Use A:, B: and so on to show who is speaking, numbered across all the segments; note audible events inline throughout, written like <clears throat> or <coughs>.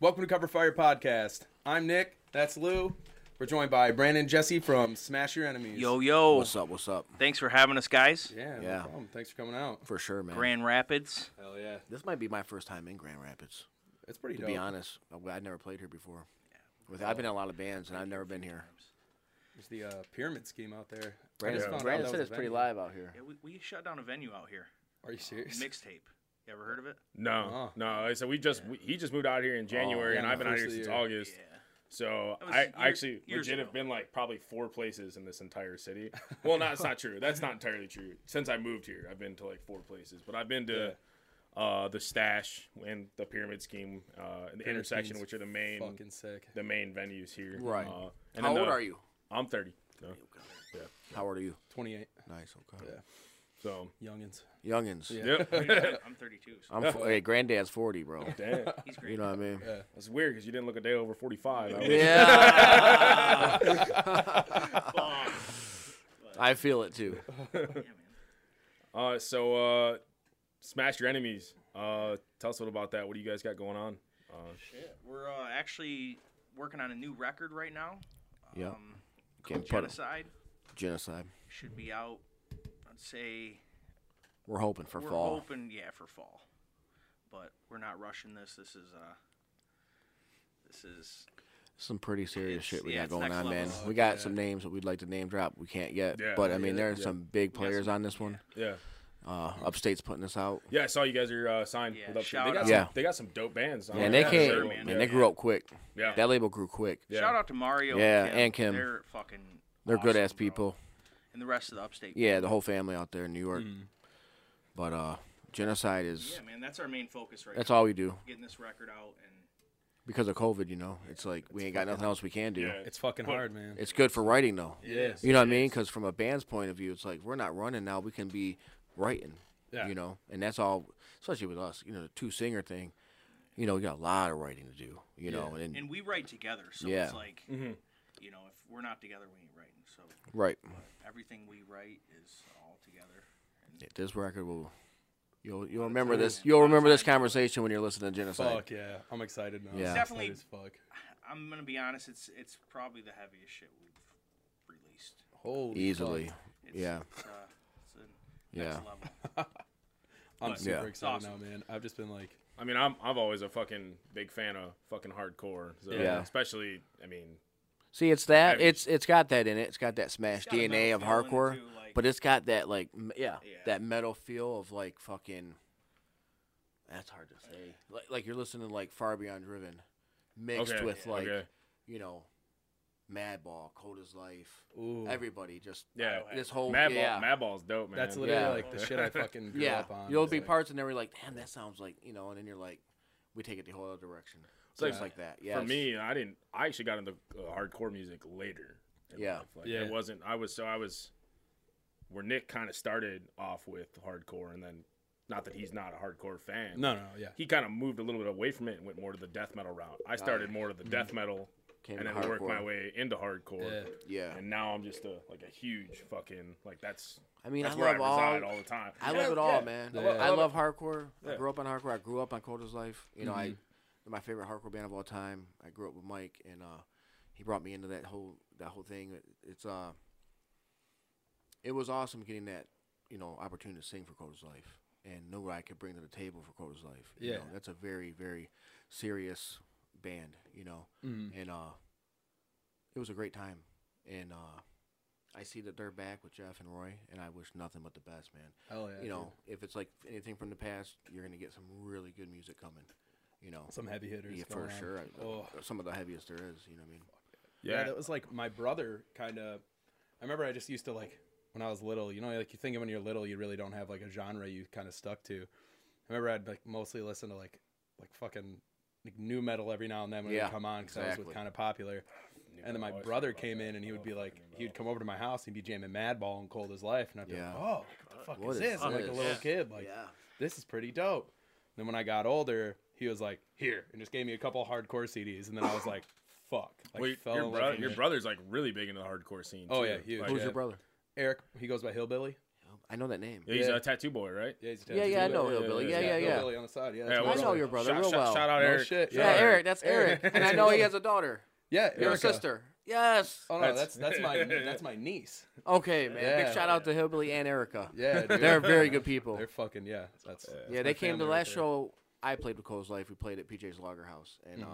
A: Welcome to Cover Fire Podcast. I'm Nick. That's Lou. We're joined by Brandon and Jesse from Smash Your Enemies.
B: Yo, yo.
C: What's up? What's up?
B: Thanks for having us, guys.
A: Yeah, no
C: Yeah.
A: problem. Thanks for coming out.
C: For sure, man.
B: Grand Rapids.
A: Hell yeah.
C: This might be my first time in Grand Rapids.
A: It's pretty
C: To
A: dope.
C: be honest, I- I'd never played here before. With, I've been in a lot of bands and I've never been here.
A: There's the uh, pyramid scheme out there. I
C: Brandon,
A: just found out
C: Brandon
A: that
C: said
A: was
C: it's
A: a
C: pretty
A: venue.
C: live out here.
B: Yeah, we, we shut down a venue out here.
A: Are you serious?
B: Mixtape. You ever heard of it?
A: Oh.
D: No, no. I said we just we, he just moved out here in January,
A: yeah,
D: and
A: no,
D: I've been out
A: first
D: here
A: of the
D: since
A: year.
D: August. So
B: That was
D: I, I
B: year-
D: actually
B: years
D: legit
B: ago.
D: have been like probably four places in this entire city. Well, no, it's not true. That's not entirely true. Since I moved here, I've been to like four places, but I've been to uh, the Stash and the Pyramid Scheme, uh, and the intersection,
A: Scheme's
D: which are the main
A: Fucking sick.
D: the main venues here.
C: Right.
D: Uh,
C: How
D: then
C: old
D: the-
C: are you?
D: I'm 30. So,
C: How old are you?
A: 28.
C: Nice. Okay.
A: Yeah.
D: so
A: Youngins.
B: <laughs>
C: Youngins.
D: yep.
C: <laughs>
B: I'm 32. So
C: I'm f- hey, granddad's 40,
D: <laughs>
C: bro.
D: Damn,
B: he's
C: Uh, You
B: great.
C: know what I mean?
D: that's weird because you didn't look a day over 45. I was-
C: Yeah.
B: Um,
C: I feel it too.
D: Um,
B: Yeah, man.
D: Uh, so uh, smash your enemies. Uh, tell us a little about that. What do you guys got going on?
B: Shit. We're uh, actually working on a new record right now.
C: Yeah.
B: Um,
C: Getting
B: called
C: put-
B: Genocide.
C: Genocide.
B: Should be out, I'd say,
C: We're hoping for
B: we're
C: fall.
B: hoping, yeah, for fall. But we're not rushing this. This is, uh, this is,
C: Some pretty serious
B: It's-
C: shit we
B: yeah,
C: got
B: it's
C: going
B: next
C: on, man.
B: level.
C: We got some names that we'd like to name drop. We can't yet,
D: Yeah.
C: but I mean,
D: Yeah,
C: there are
D: yeah.
C: some big players on this one.
D: Yeah,
C: Uh, Upstate's putting this out.
D: yeah. I saw you guys are uh, signed
B: Yeah,
D: with Upstream.
B: shout
D: They got
B: out.
D: some,
C: Yeah.
D: they got some dope bands. on
C: Man,
D: there.
C: they
B: Oh, yeah,
C: came.
B: sure,
C: man,
B: man.
C: they grew up quick.
D: Yeah.
C: That label grew quick.
D: Yeah.
B: shout out to Mario.
C: Yeah, and
B: and Kim.
C: Kim.
B: They're fucking,
C: They're good ass
B: awesome, bro.
C: people.
B: And the rest of the upstate.
C: Yeah, the whole family out there in New York. But uh, genocide is
B: Mm-hmm. Yeah, man, that's our main focus right
C: that's
B: now.
C: all we do
B: Getting this record out and
C: because of COVID. You know, it's like we ain't got nothing else we can do.
D: Yeah.
A: It's fucking hard, man.
C: It's good for writing though.
A: Yes.
C: You know what I mean? Because from a band's point of view, it's like we're not running now. We can be writing.
A: Yeah.
C: You know, and that's all. Especially with us, you know, the two singer thing. You know, we got a lot of writing to do. You know, and,
B: and we write together, so
C: Yeah.
B: it's like you know, if we're not together, we ain't writing. So
C: right.
B: everything we write is all together. And
C: Yeah, this record will. You'll you'll remember this. You'll remember this conversation when you're listening to genocide.
A: Fuck yeah. I'm excited now.
C: Yeah.
A: I'm
B: Definitely-
A: excited as fuck.
B: I'm gonna be honest, it's it's probably the heaviest shit we've released.
A: Holy
C: Easily.
A: fuck.
B: It's,
C: Yeah.
B: it's, uh, it's a next
C: Yeah.
B: level.
A: I'm
B: But-
A: super
C: Yeah.
A: excited
C: It's
A: now,
B: awesome.
A: man. I've just been like,
D: I mean, I'm I'm always a fucking big fan of fucking hardcore. So,
C: Yeah.
D: Especially, I mean,
C: See, it's that.
D: Heavy.
C: It's it's got that in it. It's got that smash
B: got a
C: DNA of
B: metal feel in it
C: hardcore,
B: too, like-
C: but it's got that like m- yeah,
B: Yeah.
C: that metal feel of like fucking. That's hard to say. Like, like you're listening to like Far Beyond Driven, mixed
D: Okay,
C: with
D: yeah,
C: like
D: okay.
C: you know, Madball, Cold as Life,
A: ooh.
C: everybody just
D: yeah.
C: this
B: Oh,
C: whole
D: Madball,
C: yeah
D: Madball's dope, man.
A: That's literally
C: Yeah.
A: like the shit I fucking grew
C: yeah.
A: up on.
C: You'll
A: It's
C: be
A: like-
C: parts and they're like, damn, that sounds like you know, and then you're like, we take it the whole other direction. It's
D: like-
C: like that. Yeah.
D: For me, I didn't. I actually got into uh, hardcore music later. in
C: Yeah.
D: life. Like,
A: Yeah.
D: It wasn't. I was so I was where Nick kind of started off with hardcore, and then not that he's not a hardcore fan.
A: No, no, no, yeah.
D: he kind of moved a little bit away from it and went more to the death metal route. I started more to the death metal
C: Came
D: and
C: to
D: then worked my
C: hardcore.
D: way into hardcore.
A: Mm-hmm. Yeah.
C: Yeah.
D: And now I'm just a like a huge fucking like that's
C: I mean,
D: that's
C: I
D: where
C: love
D: I reside
C: all-
D: all, the time.
C: I
D: Yeah,
C: love it all,
D: yeah.
C: man.
A: Yeah.
C: I,
A: I love-
C: love,
A: I
C: hardcore.
D: Yeah.
C: I grew up on hardcore. I grew up on Coda's Life. You know, I they're my favorite hardcore band of all time. I grew up with Mike, and uh, he brought me into that whole that whole thing. It- It's uh, it was awesome getting that you know opportunity to sing for Coda's Life and know what I could bring to the table for Coda's Life. You
A: Yeah.
C: know, that's a very very serious band. You know,
A: Mm.
C: and uh, it was a great time, and uh. I see that they're back with Jeff and Roy, and I wish nothing but the best, man
A: Hell yeah.
C: you
A: dude.
C: know, if it's like anything from the past, you're gonna get some really good music coming. You know,
A: some heavy hitters.
C: yeah, for
A: going on.
C: sure. I- uh,
A: Oh.
C: Some of the heaviest there is. You know what I mean?
A: Yeah,
D: Yeah.
A: that was like my brother kind of. I remember I just used to like when I was little. You know, like you think when you're little, you really don't have like a genre you kind of stuck to. I remember I'd like mostly listen to like like fucking like new metal every now and then when it
C: Yeah,
A: would come on because I was
C: exactly.
A: with kind of popular. and then my
D: always
A: brother
D: forget about
A: came
D: that.
A: in and he
D: I
A: would
D: love
A: be like,
D: fucking new
A: he'd come over to my house and he'd be jamming Madball and Cold as Life, and I'd be
C: Yeah.
A: like, oh, what the fuck
C: What
A: is
C: is
A: this? I'm like a
C: this?
A: little
C: Yeah.
A: kid, like
C: Yeah.
A: this is pretty dope. And then when I got older, he was like, here, and just gave me a couple hardcore CDs, and then I was like, fuck, like
D: Wait,
A: fell
D: your,
A: in love
D: bro-
A: with
D: your
A: it.
D: brother's like really big into the hardcore scene.
A: Oh,
D: too.
A: yeah, huge.
D: Like,
C: Who's
A: yeah.
C: your brother?
A: Eric, he goes by Hillbilly.
C: I know that name.
D: Yeah, he's
A: Yeah.
D: a tattoo boy, right?
A: Yeah, he's a
C: Yeah, yeah, I
A: tattoo.
C: know Hillbilly. Yeah, yeah, yeah.
A: Hillbilly on the side. Yeah, that's
D: Yeah,
A: my
D: well,
C: I know
A: brother.
C: your brother
D: shout,
C: real
D: shout-
C: well.
D: shout out
A: No
D: Eric.
A: shit.
C: Yeah, Eric. That's Eric. and I know he has
A: <laughs>
C: a daughter.
A: Yeah,
C: Your
A: Erica.
C: sister. Yes.
A: Oh no, that's that's
D: <laughs>
A: my that's my niece.
C: Okay, man.
A: Yeah.
C: Big shout out to Hillbilly and Erica.
A: Yeah, dude.
C: <laughs> They're very good people.
A: They're fucking yeah. That's, that's
C: yeah,
A: my
C: they came to
A: family
C: the
A: right
C: last
A: there.
C: show I played with Cole's Life. We played at PJ's Logger House, and uh,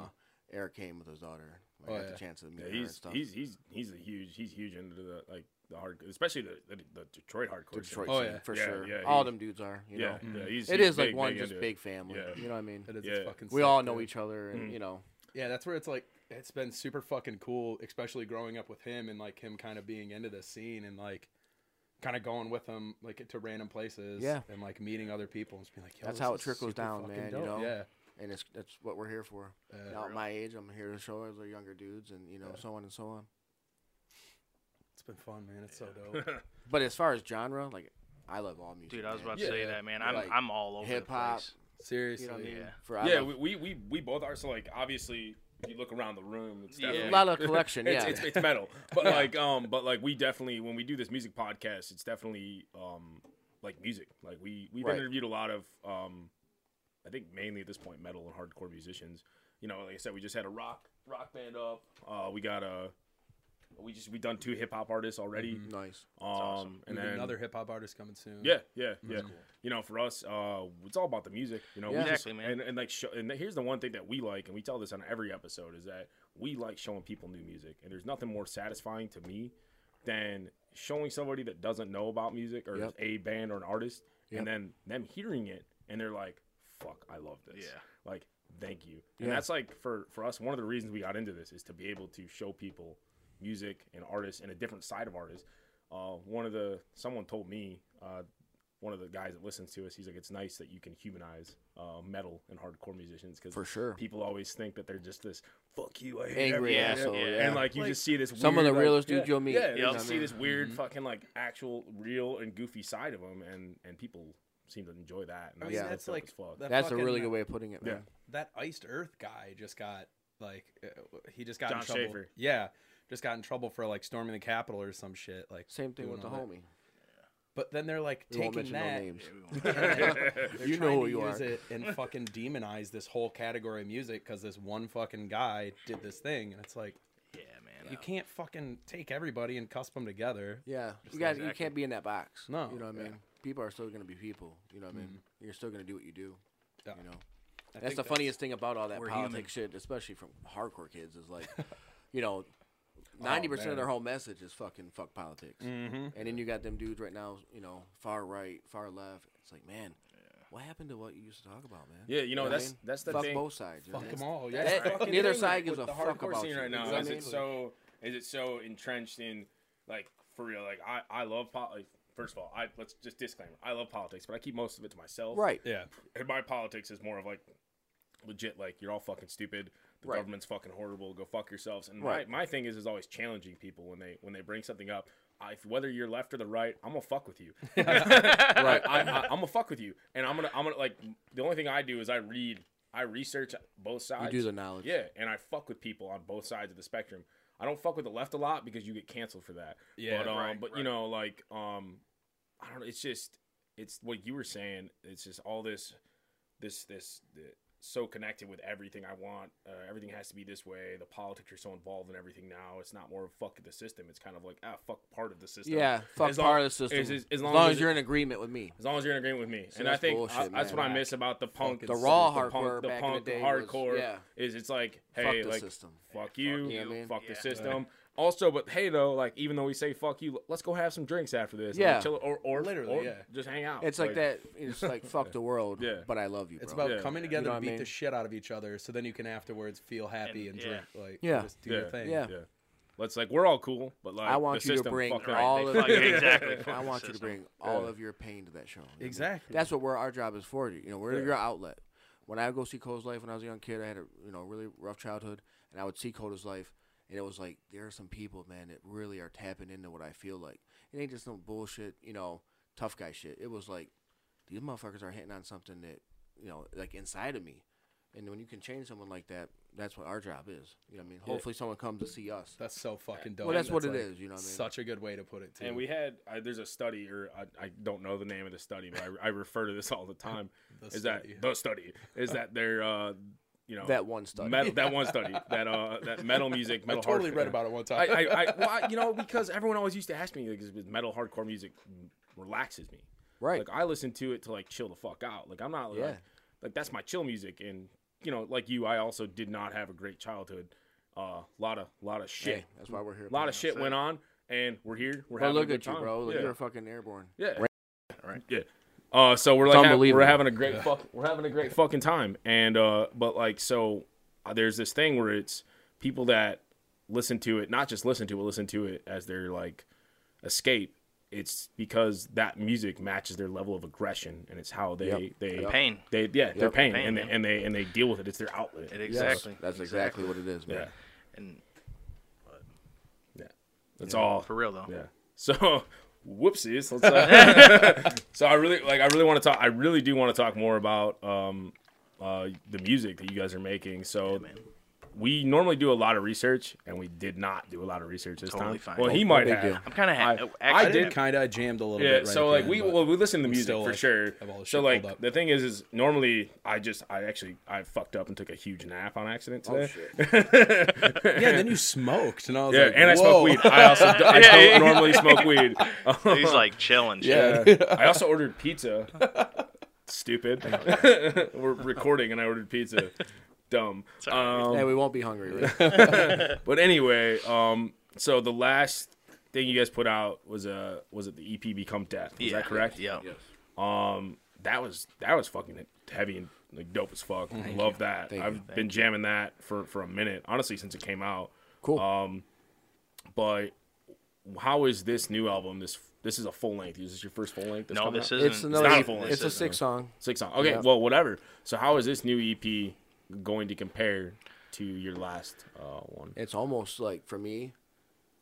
C: Eric came with his daughter. I
A: Mm-hmm. Oh,
C: got
A: yeah.
C: the chance to meet
D: Yeah,
C: her and
D: he's
C: stuff.
D: he's he's he's a huge he's huge into the like the hard especially the the, the Detroit hardcore. scene.
C: Detroit
A: Oh,
C: scene,
A: yeah.
C: for
D: Yeah,
C: sure.
D: yeah,
C: All
D: he's-
C: them dudes are. You
D: Yeah,
C: know,
D: yeah, he's,
C: it
D: he's
C: is like
D: big,
C: one
D: big
C: just
D: into it.
C: big family.
D: Yeah.
C: You know what I mean?
A: That is
D: Yeah.
A: fucking.
C: We
A: sick,
C: all know
A: dude.
C: each other, and you know,
A: Yeah, that's where it's like it's been super fucking cool, especially growing up with him and like him kind of being into the scene and like kind of going with him like to random places.
C: Yeah.
A: and like meeting other people and just being like, Yo,
C: That's
A: this
C: how it
A: is
C: trickles
A: super
C: down,
A: fucking
C: man, you
A: dope.
C: know?
A: Yeah,
C: and it's that's what we're here for.
A: Yeah.
C: now at my age, I'm here to show other younger dudes, and you know, so on and so on.
A: it's been fun, man. It's so
C: <laughs>
D: <laughs>
A: dope.
C: But as far as genre, like, I love all music.
B: Dude, I was
C: man.
B: about to say
A: Yeah.
B: that, man. I'm
C: Like,
B: I'm all over
C: hip hop.
B: the place.
A: Seriously,
C: You know what I mean?
B: Yeah.
C: For I
D: yeah,
C: love-
D: we, we we we both are. So like, obviously, if you look around the room, it's
B: Yeah.
D: definitely
C: a lot of collection.
D: it's,
C: yeah,
D: it's, it's
C: <laughs>
D: metal, but like um, but like we definitely when we do this music podcast, it's definitely um, like music. Like we we've
C: Right.
D: interviewed a lot of um, I think mainly at this point metal and hardcore musicians. You know, like I said, we just had a rock rock band up. Uh, we got a we just we done two hip hop artists already.
C: nice.
D: Um,
B: awesome.
A: and
D: and then
A: another hip hop artist coming soon.
D: yeah, yeah, yeah. You know, for us, uh, it's all about the music. You know, we
C: Yeah.
D: just-
B: Exactly, man.
D: And, and like, show, and here's the one thing that we like, and we tell this on every episode, is that we like showing people new music, and there's nothing more satisfying to me than showing somebody that doesn't know about music or
C: Yep.
D: a band or an artist,
C: Yep.
D: and then them hearing it, and they're like, "Fuck, I love this."
B: Yeah.
D: Like, thank you. And
C: Yeah.
D: that's like for for us, one of the reasons we got into this is to be able to show people music and artists and a different side of artists. Uh, one of the someone told me uh, one of the guys that listens to us, he's like, it's nice that you can humanize uh, metal and hardcore musicians because
C: For sure.
D: people always think that they're just this fuck you, I hate
C: Angry
D: everything."
C: asshole.
B: yeah.
C: Yeah.
D: And like you just see this
C: some of
D: weird,
C: the
D: like-
C: realest
D: yeah,
C: dudes you'll meet,
D: Yeah,
C: you
D: you
C: know what
D: just
C: I
D: see
C: mean?
D: this weird
A: Mm-hmm.
D: fucking like actual real and goofy side of them, and and people seem to enjoy that. And
A: I
D: I
A: mean,
C: Yeah.
D: think
A: that's
D: dope
A: like
D: as fuck.
A: the
C: That's
A: fucking-
C: a really good way of putting it, man.
A: that iced earth guy just got like uh, he just got in
D: John
A: trouble.
D: Schaefer.
A: Yeah, just got in trouble for like storming the Capitol or some shit. Like
C: Same thing
A: doing
C: with the
A: all that.
C: homie.
A: But then they're like
C: We won't
A: taking
C: mention
A: that.
C: no names.
A: they're
C: You know
A: trying
C: who
A: to
C: you
A: use
C: are.
A: it
C: <laughs>
A: and fucking demonize this whole category of music because this one fucking guy did this thing, and it's like
B: Yeah, man.
A: you can't fucking take everybody and cusp them together.
C: Yeah, you got you
B: exactly.
C: can't be in that box.
A: No,
C: you know what I mean. People are still gonna be people. You know what I mean.
B: Mm-hmm.
C: You're still gonna do what you do.
A: Yeah.
C: You know,
A: I
C: that's
A: think
C: the funniest thing about all that
B: We're
C: politics shit, especially from hardcore kids, is like, you know, ninety percent of
A: man.
C: their whole message is fucking fuck politics. And then you got them dudes right now, you know, far right, far left. It's like, man, what happened to what you used to talk about, man?
D: Yeah, you know,
C: what I
D: that's-
C: mean?
D: that's the
C: fuck
D: thing.
C: both sides. you know?
A: Fuck them all. Yeah,
D: That's the
C: That-
D: fucking
C: neither
D: thing
C: side
D: with-
C: gives
D: with
C: a
D: the
C: fuck
D: hardcore
C: about
D: scene
C: you.
D: right now. Is
C: Exactly.
D: it so? Is it so entrenched in like for real? Like I, I love politics. First of all, I let's just disclaimer. I love politics, but I keep most of it to myself.
C: Right.
A: Yeah,
D: And my politics is more of like legit. Like you're all fucking stupid. The
C: Right.
D: government's fucking horrible. Go fuck yourselves. And
C: Right.
D: my, my thing is is always challenging people when they when they bring something up. I, if- whether you're left or the right, I'm gonna fuck
C: <laughs>
D: with you. <laughs> right. I, I, I'm gonna fuck with you, and I'm gonna I'm gonna like the only thing I do is I read. I research both
C: You
D: sides.
C: do the knowledge.
D: Yeah, and I fuck with people on both sides of the spectrum. I don't fuck with the left a lot because you get canceled for that.
A: Yeah,
D: but, um,
B: right,
D: but you
B: right.
D: know, like, um, I don't know. It's just, it's what you were saying. It's just all this, this, this, the- so connected with everything I want. Uh, everything has to be this way. The politics are so involved in everything now. It's not more of fuck the system. It's kind of like ah fuck part of the system.
C: Yeah, fuck
D: As long-
C: part of the system.
D: As, as- as
C: long, as,
D: it-
C: you're in agreement with me.
D: as long as you're in agreement with me. and I
C: that's
D: think
C: bullshit,
D: I- that's
C: man.
D: what I miss about the punk,
A: The
C: raw
D: punk-
C: hardcore
D: the
C: back in the
D: punk
C: day was-
D: hardcore.
C: yeah.
D: is it's like,
C: Fuck
D: hey,
C: the
D: like,
C: system.
D: fuck you,
C: you. Yeah, man.
D: fuck the
B: Yeah.
D: system. Also, but hey though, like even though we say fuck you, let's go have some drinks after this. Like,
C: Yeah.
D: chill, or or
A: Literally,
D: or
A: yeah.
D: just hang out.
C: It's like, that. It's like fuck the world,
D: Yeah.
C: but I love you. Bro.
A: it's about
D: Yeah.
A: coming
D: You
A: together
C: know what
A: to
C: I
A: beat the
C: mean?
A: shit out of each other, so then you can afterwards feel happy and,
B: And-
A: drink.
B: yeah.
A: Like,
C: Yeah.
A: just do your
D: Yeah.
A: thing.
C: Yeah.
D: Yeah. Let's like we're all cool, but like
C: I want
D: the
C: you to
D: system,
C: bring
D: fuck
B: Right,
D: that.
C: all
B: they
C: of
B: fuck-
C: your-
B: exactly. fuck
C: <laughs> I
B: the
C: want you to
B: system.
C: bring all
D: Yeah.
C: of your pain to that show. you know what I mean?
A: Exactly.
C: That's what we're, our job is for you. You know, we're your outlet. When I go see Cole's life when I was a young kid, I had a you know really rough childhood, and I would see Cole's life, and it was like there are some people, man, that really are tapping into what I feel like. It ain't just some bullshit, you know, tough guy shit. It was like these motherfuckers are hitting on something that you know, like inside of me, and when you can change someone like that, that's what our job is. You know what I mean? Hopefully someone comes to see us.
A: That's so fucking dope.
C: Well, that's what it
A: like,
C: is, you know what I mean?
A: Such a good way to put it too.
D: <laughs> And we had I, there's a study, or I, I don't know the name of the study, but I, I refer to this all
C: <laughs>
D: the time.
A: The
D: is
A: study.
D: that the study? Is that their uh, you know
C: That one study.
D: metal, that one study that uh that metal music
A: I
D: metal
A: totally
D: hardcore-
A: read about it one time.
D: I, I, I, well, I- you know, because everyone always used to ask me, like, is is metal hardcore music relaxes me.
C: <laughs> Right.
D: Like, oh, I listen to it to, like, chill the fuck out. Like, I'm not, like,
C: Yeah.
D: like, that's my chill music. And, you know, like you, I also did not have a great childhood. A uh, lot of, lot of shit.
C: Hey, that's why we're here.
D: a lot
C: man.
D: of shit went on, and we're here. We're
C: Bro,
D: having
C: look
D: a
C: at
D: good
C: you,
D: time.
C: bro. Like,
D: yeah.
C: You're a fucking airborne.
D: yeah.
C: Right.
D: Right. Yeah. Uh, so we're like, ha- we're
C: unbelievable.
D: having a great fuck, we're having a great fucking time. And uh, but like, so uh, there's this thing where it's people that listen to it, not just listen to it, listen to it as their like escape. It's because that music matches their level of aggression, and it's how they
C: Yep.
D: they
B: Pain.
D: They yeah, their
C: Yep.
D: pain,
B: Pain,
D: and they,
B: yeah.
D: and they and they deal with it. It's their outlet.
B: It
C: Yes,
B: exactly.
C: That's exactly what it is, man.
D: yeah,
B: And
D: yeah. That's all
B: for real though.
D: Yeah. So, <laughs> whoopsies. Let's,
A: <laughs>
D: uh, <laughs> so I really like. I really want to talk. I really do want to talk more about um, uh, the music that you guys are making. So.
B: man.
D: we normally do a lot of research, and we did not do a lot of research this
B: Totally fine.
D: time. Well, he
C: No
D: might
C: big
D: have.
C: deal.
B: I'm kind of.
D: I-
B: Ha-
D: I
A: I
B: actually,
A: did kind of jammed a little
D: Yeah.
A: bit. Right at
D: so
A: the
D: like
A: end,
D: we
A: but-
D: well we listen to music
A: still,
D: for
A: like,
D: sure.
A: have all the
D: So
A: shit
D: like
A: pulled up.
D: the thing is is normally I just I actually I fucked up and took a huge nap on accident today.
C: Oh, shit.
A: yeah,
D: <laughs>
A: then you smoked, and I was
D: Yeah,
A: like,
D: and I
A: "Whoa."
D: smoke weed. I also do, I
B: Yeah, yeah.
D: don't normally smoke weed.
B: he's
D: <laughs>
B: like chilling. Shit.
A: <laughs> Yeah,
D: I also ordered pizza. Stupid. <laughs> We're recording and I ordered pizza. Dumb. Um,
C: Hey, we won't be hungry. Right?
D: <laughs> but anyway, um, so the last thing you guys put out was a was it the EP Become Death? Is
B: Yeah.
D: that correct?
B: Yeah.
D: Um, that was that was fucking heavy and like dope as fuck. Love that.
C: Thank
D: I've
C: you.
D: been jamming that for for a minute, honestly, since it came out.
C: Cool.
D: Um, But how is this new album? This this is a full length. Is this your first full length? that's
B: No,
D: coming
B: this
D: out?
B: isn't.
C: it's another.
D: not
B: this
D: full
B: isn't-
D: length,
B: this
C: It's a
B: isn't.
C: six song.
D: Six song. Okay,
C: Yeah.
D: well, whatever. So how is this new EP going to compare to your last uh, one?
C: It's almost like for me,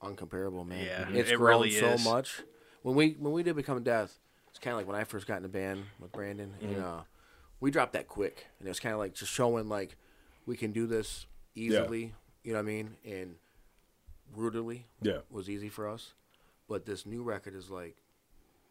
C: uncomparable, man.
B: Yeah,
C: it's
B: it
C: grown
B: really
C: so
B: is.
C: much. When we when we did Become Death, it's kind of like when I first got in the band with Brandon,
D: Mm-hmm.
C: and uh, we dropped that quick, and it was kind of like just showing like we can do this easily. You know what I mean? And brutally
D: Yeah.
C: was easy for us, but this new record is like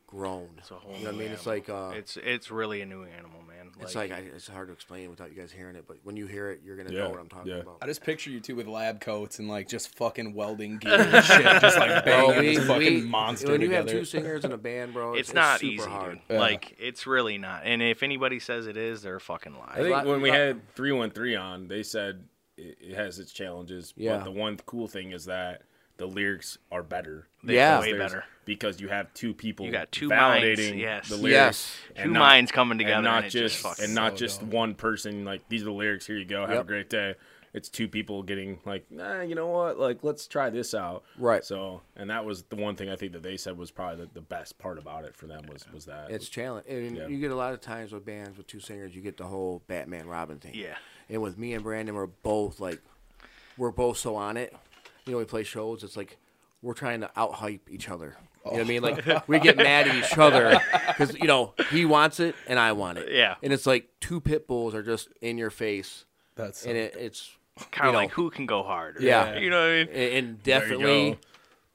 C: grown.
B: It's a whole
C: you know what I
B: new
C: mean? It's like uh,
B: It's it's really a new animal, man.
C: it's like, I, it's hard to explain without you guys hearing it, but when you hear it, you're gonna
D: Yeah,
C: know what I'm talking
D: yeah.
C: about.
A: I just picture you two with lab coats and like just fucking welding gear and shit, just like banging
C: Bro, we-
A: this fucking
C: we-
A: monster
C: when you
A: together.
C: have two singers in a band, bro,
B: it's, not
C: super
B: easy,
C: hard.
B: dude. Like it's really not. And if anybody says it is, they're fucking
D: I
B: lying.
D: think
C: lot-
D: when we
C: lot-
D: had three one three on, they said it, it has its challenges.
C: Yeah.
D: But the one cool thing is that the lyrics are better.
B: They're
C: Yeah.
B: way
D: There's-
B: better.
D: because you have two people.
B: You got two minds,
D: validating
B: yes.
D: the
C: Yes.
D: lyrics.
B: Two
D: and not-
B: minds coming together,
D: and not
B: and it just
D: just
B: fucking-
D: and not
A: So
D: just
A: dope.
D: one person. Like these are the lyrics. Here you go. Have a
C: Yep.
D: great day. It's two people getting like, nah, you know what? Like, let's try this out.
C: Right.
D: So, and that was the one thing I think that they said was probably the, the best part about it for them was was that
C: It's challenge, and
D: Yeah.
C: you get a lot of times with bands with two singers, you get the whole Batman Robin thing.
B: Yeah.
C: And with me and Brandon, we're both like, we're both so on it. You know, we play shows. It's like we're trying to out hype each other. You know what I mean?
B: Oh.
C: Like we get mad at
B: <laughs>
C: each other because you know he wants it and I want it.
B: Yeah.
C: And it's like two pit bulls are just in your face,
A: That's
C: and it, it's
B: kind
C: you
B: of
C: know,
B: like who can go harder.
C: Yeah.
B: you know what I mean.
C: and, and
D: you
C: definitely.
D: go.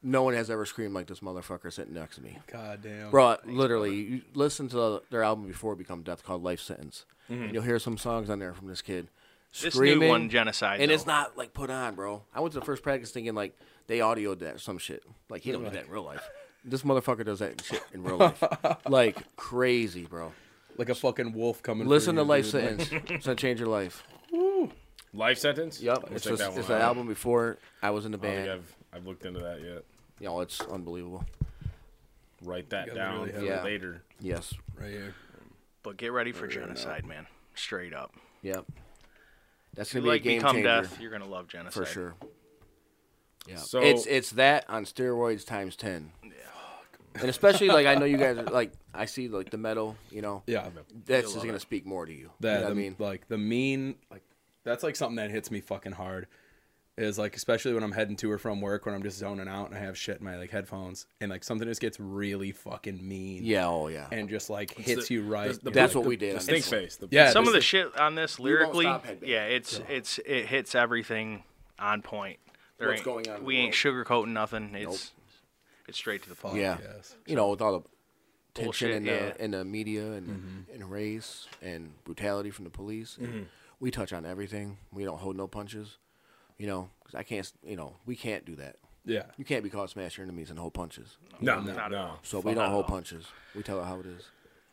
C: No one has ever screamed like this motherfucker sitting next to me.
A: goddamn.
C: Bro, literally, you listen to the, their album before it become Death called Life Sentence. And you'll hear some songs on there from this kid.
B: Mm-hmm. This
C: screaming,
B: new one, genocide,
C: And
B: though.
C: it's not like put on, bro. I went to the first practice thinking like they audioed that or some shit. Like he don't do that in real life. This motherfucker does that shit in real
D: <laughs>
C: life. like crazy, bro.
A: like a fucking wolf coming. for
C: Listen to
A: you,
C: Life
A: dude.
D: <laughs>
C: Sentence. It's gonna change your life.
D: life sentence.
C: Yep.
D: We'll
C: It's,
D: check
C: just,
D: that one
C: it's
D: out. Oh,
C: an album before I was in the
D: I don't
C: band.
D: think I've I've looked into that yet.
C: you know, it's unbelievable.
D: Write that
A: gotta
D: down
A: really
D: for
A: have
C: it.
D: later.
C: Yes.
A: right here.
B: But get ready for genocide, man. Straight up.
C: Yep. That's
B: You
C: gonna be
B: like
C: a game
B: become
C: changer.
B: death, you're gonna love genocide
C: for sure. Yeah.
D: So-
C: it's it's that on steroids times ten. And especially like I know you guys are like I see like the metal, you know.
A: Yeah,
C: That's just gonna speak more to you.
A: that
C: You know what
A: the,
C: I mean,
A: like the mean like that's like something that hits me fucking hard. is like especially when I'm heading to or from work when I'm just zoning out and I have shit in my like headphones and like something just gets really fucking mean
C: Yeah, oh yeah.
A: and just like
D: the-
A: hits you right.
D: the- the
A: You're
C: That's
A: like,
C: what we did.
D: The stink face. The,
A: Yeah,
B: Some of
A: this
B: the shit on this lyrically,
C: stop headbanging.
B: yeah, it's it's it hits everything on point. There
C: What's
B: ain't-
C: going on in
B: We
C: the
B: ain't sugarcoating nothing. It's it's straight to the point.
C: yeah.
A: Yes.
C: You know, with all the tension
B: Bullshit,
C: in the
B: yeah.
C: in the media and
A: Mm-hmm.
C: and race and brutality from the police, and we touch on everything. We don't hold no punches. You know, 'cause I can't. s- You know, we can't do that.
A: Yeah.
C: You can't be called smash your enemies and hold punches.
D: no,
B: Not
D: no,
B: at
D: no.
B: all.
C: So we don't hold punches. We tell it how it is.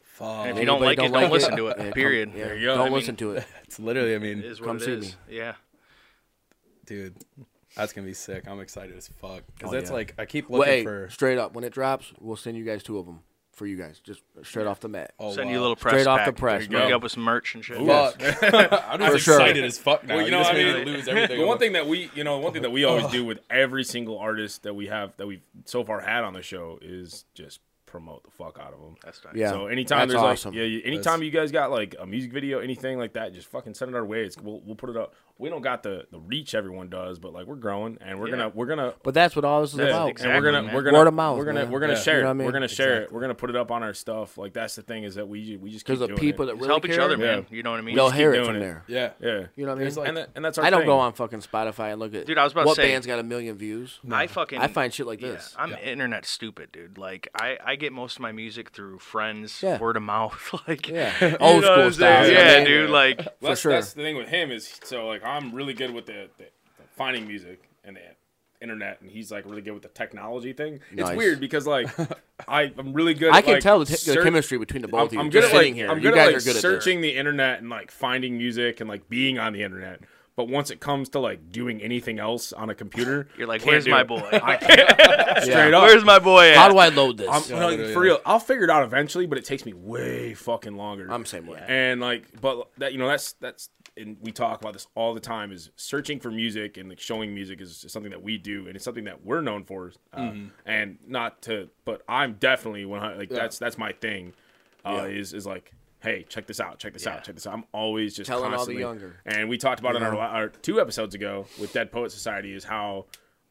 A: Fuck.
B: If you don't like
C: Anybody
B: it, don't listen to it,
C: yeah, come-
B: period.
C: yeah,
D: There you go.
C: Don't
D: I mean-
C: listen to it.
A: It's literally, I mean,
B: It is what
C: Come
B: it
C: see
B: is. Yeah.
A: dude, that's gonna be sick. I'm excited as fuck because
C: Oh,
A: that's
C: yeah.
A: like I keep
C: Well,
A: looking
C: hey,
A: for.
C: straight up, when it drops, we'll send you guys two of them for you guys, just straight off the mat.
A: Oh,
B: Send
A: wow.
B: you a little press
C: Straight off the
B: pack.
C: press,
B: Hook
D: man.
B: up with some merch and shit.
A: Fuck. <laughs> I'm just
C: For sure.
A: excited as fuck now.
D: Well, you know,
A: just
D: I
A: made <laughs>
D: mean,
A: me lose everything.
D: <laughs> The
A: I'm
D: one
A: like,
D: thing that we, you know, one thing that we always do with every single artist that we have that we've so far had on the show is just promote the fuck out of them.
B: That's nice.
C: Yeah.
D: So anytime
C: That's
D: there's
C: awesome.
D: like, yeah, you- anytime you guys got like a music video, anything like that, just fucking send it our way. It's, we'll we'll put it up. We don't got the the reach everyone does, but like we're growing and we're
B: Yeah.
D: gonna we're gonna.
C: But that's what all this is
D: Yeah,
C: about.
D: and we're gonna
B: man.
D: we're gonna
C: Word of mouth,
D: we're gonna
C: man.
D: we're gonna
C: Yeah.
D: share
C: You know
D: it
C: what I mean?
D: we're gonna share it we're gonna put it up on our stuff like that's the thing is that we we just keep
C: Because the
D: doing
C: people
D: it.
C: that
B: Just
C: really
B: help
C: care,
B: each other,
D: Yeah.
B: man. You know what I mean?
C: they'll
D: keep
C: hear it
D: doing
C: from
D: it.
C: there.
A: yeah,
D: yeah
C: You know what I mean?
A: like-
D: and, that, and that's our
C: I don't
D: thing.
C: go on fucking Spotify and look at
B: Dude, I was about to
C: what
B: say-
C: band's got a million views.
B: I fucking
C: I find shit like
B: yeah,
C: this.
B: I'm internet stupid, dude. Like I, I get most of my music through friends,
C: Yeah.
B: word of mouth. <laughs> Like
C: Yeah,
B: you know
C: old
B: what I'm
C: school style.
B: saying?
C: you know what I
B: Yeah,
C: mean?
B: dude. Like
D: Well, that's,
C: sure.
D: that's the thing with him is so like I'm really good with the, the, the finding music and the internet, and he's like really good with the technology thing.
C: Nice.
D: It's weird because
C: <laughs>
D: like I I'm really good.
C: I
D: at,
C: can
D: like,
C: tell the, t- the
D: search-
C: chemistry between the
D: I'm,
C: both of you.
D: I'm good
C: just
D: at like
C: sitting here.
D: I'm
C: you
D: good
C: guys
D: at like
C: are good
D: searching the internet and like finding music and like being on the internet. But once it comes to like doing anything else on a computer,
B: you're like,
D: can't
B: where's
D: do
B: my
D: it.
B: boy?
D: I
B: <laughs>
D: can't.
C: at this.
D: Straight up.
B: Where's my boy? At?
C: How do I load this?
D: I'm,
C: I'm,
D: no,
A: literally,
D: for
A: yeah.
D: real. I'll figure it out eventually, but it takes me way fucking longer.
C: I'm same way.
D: And like, but that you know, that's that's, and we talk about this all the time. Is searching for music and like showing music is something that we do, and it's something that we're known for. Uh,
A: Mm-hmm.
D: And not to, but I'm definitely when I, like that's that's my thing. Uh, Is is like. Hey, check this out! Check this out! Check this out! I'm always just
C: Telling all the
D: constantly-
C: younger.
D: and we talked about it in our, our two episodes ago with Dead Poet Society is how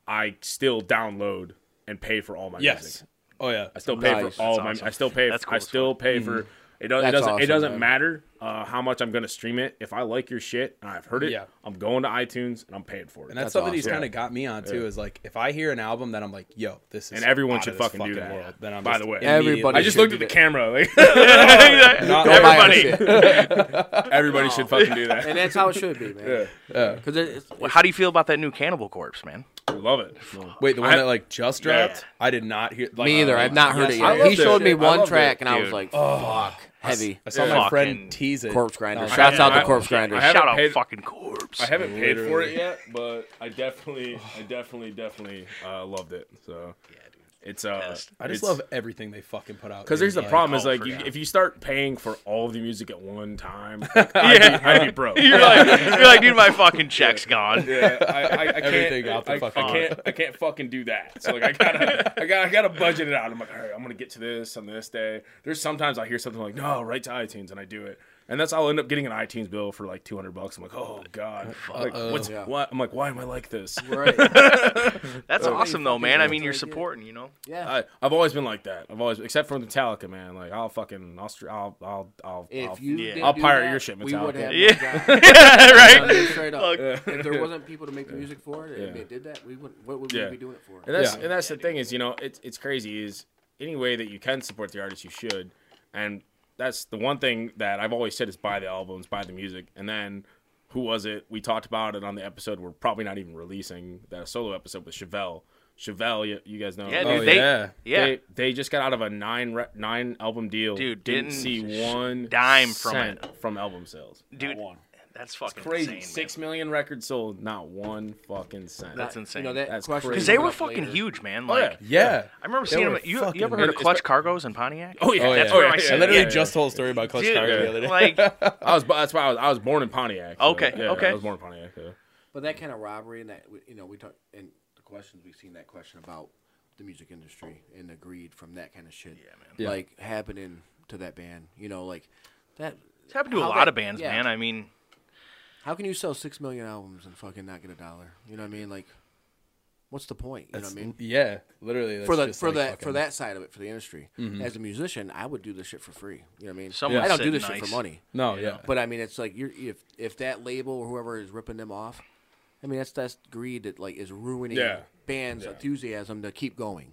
D: I still download and pay for all my music.
A: yes. Oh yeah.
D: I still pay
C: Nice.
D: for all
B: That's
D: my.
B: awesome.
D: I still pay.
B: That's cool
D: I
B: as
D: still pay for. It, do, it
C: That's
D: doesn't.
C: awesome,
D: it doesn't
C: man.
D: matter uh, how much I'm gonna stream it. If I like your shit and I've heard it,
A: Yeah.
D: I'm going to iTunes and I'm paying for it.
A: And
D: And,
A: that's,
C: That's
A: something he's
D: awesome.
A: kind of got me on too. Is like if I hear an album that I'm like, yo, this is
D: everyone
A: out
D: should
A: of this
D: fucking, do that.
A: World, then I'm
D: By
A: just
D: the way,
C: Everybody
D: I just
C: should
D: looked
C: do
D: at the
C: that.
D: camera. Like, <laughs>
A: Not-
C: Don't buy our
D: everybody,
C: shit.
D: everybody <laughs> should fucking do that.
C: and that's how it should be, man.
A: Yeah.
C: Because it's,
B: Well, how do you feel about that new Cannibal Corpse, man?
D: <laughs> Love it.
A: Wait, the one
D: I-
A: that like just
D: Yeah.
A: dropped? I did not hear. Like, oh,
C: me either. I've not heard
A: yes, I
C: it yet. He
D: loved it.
C: showed me
D: Shit, I
C: one
D: loved
C: track,
D: it,
C: and I was
B: dude.
C: like, "Fuck, heavy."
A: I saw my
B: Fucking
A: friend tease it.
C: Corpse grinder.
A: No,
C: Shouts
D: I-
C: out to
D: I-
C: corpse grinder.
D: I haven't
B: Shout out
D: paid-
B: fucking Corpse.
D: I haven't paid for
A: Literally.
D: it yet, but I definitely, I definitely, definitely uh, loved it. So it's uh,
B: Best.
A: I just
D: it's-
A: love everything they fucking put out.
D: Because
A: dude.
D: there's the
A: Like,
D: problem is
B: oh,
D: like
B: for
D: you,
B: now.
D: if you start paying for all of the music at one time, like, I'd, be, I'd be
B: <laughs>
D: broke.
B: You're like, you're like, dude, my fucking check's gone.
D: Yeah,
A: <laughs>
D: I, I, I can't.
A: Everything out the
D: I, I
A: fucking
D: can't. I can't fucking do that. So
A: <laughs>
D: like, I gotta, I gotta, I gotta budget it out. I'm like, all right, I'm gonna get to this on this day. There's sometimes I hear something like, no, right to iTunes, and I do it, and that's I'll end up getting an iTunes bill for like 200 bucks. I'm like, oh god,
A: Uh,
D: like, what's
C: Yeah.
D: what? I'm like, why am I like this? <laughs>
C: Right.
B: That's
D: Oh,
B: awesome though, man. I mean,
C: that's
B: you're
C: what I did.
B: supporting, you know.
C: Yeah.
D: I, I've always been like that. I've always, except for Metallica, man. Like I'll fucking, I'll, str- I'll, I'll, I'll, I'll
C: If you,
B: Yeah.
C: didn't
D: I'll
C: do
D: pirate
C: that,
D: your shit,
C: We would
D: Metallica.
C: have
B: <laughs> Yeah.
C: no job.
B: right. <laughs>
C: Yeah, straight up.
B: Fuck.
C: If there wasn't people to make the music for it,
D: Yeah.
C: and they did that, we wouldn't. What would we
D: Yeah.
C: be doing it for?
D: And that's
A: Yeah.
D: and that's the thing is, you know, it's it's crazy is any way that you can support the artist, you should. And that's the one thing that I've always said is buy the albums, buy the music, and then who was it? We talked about it on the episode. We're probably not even releasing that solo episode with Chevelle. Chevelle, you, you guys know.
B: Yeah,
A: Oh
B: dude, they-
A: yeah.
B: Yeah.
D: They, they just got out of a nine re- nine album deal.
B: Dude,
D: didn't,
B: didn't
D: see
B: sh-
D: one
B: dime from
D: cent from album sales. Not
B: Dude,
D: one.
B: That's fucking
D: crazy.
B: insane.
D: Six million records sold, not one fucking cent.
B: That's
C: That-
B: insane.
C: You know, that
D: That's
C: question
D: crazy.
B: Because they
C: comes
B: were
C: up
B: fucking
C: later.
B: huge, man.
D: Oh,
B: Like
D: yeah.
A: Yeah.
B: I remember
A: They
B: seeing
A: were
B: them. You, you ever
A: fucking-
B: heard of
D: It's-
B: Clutch Cargos in Pontiac?
D: Oh yeah,
A: Oh,
B: That's
A: yeah.
B: where I
A: I
B: see
A: literally
B: yeah, yeah.
A: just told a story about Clutch
B: Dude,
A: Cargo the other day.
B: like
D: I was, that's why I was, I was born in Pontiac. so,
B: Okay,
D: yeah,
B: okay.
D: I was born in Pontiac. Yeah.
C: But that kind of robbery and that you know we talk and the questions we've seen that question about the music industry and the greed from that kind of shit. Yeah, man.
A: Yeah.
C: Like happening to that band, you know, like that.
B: it's happened to a
C: how
B: lot
C: that-
B: of bands,
C: yeah.
B: man. I mean,
C: How can you sell six million albums and fucking not get a dollar? You know what I mean? Like, what's the point? You
A: That's-
C: know what I mean?
A: Yeah, literally. that's
C: For the
A: just,
C: for
A: like,
C: that for
A: fucking-
C: that side of it, for the industry,
D: Mm-hmm.
C: as a musician, I would do this shit for free. You know what I mean?
B: Someone
C: I don't do
B: said
C: this shit
B: nice.
C: for money.
A: No,
B: you
A: yeah.
B: know.
C: But I mean, it's like you're if if that label or whoever is ripping them off, I mean that's that's greed that like is ruining
D: Yeah.
C: bands'
D: Yeah.
C: enthusiasm to keep going.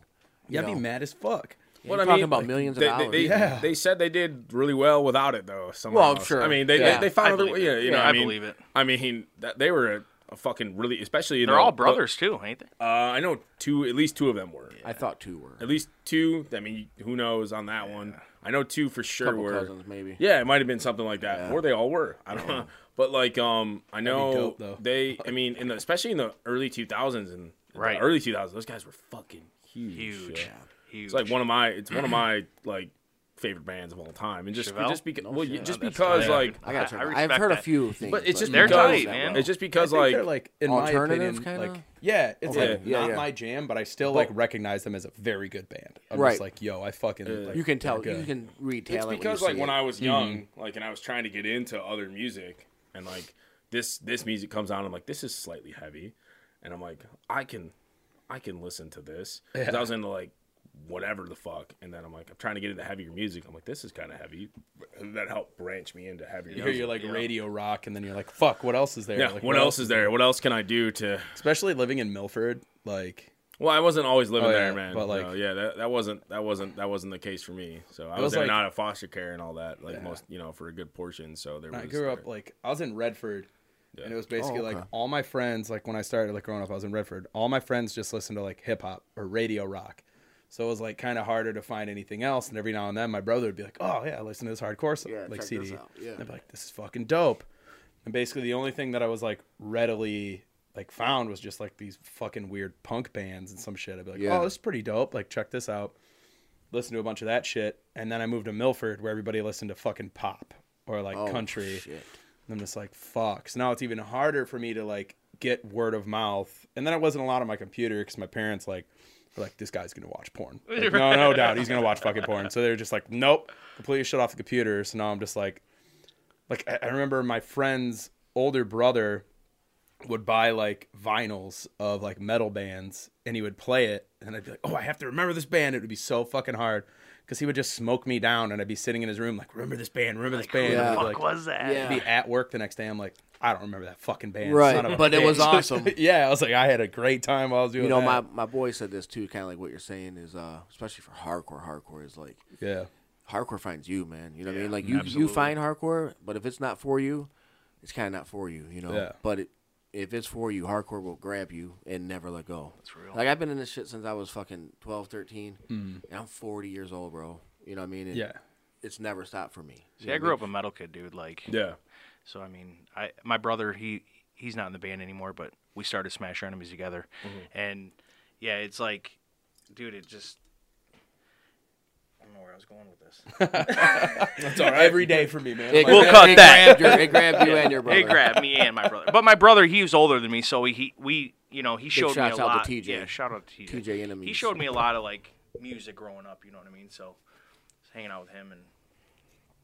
A: yeah, I'd be
C: know.
A: mad as fuck.
C: Well, talking about millions of
D: they,
C: dollars.
D: They, they,
A: Yeah.
D: they said they did really well without it, though. Somehow.
C: Well, I'm sure.
D: I mean, they
C: Yeah.
D: they, they found
B: I
D: other
B: believe
D: yeah,
B: it.
D: you know,
B: Yeah,
D: I,
B: I
D: mean,
B: believe it.
D: I mean, that, they were a, a fucking really, especially in
B: They're
D: the-
B: all brothers too, ain't they?
D: Uh,
A: Oh,
D: I know two, at least two of them were.
C: I thought two were
D: At least two. I mean, who knows on that one? I know two for sure
C: couple
D: were.
C: cousins maybe.
D: Yeah, it might have been something like that, or they all were.
A: <laughs>
D: I don't know. But like, um, I know
A: dope, though.
D: they. I mean, in the especially in the early two thousands and the
B: Right.
D: early two thousands, those guys were fucking huge.
B: Huge.
D: yeah.
B: Huge.
D: It's like one of my. It's one
B: <clears throat>
D: of my like favorite bands of all time, and just
B: Chevelle?
D: just because.
A: Oh,
D: well, you-
C: shit.
D: just
B: That's
D: because
B: tight.
D: like.
C: I got.
B: I- I
C: I, I've
B: respect
C: heard a
B: that.
C: few things,
D: But it's just
B: They're
D: because
B: tight, man.
D: it's just because
A: I think
D: like
A: they're like in my opinion,
C: alternative kinda?
A: like yeah, it's
D: Okay.
A: like
C: Yeah,
A: not
C: yeah.
A: my jam, but I still like recognize them as a very good band. I'm
C: Right.
A: just like, yo, I fucking like,
C: you can tell.
A: they're
C: You
A: good.
C: can read
D: it's
C: talent.
D: because
C: when you
D: like
C: see
D: when
C: it.
D: I was young,
A: Mm-hmm.
D: like and I was trying to get into other music, and like this this music comes on, I'm like this is slightly heavy, and I'm like I can, I can listen to this 'Cause I was into like whatever the fuck, and then I'm like I'm trying to get into heavier music. I'm like this is kind of heavy, and that helped branch me into heavier.
A: You hear
D: music.
A: your like radio rock, and then you're like, fuck, what else is there?
D: yeah,
A: Like,
D: what, else is there? What else can I do to?
A: Especially living in Milford, like
D: Well, I wasn't always living
A: Oh,
D: there,
A: yeah,
D: man.
A: but,
D: But
A: like-
D: like, yeah, that, that wasn't that wasn't that wasn't the case for me. So I was,
A: was,
D: there
A: like-
D: not at foster care and all that, like most, you know, for a good portion. So there
A: I
D: was.
A: grew
D: there-
A: up like I was in Redford, and it was basically like
C: Oh, okay.
A: all my friends. Like when I started like growing up, I was in Redford. All my friends just listened to like hip hop or radio rock, so it was like kind of harder to find anything else. And every now and then, my brother would be like, "Oh yeah, I listen to this hardcore stuff,
C: Yeah,
A: like
C: check
A: CD."
C: this out. Yeah.
A: I'd be like, "This is fucking dope." And basically, the only thing that I was like readily like found was just like these fucking weird punk bands and some shit. I'd be like,
C: Yeah.
A: "Oh, this is pretty dope. Like check this out." Listen to a bunch of that shit, and then I moved to Milford where everybody listened to fucking pop or like
C: Oh,
A: country.
C: shit.
A: And I'm just like, fuck. So now it's even harder for me to like get word of mouth. And then it wasn't a lot on my computer because my parents like were like, this guy's gonna watch porn. Like, no,
C: <laughs>
A: no doubt, he's gonna watch fucking porn. So they're just like, nope, completely shut off the computer. So now I'm just like, like I- I remember my friend's older brother would buy like vinyls of like metal bands and he would play it and I'd be like, "Oh, I have to remember this band." It would be so fucking hard cuz he would just smoke me down and I'd be sitting in his room like, "Remember this band, remember this band."
C: who the
A: And I'd be
B: fuck
A: like,
B: was that?
C: Yeah.
A: be at work the next day. I'm like, I don't remember that fucking band.
C: Right,
A: son of a
C: but it was
A: bitch.
C: awesome.
A: <laughs> yeah, I was like, I had a great time while I was doing.
C: You know, my,
A: that.
C: my boy said this too, kind of like what you're saying is, uh, especially for hardcore. Hardcore is like
A: yeah,
C: hardcore finds you, man. You know what I mean? Like you, you find hardcore, but if it's not for you, it's kind of not for you. You know.
A: Yeah.
C: But it, if it's for you, hardcore will grab you and never let go. That's real. Like I've been in this shit since I was fucking 12, 13. And I'm 40 years old, bro. You know what I mean? And
A: Mm-hmm.
C: <laughs>
A: yeah.
C: It's never stopped for me.
B: See, I grew up a metal kid, dude. Like,
D: Yeah.
B: so I mean, I my brother he he's not in the band anymore, but we started Smash Our Enemies together,
C: Mm-hmm.
B: and yeah, it's like, dude, it just. I don't know where I was going with this.
A: It's all right. every day for me, man. Like,
B: We'll
C: gra-
B: cut
C: it
B: that.
C: Grabbed your,
B: <laughs>
C: it grabbed you <laughs> and your brother.
B: It grabbed me and my brother, but my brother he was older than me, so he we you know he showed me a
C: shouts out to
B: lot.
C: TJ.
B: Yeah, shout out to TJ.
C: TJ
B: He
C: enemies.
B: showed me a lot of like music growing up. You know what I mean? So just hanging out with him, and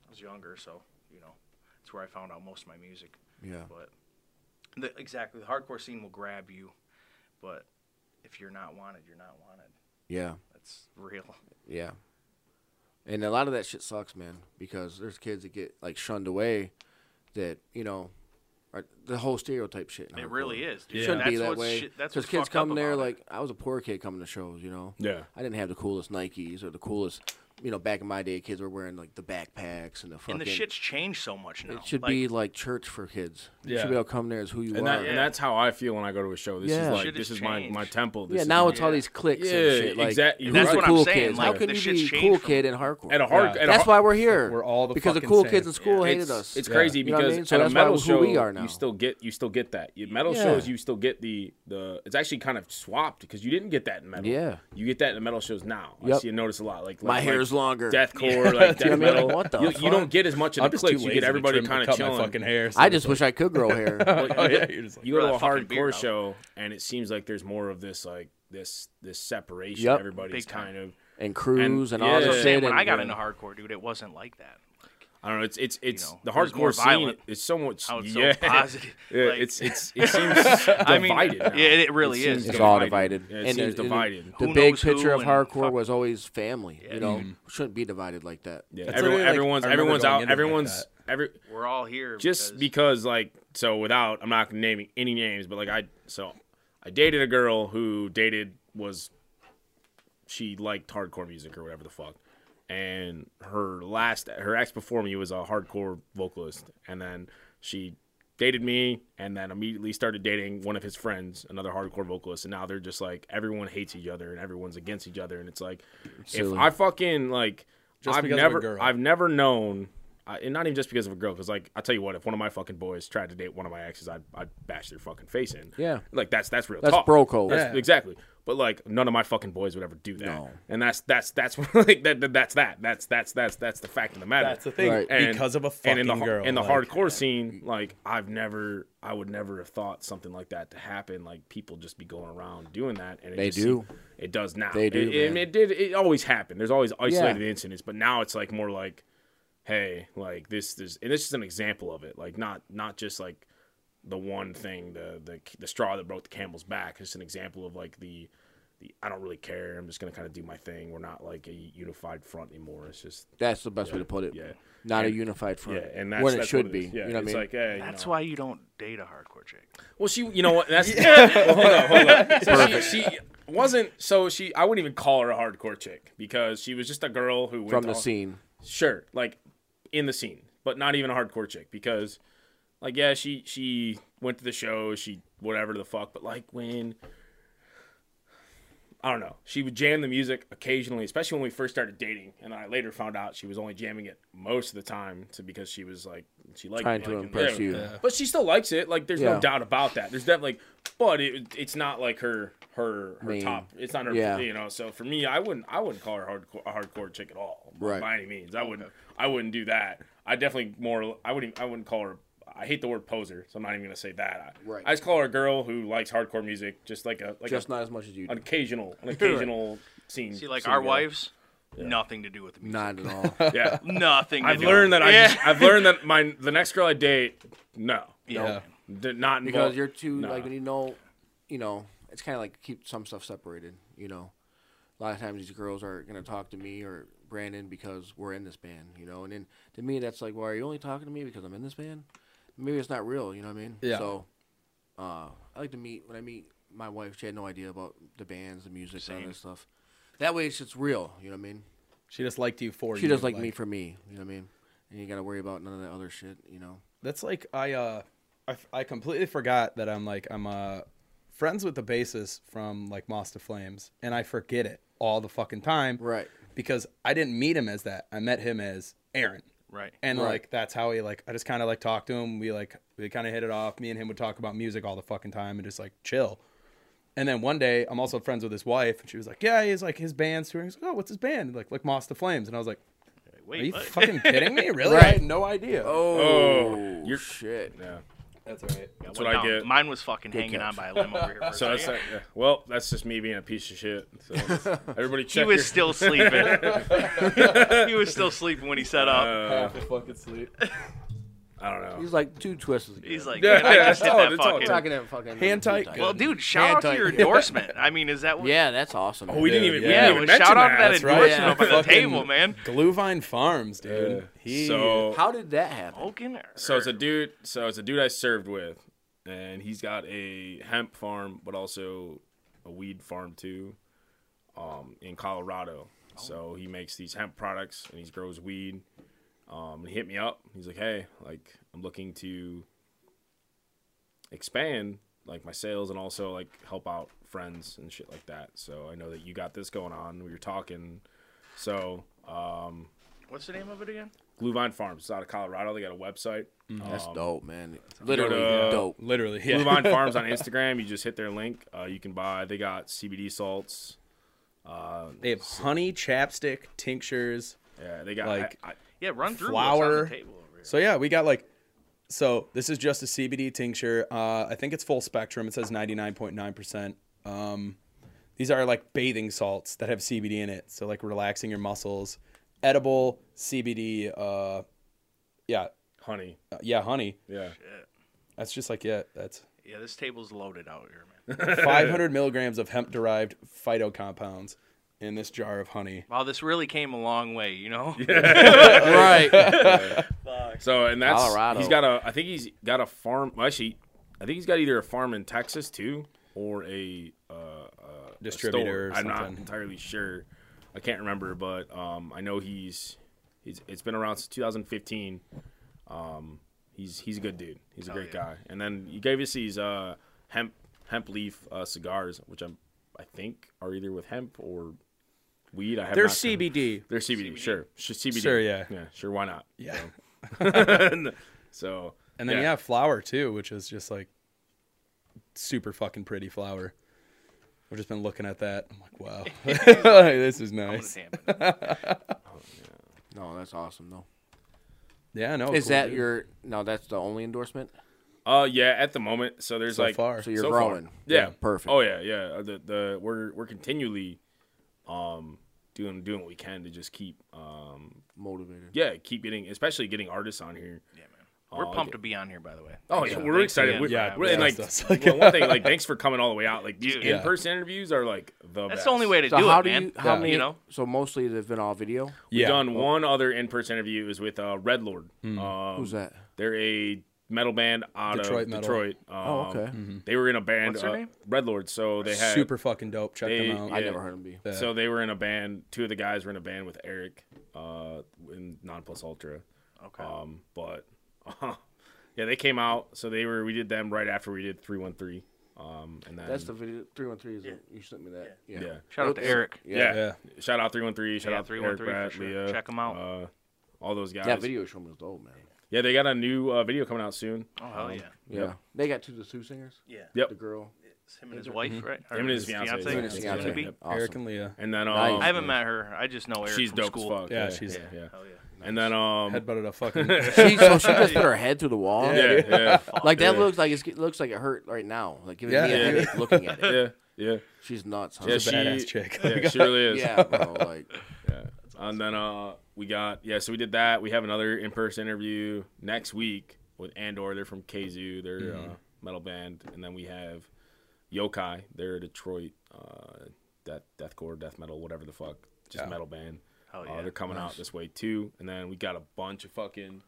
B: I was younger, so you know that's where I found out most of my music.
C: Yeah.
B: But the, exactly, the hardcore scene will grab you, but if you're not wanted, you're not wanted.
C: Yeah.
B: That's real.
C: Yeah. And a lot of that shit sucks, man, because there's kids that get like shunned away that, you know, are the whole stereotype shit. in
B: It
C: hardcore.
B: really is. Dude.
C: It shouldn't
B: that's
C: be that
B: what's
C: way.
B: Shit, that's
C: Because
B: what's
C: kids
B: fucked up
C: come there
B: about it.
C: like I was a poor kid coming to shows, you know.
D: Yeah.
C: I didn't have the coolest Nikes or the coolest, you know. Back in my day, kids were wearing like the backpacks and the fucking.
B: and the shit's changed so much now.
C: it should
B: Like,
C: be like church for kids. You
A: Yeah.
C: should be able to come there as who you
D: And,
C: are.
D: that,
B: Yeah.
D: and that's how I feel when I go to a show. This
C: Yeah.
D: is like
B: Shit has
D: this is my,
B: changed.
D: my temple. This
C: yeah,
D: is
C: now
D: my-
C: it's all these cliques
D: Yeah,
C: and shit. Like,
D: exactly.
C: who's
D: That's
C: the
D: what
B: I'm
C: cool
B: saying,
C: kid?
B: like,
C: How can
B: this
C: you
B: shit's
C: be
B: changed
C: cool
B: from-
C: kid in hardcore?
D: at a hard.
A: Yeah.
D: At a
C: That's
D: hard,
C: why we're here.
A: We're all the
C: because the
A: fucking
C: cool
A: same.
C: kids in school hated
D: it's,
C: us.
D: It's
A: Yeah.
D: crazy
C: You know what I
D: because
C: mean? So
D: at a
C: that's why
D: metal
C: who
D: show
C: we are now.
D: you still get you still get that. You- Metal
C: Yeah.
D: shows you still get the the. It's actually kind of swapped because you didn't get that in metal.
C: Yeah.
D: you get that in metal shows now. I
C: Yep.
D: see notice a lot. Like,
C: My
D: like,
C: hair
D: like
C: is longer. <laughs>
D: Deathcore, like
C: I
D: death
C: mean?
D: metal.
C: Like, what the
D: you, you
C: fuck?
D: don't get as much of
A: I'm
D: the
A: just too
D: clips.
A: lazy
D: You get
A: to
D: everybody
A: trim- to
D: kind of
A: cut
D: chilling.
A: my fucking hair. so
C: I
A: it's
C: just wish I could grow
D: <laughs>
C: hair.
A: like- <laughs> oh yeah, you're just like,
D: you go to
B: Grow
D: a
B: that fucking beard
D: hardcore
B: out.
D: show and it seems like there's more of this like this this separation.
C: Yep.
B: Big
D: Everybody's
B: time.
D: kind of.
C: and cruise and, all
D: yeah.
B: That's what I'm
C: this
D: Yeah.
C: shit.
B: saying. When
C: and-
B: I got into hardcore, dude, it wasn't like that. Like,
D: I don't know. It's it's it's
B: know,
D: the
B: it was
D: hardcore
B: more
D: scene
B: violent.
D: is so much.
B: How it's so
D: yeah, <laughs>
A: <laughs>
B: positive,
D: Yeah,
B: like-
D: it's it's
B: <laughs>
D: it seems divided.
B: I mean,
D: now.
B: yeah, it really
D: seems
B: is.
C: It's all divided.
D: Yeah, it seems
C: the-
D: divided.
C: The
B: Who
C: big
B: knows who
C: picture of
B: and
C: hardcore
B: fuck-
C: was always family. You know,
A: Mhm.
C: shouldn't be divided like that.
D: Mm-hmm. Yeah,
A: That's
D: everyone,
A: literally, like,
D: everyone's
A: I remember
D: everyone's
A: going
D: out.
A: into it like
D: Everyone's
A: that.
D: every
B: We're all here
D: just because like so without I'm not naming any names, but like I so I dated a girl who dated was she liked hardcore music or whatever the fuck. And her last her ex before me was a hardcore vocalist and then she dated me and then immediately started dating one of his friends, another hardcore vocalist, and now they're just like everyone hates each other and everyone's against each other and it's like
C: Silly.
D: if I fucking like
A: Just
D: I've
A: because of a
D: never
A: girl.
D: I've never known I, and not even just because of a girl, because like I tell you what, if one of my fucking boys tried to date one of my exes, I'd I'd bash their fucking face in.
C: Yeah.
D: like that's that's real.
C: That's
D: talk.
C: bro code.
D: That's-
A: Yeah.
D: Exactly. But like none of my fucking boys would ever do that.
C: No.
D: And that's that's that's <laughs> like that, that that's that that's that's that's that's the fact of the matter.
A: That's the thing.
C: Right.
D: And-
A: Because of a fucking
D: and in the, har-
A: girl.
D: in the
A: like,
D: hardcore scene, like I've never, I would never have thought something like that to happen. Like people just be going around doing that, and it
C: They
D: just
C: do.
D: seem- it does now.
C: They do,
D: It, it-
C: man.
D: it did. It always happened. There's always isolated incidents, but now it's like more like, hey, like this is, and this is an example of it. Like not not just like the one thing, the the the straw that broke the camel's back. It's an example of like the. the I don't really care. I'm just gonna kind of do my thing. We're not like a unified front anymore. It's just
C: That's the best way to put it.
D: yeah.
C: Not a unified front.
D: yeah, and that's
C: when it
D: that's
C: should
D: what
C: be.
D: is. Yeah,
C: you know what I
D: it's
C: mean?
D: like, hey, you
B: That's
D: know.
B: why you don't date a hardcore chick.
D: Well, she, you know what? <laughs> That's well, hold on, hold on. <laughs> So she, she wasn't. So she, I wouldn't even call her a hardcore chick because she was just a girl who went
C: From
D: to
C: the
D: all-
C: scene.
D: Sure, like in the scene, but not even a hardcore chick because, like, yeah, she she went to the show, she whatever the fuck, but like when. I don't know. She would jam the music occasionally, especially when we first started dating. And I later found out she was only jamming it most of the time to, because she was like, she liked
C: Trying
D: it,
C: to
D: like,
C: impress
D: yeah,
C: you.
D: but she still likes it. Like, there's
C: Yeah.
D: no doubt about that. There's definitely, like, but it, it's not like her her her
C: Main.
D: top. It's not her,
C: Yeah.
D: you know. So for me, I wouldn't I wouldn't call her hardcore a hardcore chick at all,
C: Right.
D: By any means, I wouldn't I wouldn't do that. I definitely more I wouldn't I wouldn't call her. I hate the word poser, so I'm not even gonna say that. I,
C: Right.
D: I just call her a girl who likes hardcore music, just like a like
C: Just
D: a,
C: not as much as you do.
D: an occasional an occasional scene.
B: See, like
D: scene
B: our
D: girl.
B: wives, nothing to do with the music.
C: Not at
D: <laughs>
C: all.
D: Yeah.
B: Nothing. To
D: I've
B: do
D: learned
B: with
D: that
B: it.
D: I
B: Yeah.
D: just, I've learned that my the next girl I date, no,
B: yeah.
D: Did not
C: because
D: involved-
C: you're too
D: Nah.
C: like when you know you know it's kind of like keep some stuff separated you know a lot of times these girls are going to talk to me or brandon because we're in this band you know and then to me that's like well are you only talking to me because i'm in this band maybe it's not real you know what i mean
A: Yeah.
C: so uh, i like to meet when i meet my wife she had no idea about the bands the music all
B: Same.
C: that stuff that way it's just real you know what i mean
A: She just liked you for
C: she
A: you.
C: does like, me for me you know what i mean and you got to worry about none of that other shit you know
A: That's like I uh I, f- I completely forgot that I'm like I'm uh friends with the bassist from like Moss to Flames and I forget it all the fucking time.
C: Right.
A: Because I didn't meet him as that. I met him as Aaron.
B: Right.
A: And
C: Right.
A: like that's how he like I just kind of like talked to him. We like we kind of hit it off. Me and him would talk about music all the fucking time and just like chill. And then one day I'm also friends with his wife and she was like, "Yeah, he's like his band's touring." I was like, "Oh, what's his band?" Like like Moss to Flames. And I was like,
B: Wait,
A: "Are you
B: what?
A: fucking kidding <laughs> me? Really? I
C: Right.
A: had no idea."
D: Oh, you're-
C: shit
D: yeah.
A: That's all right.
B: That's
D: what I get.
B: Mine was fucking hanging
C: catch.
B: on by a limb over here. For
D: <laughs> So
B: a
D: that's
B: second.
D: yeah. well, that's just me being a piece of shit.
C: <laughs>
D: So everybody check.
B: he was
D: your-
B: still sleeping.
D: <laughs>
B: he was still sleeping when he set up.
D: Uh,
A: fucking sleep.
D: I don't
C: <laughs>
D: know.
C: He's like two twists.
B: He's like,
D: Yeah,
B: man, I
D: yeah,
B: just
D: it's
B: did
D: all-
B: that
D: it's all
B: fucking.
D: good.
C: talking to him fucking
A: Hand tight.
C: two times.
A: Well,
B: Well, dude, shout
C: Man,
B: out to
C: tight.
D: <laughs>
B: your endorsement. I mean, is that what?
C: yeah, that's awesome.
D: Oh, we didn't
A: Dude,
D: even.
A: yeah.
D: we
B: yeah.
D: didn't even
B: well,
D: mention
B: shout out to
D: that.
B: that
A: That's right.
B: endorsement
C: Yeah.
B: up at the
A: Fucking-
B: table, man.
A: Glühwein Farms, dude. he,
D: so
C: How did that happen?
B: Hogan.
D: so it's a dude. So it's a dude I served with, and he's got a hemp farm, but also a weed farm too, um, in Colorado. So he makes these hemp products and he grows weed. Um, and he hit me up. He's like, "Hey, like I'm looking to expand like my sales and also like help out friends and shit like that. So I know that you got this going on. We were talking. So um,
B: What's the name of it again?
D: Glühwein Farms, it's out of Colorado. They got a website.
C: That's
D: Um,
C: dope, man. Literally
D: Go to-
C: dope.
A: literally, yeah.
D: Blue Vine Farms on Instagram. You just hit their link. Uh, you can buy. They got CBD salts. Uh,
A: <laughs> They have honey, chapstick, tinctures.
D: yeah, they got
A: Like-
D: I- I-
B: Yeah, run through.
A: Flour.
B: What's on the table over here.
A: So yeah, we got like. So this is just a CBD tincture. Uh, I think it's full spectrum. It says ninety nine point nine percent. Um, these are like bathing salts that have CBD in it. So like relaxing your muscles, edible CBD uh, yeah,
D: honey.
A: uh, yeah, honey.
D: Yeah.
A: That's just like yeah, that's
B: Yeah, this table's loaded out here, man.
A: 500 milligrams of hemp-derived phyto compounds in this jar of honey.
B: Wow, this really came a long way, you
D: <laughs>
B: know?
C: right.
D: So and that's
C: Colorado.
D: he's got a I think he's got a farm well, actually I think he's got either a farm in Texas too or a uh, uh a
A: Distributor
D: store.
A: or
D: I'm not
A: something.
D: entirely sure. I can't remember, but um I know he's he's it's been around since 2015. Um he's he's a good dude. He's a great
B: yeah.
D: guy. And then you gave us these uh hemp hemp leaf uh, cigars which I'm I think are either with hemp or weed. I have
A: They're
D: not-
A: CBD.
D: They're CBD, sure. Sure, CBD.
A: Sure, yeah.
D: Yeah, sure why not?
A: Yeah.
D: So
A: And then yeah. flour too, which is just like super fucking pretty flour. I've just been looking at that. I'm like,
D: <laughs>
A: wow, <laughs> this is
B: I'm
A: nice.
B: gonna tamp it.
C: No, that's awesome though.
A: Yeah, no.
C: Is
A: Oh, cool,
C: that
A: dude.
C: your? No, that's the only endorsement.
D: Uh, yeah, at the moment. So there's
A: so
D: like
A: far?
C: So you're
D: So far.
C: growing.
D: Yeah.
C: Perfect.
D: Oh yeah, yeah. Uh, The the we're we're continually, um, doing doing what we can to just keep um
C: Motivated.
D: yeah keep getting especially getting artists on here.
B: Yeah, man. We're
D: Oh,
B: pumped to be on here, by the way.
D: Oh
B: Thanks
D: yeah,
B: for-
D: we're
B: thanks
D: excited.
B: again
D: We're,
B: for
A: Yeah,
D: yeah,
B: having
D: we're,
B: us.
D: and, like
A: that's-
D: well, one
A: <laughs>
D: thing. Like thanks for coming all the way out. Like these
B: Dude.
A: Yeah.
D: in person interviews are like the
B: that's
D: best.
B: the only way to
C: So
B: do
C: how
B: it,
C: do
B: man.
C: you? How
A: Yeah.
C: many?
B: You know?
C: So mostly they've been all video.
D: We've
A: Yeah. Hmm.
D: done one other in person interview. It was with uh, Red Lord. Um,
C: Who's that?
D: They're a metal band out
A: Detroit
D: of
A: metal. Mm-hmm.
D: Detroit. Um,
C: Oh, okay.
D: They were in a band.
B: What's their
D: uh,
B: name?
D: Red Lord. So they had
A: super fucking dope? Check
D: they-
A: them out.
C: I
D: yeah.
C: never heard him be.
A: Yeah.
D: So they were in a band. Two of the guys were in a band with Eric, uh, in Non Plus Ultra.
B: Okay.
C: Oh,
D: Um, but <laughs> yeah, they came out. So they were. We did them right after we did three one three. Um, and then
C: That's the video. Three one three is. it? You sent me that. Yeah.
D: yeah.
B: Shout out to Eric.
D: Yeah.
A: Yeah.
D: Shout out 313. Shout
B: Yeah,
D: out
B: 313
D: Eric
B: for
D: Brad,
B: sure.
D: Leah,
B: Check 'em out.
D: Uh, all those guys.
C: That video show was dope, man.
D: Yeah, they got a new uh, video coming out soon.
B: Oh hell yeah.
C: Yeah. They got two the two singers.
B: Yeah.
D: Yep.
C: The girl.
B: It's him and his wife, right? Or
D: Him and his fiancée.
B: fiancée?
D: Him
C: and his
B: Soon
C: fiancée.
B: to be?
D: Yep.
C: Awesome.
A: Eric and Leah.
D: And then um,
C: Nice.
B: I haven't met her. I just know Eric
D: she's
B: from
D: dope
B: school.
D: as fuck.
A: Yeah, she's-
D: yeah. yeah.
B: Hell yeah.
D: And then um,
A: Headbutted a
D: <laughs>
A: fucking. <laughs>
C: She, so she just put her head through the wall.
D: yeah, yeah,
C: <laughs> Like that looks like it's, it looks like it hurt right now. Like giving
A: Yeah.
C: me a
A: Yeah.
C: headache looking at
D: <laughs>
C: it.
D: yeah,
C: <laughs>
D: yeah.
C: She's nuts. Huh?
D: Yeah,
A: a badass chick. <laughs>
D: Yeah, she really
C: <laughs>
D: is. <laughs>
C: yeah, bro. Like
D: And then uh, we got yeah, so we did that. We have another in-person interview next week with Andor. They're from Kzu. They're uh,
C: Mm-hmm.
D: metal band, and then we have Yokai. They're a Detroit uh, death deathcore, death metal, whatever the fuck, just
A: Yeah.
D: metal band.
B: Hell
D: Uh,
B: yeah.
D: they're coming out this way too. And then we got a bunch of fucking.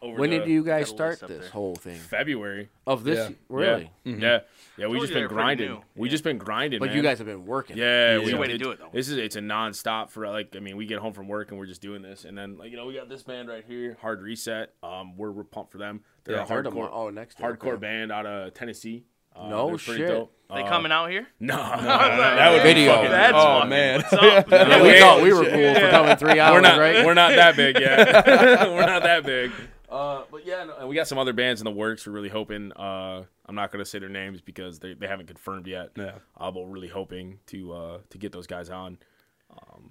D: Over
C: when
D: to
C: did you guys
B: Got a
C: start
B: list up
C: this
B: there.
C: whole thing?
D: February?
C: Of this
A: Yeah.
C: really? Mm-hmm.
D: Yeah, yeah. yeah we
B: Told
D: just
B: you they
D: been
B: were pretty
D: grinding.
B: new.
D: We just been grinding.
C: But you
D: man.
C: guys have been working.
D: Yeah,
A: It's
D: we
A: the
B: way to
D: it-
B: do it, though.
D: This is it's a nonstop for like I mean we get home from work and we're just doing this and then like you know we got this band right here Hard Reset um we're, we're pumped for them they're
A: Yeah,
D: a
C: Heard 'em on-
D: hardcore
C: Oh, next day,
D: hardcore
C: okay.
D: band out of Tennessee uh,
C: No
D: they're pretty
C: shit.
D: dope.
B: They
D: Uh,
B: coming out here?
D: <laughs>
B: <laughs>
D: no, no,
B: That
A: would be
C: Video. fucking-
B: That's
A: oh,
B: fucking
A: man. <laughs>
B: What's up?
C: Yeah, we
D: Yeah.
C: thought we were cool for coming three hours,
D: we're not
C: right?
D: we're not that
B: <laughs>
D: big yet <laughs> we're not that big uh but yeah no, and we got some other bands in the works we're really hoping uh I'm not gonna say their names because they, they haven't confirmed yet
A: Yeah.
D: uh, but we're really hoping to uh to get those guys on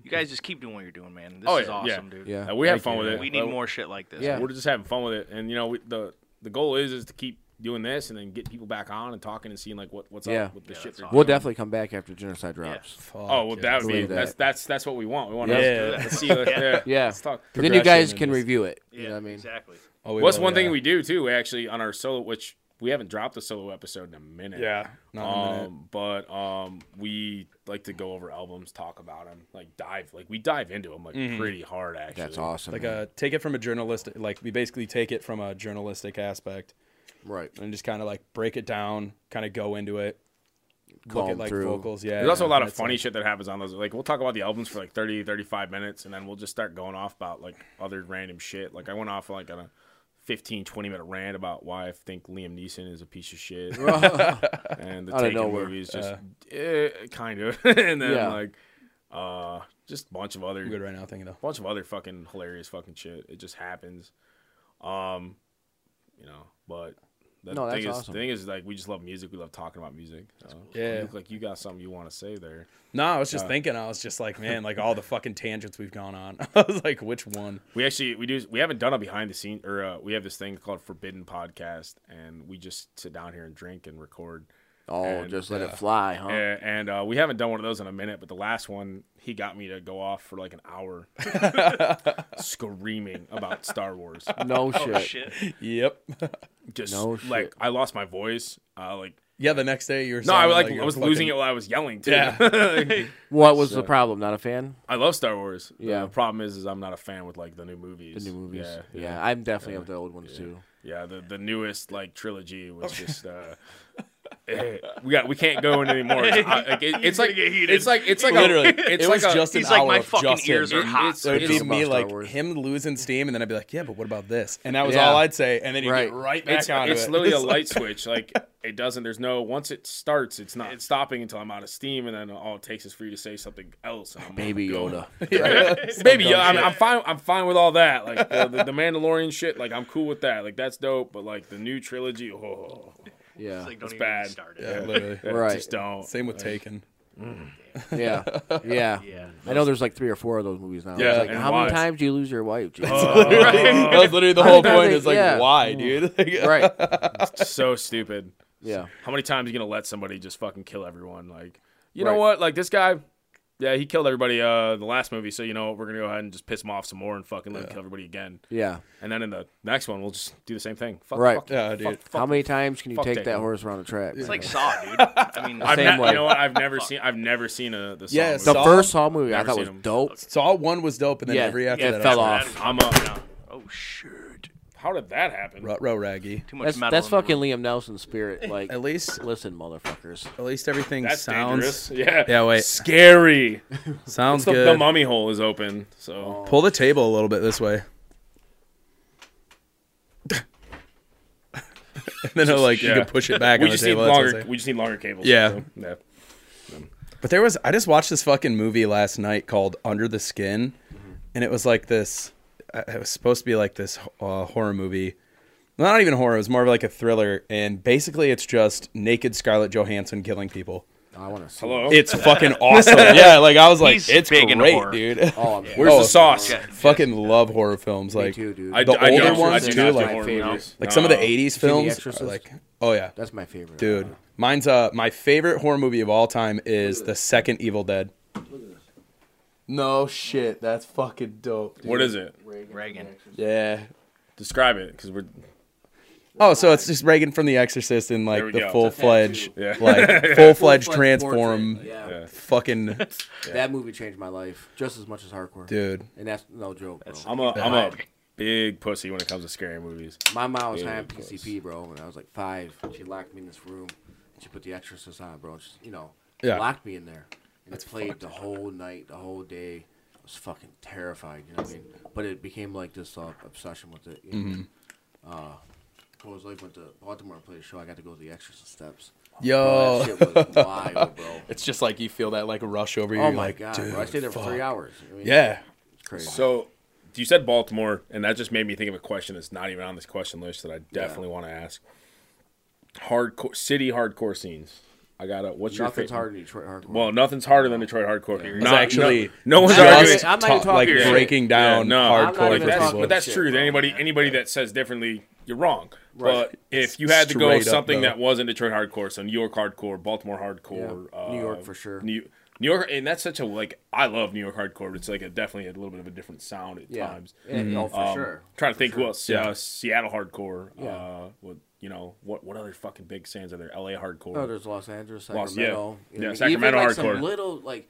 B: You guys just keep doing what you're doing, man. This
D: Oh,
B: is
D: yeah,
B: awesome,
D: yeah.
B: dude.
C: Yeah.
D: Uh, we have
A: Thank
D: fun
A: you.
D: with it
B: We need
D: Uh,
B: more shit like this.
C: Yeah.
D: we're just having fun with it and you know we, the the goal is is to keep doing this and then get people back on and talking and seeing like what what's
C: Yeah.
D: up with the
B: Yeah,
D: shit
B: that's
D: they're
C: We'll
D: doing.
C: definitely come back after genocide drops.
D: oh well that would be
C: Believe that.
D: that's that's that's what we want we want
C: Yeah.
D: to
A: Yeah.
D: let's
A: <laughs>
D: see like, yeah.
C: Yeah.
D: let's talk
C: Then you guys
A: progression
C: can
A: and just-
C: review it.
B: Yeah,
C: you know what I mean?
B: exactly.
A: Oh,
D: what's
A: will,
D: one
A: yeah.
D: thing we do too actually on our solo which we haven't dropped a solo episode in a minute
A: Yeah. Not in a minute.
D: um but um we like to go over albums talk about them like dive like we dive into them like
A: Mm-hmm.
D: pretty hard actually
C: That's awesome.
A: like
C: man.
A: uh take it from a journalistic like we basically take it from a journalistic aspect
C: right.
A: and just kind of like break it down kind of go into it look
C: Comb
A: at like
C: through.
A: vocals yeah
D: There's also a lot
A: and
D: of
A: it's
D: funny
A: like-
D: shit that happens on those. Like we'll talk about the albums for like 30, 35 minutes, and then we'll just start going off about like other random shit. Like I went off like on a 15, 20 minute rant about why I think Liam Neeson is a piece of shit, <laughs> and the
C: Out of
D: Taken
C: nowhere.
D: movie is just eh, kind of, <laughs> and then
C: Yeah.
D: like uh, just a bunch of other
A: I'm good right now thinking though
D: bunch of other fucking hilarious fucking shit. It just happens. Um, you know, but the
C: No, that's
D: thing is,
C: awesome.
D: the thing is, like, we just love music. We love talking about music. So
A: Yeah.
D: you look like you got something you want to say there.
A: no i was just
D: Uh.
A: thinking i was just like man like all the fucking tangents we've gone on <laughs> i was like which one
D: We actually we do we haven't done a behind the scene or uh, we have this thing called Forbidden Podcast, and we just sit down here and drink and record.
C: Oh,
D: And,
C: just let
A: yeah.
C: it fly, huh?
D: Yeah, and uh, we haven't done one of those in a minute, but the last one, he got me to go off for like an
C: <laughs>
D: hour screaming about Star
C: <laughs>
D: Wars. <laughs>
C: No
B: Oh,
C: shit.
B: shit.
A: Yep. <laughs>
D: Just
C: No
D: like
C: shit.
D: I lost my voice. Uh, like
A: yeah, the next day you were
D: no, I
A: sounding
D: like,
A: you
D: I
A: were
D: was losing it
A: fucking-
D: while I was yelling too.
C: What was the problem? Not a fan?
D: <laughs> I love Star Wars.
C: Yeah.
D: The problem is, is I'm not a fan with like the new movies.
C: The new movies. Yeah,
D: Yeah. Yeah.
C: I'm definitely of the old ones too.
D: yeah the, the newest like trilogy was just. uh <laughs> eh, we got. We can't go in anymore. It's, I- like, it- it's like.
B: gonna get heated.
D: It's like. It's like.
A: Literally,
D: A, it's
A: it
D: like
A: was
D: a,
A: just an
B: he's like,
A: hour
B: "My
A: of
B: fucking
A: just
B: ears
A: him.
B: are hot."
A: So it'd be
C: It's-
A: me
C: Star
A: like
C: Wars.
A: him losing steam, and then I'd be like, "Yeah, but what about this?" And that was
C: Yeah.
A: all I'd say, and then he'd
C: Right.
A: get right back
D: <laughs> it's,
A: on
D: it's
A: it.
D: literally
A: <laughs>
D: a
A: It's
D: light switch. Like it doesn't. There's no. Once it starts, it's not stopping until I'm out of steam, and then all it takes is for you to say something else. and I'm
C: Baby
D: like, "Go."
C: Yoda.
D: Baby Yoda. I'm, I'm fine. I'm fine with all that. Like the, the, the Mandalorian shit. Like I'm cool with that. Like that's dope. But like the new trilogy. Oh,
C: Yeah.
B: Like, don't
D: It's
B: even
D: bad.
B: start it.
A: yeah, literally.
C: <laughs> Right.
D: Just don't.
A: Same with Taken.
C: Yeah. <laughs> Yeah.
B: Yeah.
C: I know there's like three or four of those movies now. It's
D: Yeah,
C: like,
D: and
C: how
D: why?
C: many times do you lose your wife? Jesus?
A: Oh.
D: Oh,
A: that
D: <laughs>
A: was literally the
C: I
A: whole
C: thought
A: point.
C: they-
A: Is like,
C: yeah.
A: why, dude? <laughs> Like,
C: right.
D: so stupid.
C: Yeah.
D: How many times are you gonna let somebody just fucking kill everyone? Like, you
C: Right.
D: know what? Like this guy, yeah, he killed everybody uh the last movie. So you know what? We're gonna go ahead and just piss him off some more and fucking let him kill everybody again.
C: Yeah.
D: And then in the next one, we'll just do the same thing. Fuck,
C: Right.
D: Fuck,
A: Yeah,
D: fuck,
A: dude.
D: fuck.
C: how many times can you
D: fuck
C: take
D: taking.
C: that horse around the track?
B: It's like Saw, dude. I mean,
D: I've
C: Same
D: ne-
C: way.
D: You know what? I've never seen. I've never seen a the Saw
A: Yeah,
D: movie.
C: the
A: Saw-
C: first Saw movie I
D: Never
C: thought
D: seen
C: was
D: 'em.
C: dope.
A: Saw one was dope, and then
C: Yeah,
A: every after
C: yeah,
A: that
C: it fell
A: after
C: off.
A: that,
D: I'm a.
B: oh shoot,
D: How did that happen?
A: Ro- row raggy.
B: too much
C: That's
B: metal.
C: that's
B: in the
C: fucking Liam Nelson's spirit. Like,
A: At least,
C: listen, motherfuckers.
A: at least everything
D: That's
A: sounds
D: dangerous. Yeah.
A: Yeah, wait.
D: Scary.
A: sounds
D: the,
A: good.
D: the mummy hole is open. So.
A: Pull the table a little bit this way. <laughs> and then it'll, like you
D: yeah.
A: can push it back
D: We
A: on the
D: just need
A: table. that's what I'm
D: longer.
A: saying.
D: We just need longer cables.
A: Yeah.
D: so, yeah.
A: But there was I just watched this fucking movie last night called Under the Skin,
B: Mm-hmm.
A: and it was like this. uh, It was supposed to be like this uh, horror movie. Well, Not even horror. It was more of like a thriller, and basically it's just naked Scarlett Johansson killing people.
C: I want to see.
B: <laughs>
D: Hello.
A: It's fucking awesome. yeah, like I was like,
B: He's
A: it's
B: big into
A: great,
B: horror. <laughs>
A: dude.
C: Oh, I'm-
D: Where's
A: Oh,
D: the sauce?
B: Yeah.
A: fucking love horror films.
C: Me
A: Like
C: too, dude.
D: I,
A: The
D: I
A: older
D: don't,
A: ones,
D: I do
A: too,
D: not
A: like-
D: horror
C: My favorite.
D: movies.
A: like some of the
B: Uh,
D: No.
A: '80s
C: The
A: films. are
C: Exorcist?
A: like, oh yeah,
C: That's my favorite.
A: dude. Mine's uh my favorite horror movie of all time is the second Evil Dead. No shit, that's fucking dope.
D: What is it?
B: Reagan.
A: Yeah.
D: Describe it, because we're
A: Oh, so it's just Reagan from The Exorcist in
D: There
A: like
D: we
A: the
D: go.
A: full fledged,
D: Yeah.
A: <laughs> like full fledged
C: Full-fledged
A: transform,
C: portrait, Yeah.
D: Yeah.
A: <laughs> fucking
C: That movie changed my life just as much as hardcore.
A: dude.
C: And that's no joke, bro.
D: I'm a I'm a big pussy when it comes to scary movies.
C: My mom was
D: Yeah,
C: high on
D: of course.
C: PCP, bro. When I was like five, she locked me in this room. She put The Exorcist on, bro. She, you know,
A: Yeah.
C: locked me in there. And it played the whole night, the whole day. I was fucking terrified. You know what I mean? But it became like this uh, obsession with it. You know?
A: Mm-hmm.
C: Uh, Cole's life went to Baltimore and played a show. I got to go to The Exorcist steps. Bro,
A: Yo,
C: that shit was wild, bro.
A: <laughs> it's just like you feel that like rush over you.
C: oh
A: you're
C: my
A: like,
C: god,
A: dude,
C: bro! I stayed there for three
A: fuck.
C: hours. I mean,
A: Yeah,
C: it's crazy.
D: So you said Baltimore, and that just made me think of a question that's not even on this question list that I definitely want to ask. Hardcore city hardcore scenes. I got to What's your
C: Nothing's
D: favorite?
C: hard in Detroit hardcore.
D: Well, nothing's harder than Detroit hardcore. Not-
A: it's actually
D: no, no one's
A: just
D: arguing.
C: just- I'm not even
A: ta-
C: talking
A: like
C: shit.
A: breaking down
D: Yeah, no.
C: I'm not
A: hardcore
C: even
A: for
D: That's-
A: people.
C: talking
D: but that's
C: Shit,
D: true. To
C: bro.
D: anybody anybody that says differently, you're wrong.
C: Right.
D: But if you had to go
A: Straight up,
D: something
A: though.
D: that wasn't Detroit hardcore, so New York hardcore, Baltimore hardcore, uh,
C: New York for sure.
D: New, New York, and that's such a like I love New York hardcore, but it's like a, definitely a little bit of a different sound at
C: yeah.
D: times.
C: Yeah, Oh, for
D: Um,
C: sure.
D: Trying to think who else?
A: Yeah.
D: Uh, Seattle hardcore.
C: Yeah.
D: Uh, what you know? What what other fucking big stands are there? L.A. hardcore.
C: No, Oh, there's Los Angeles,
D: Los-
C: Sacramento.
D: yeah.
C: you know
D: Yeah,
C: what I mean?
D: Sacramento
C: Even, like,
D: hardcore.
C: Some little like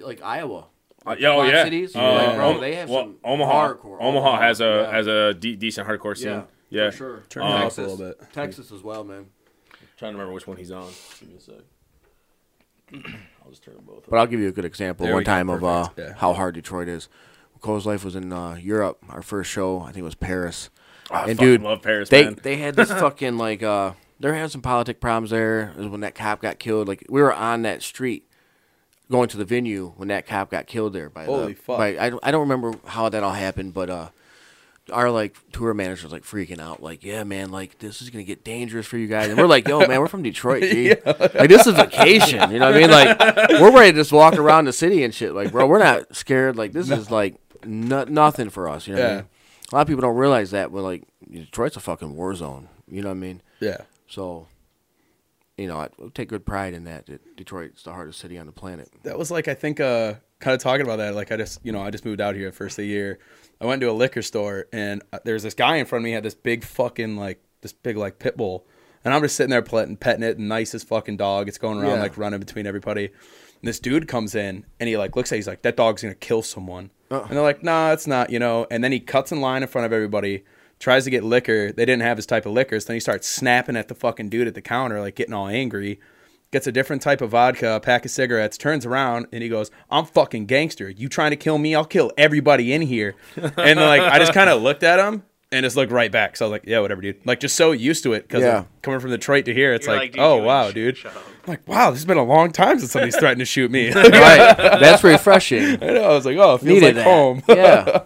C: like Iowa.
D: Uh, yeah, oh
C: Quad
D: yeah.
C: Cities,
D: Uh,
C: like, bro,
D: Om-
C: they have
D: well,
C: some
D: Omaha.
C: hardcore.
D: Omaha has a
C: yeah.
D: has a de- decent hardcore scene.
C: yeah,
D: Yeah.
C: for sure.
A: Turn it up a
C: Texas,
A: little bit.
C: Texas as well, man.
D: Trying to remember which one he's on. Give me a sec. I'll just turn them both. up.
C: But I'll give you a good example
A: There we
C: one
A: go,
C: time of uh,
A: perfect, yeah.
C: how hard Detroit is. Cole's life was in uh, Europe. Our first show, I think, it was Paris.
D: Oh, I
C: and
D: fucking
C: dude,
D: love Paris,
C: they
D: man.
C: they
A: <laughs>
C: had this fucking like uh, they're having some politic problems there. It was when that cop got killed. Like we were on that street going to the venue when that cop got killed there. By
A: Holy
C: the,
A: fuck.
C: By, I don't- I don't remember how that all happened, but uh, our like tour manager was like freaking out, like, yeah, man, like this is gonna get dangerous for you guys. And we're like, yo, man, we're from Detroit, G. like this is vacation, you know what I mean? Like we're ready to just walk around the city and shit. Like, bro, we're not scared. Like this is like no- nothing for us, you know. What I
A: Yeah.
C: mean? A lot of people don't realize that, but like Detroit's a fucking war zone, you know what I mean?
A: Yeah.
C: So you know, I take good pride in that. That Detroit's the hardest city on the planet.
A: that was like I think uh kind of talking about that like I just you know I just moved out here first of the year I went to a liquor store and uh, there's this guy in front of me had this big fucking like this big like pit bull and I'm just sitting there petting, petting it and nice as fucking dog it's going around
C: Yeah.
A: like running between everybody and this dude comes in and he like looks at it, he's like that dog's gonna kill someone
C: Uh.
A: and they're like nah it's not you know and then he cuts in line in front of everybody tries to get liquor they didn't have his type of liquor so then he starts snapping at the fucking dude at the counter like getting all angry gets a different type of vodka, a pack of cigarettes, turns around and he goes, "I'm fucking gangster. You trying to kill me? I'll kill everybody in here." And like I just
C: <laughs>
A: kind of looked at him and just looked right back. So I was like, "Yeah, whatever, dude." Like just so used to it because
C: Yeah.
A: coming from Detroit to here, it's
B: You're
A: like,
B: dude,
A: "Oh
B: you
A: wow,
B: sh-
A: dude."
B: Shut up.
A: I'm like, "Wow, this has been a long time since somebody's threatened to shoot
C: <laughs>
A: me." <laughs>
C: right. That's refreshing.
A: I know. I was like, "Oh, it feels
C: Needed
A: like
C: that.
A: home." <laughs>
C: Yeah.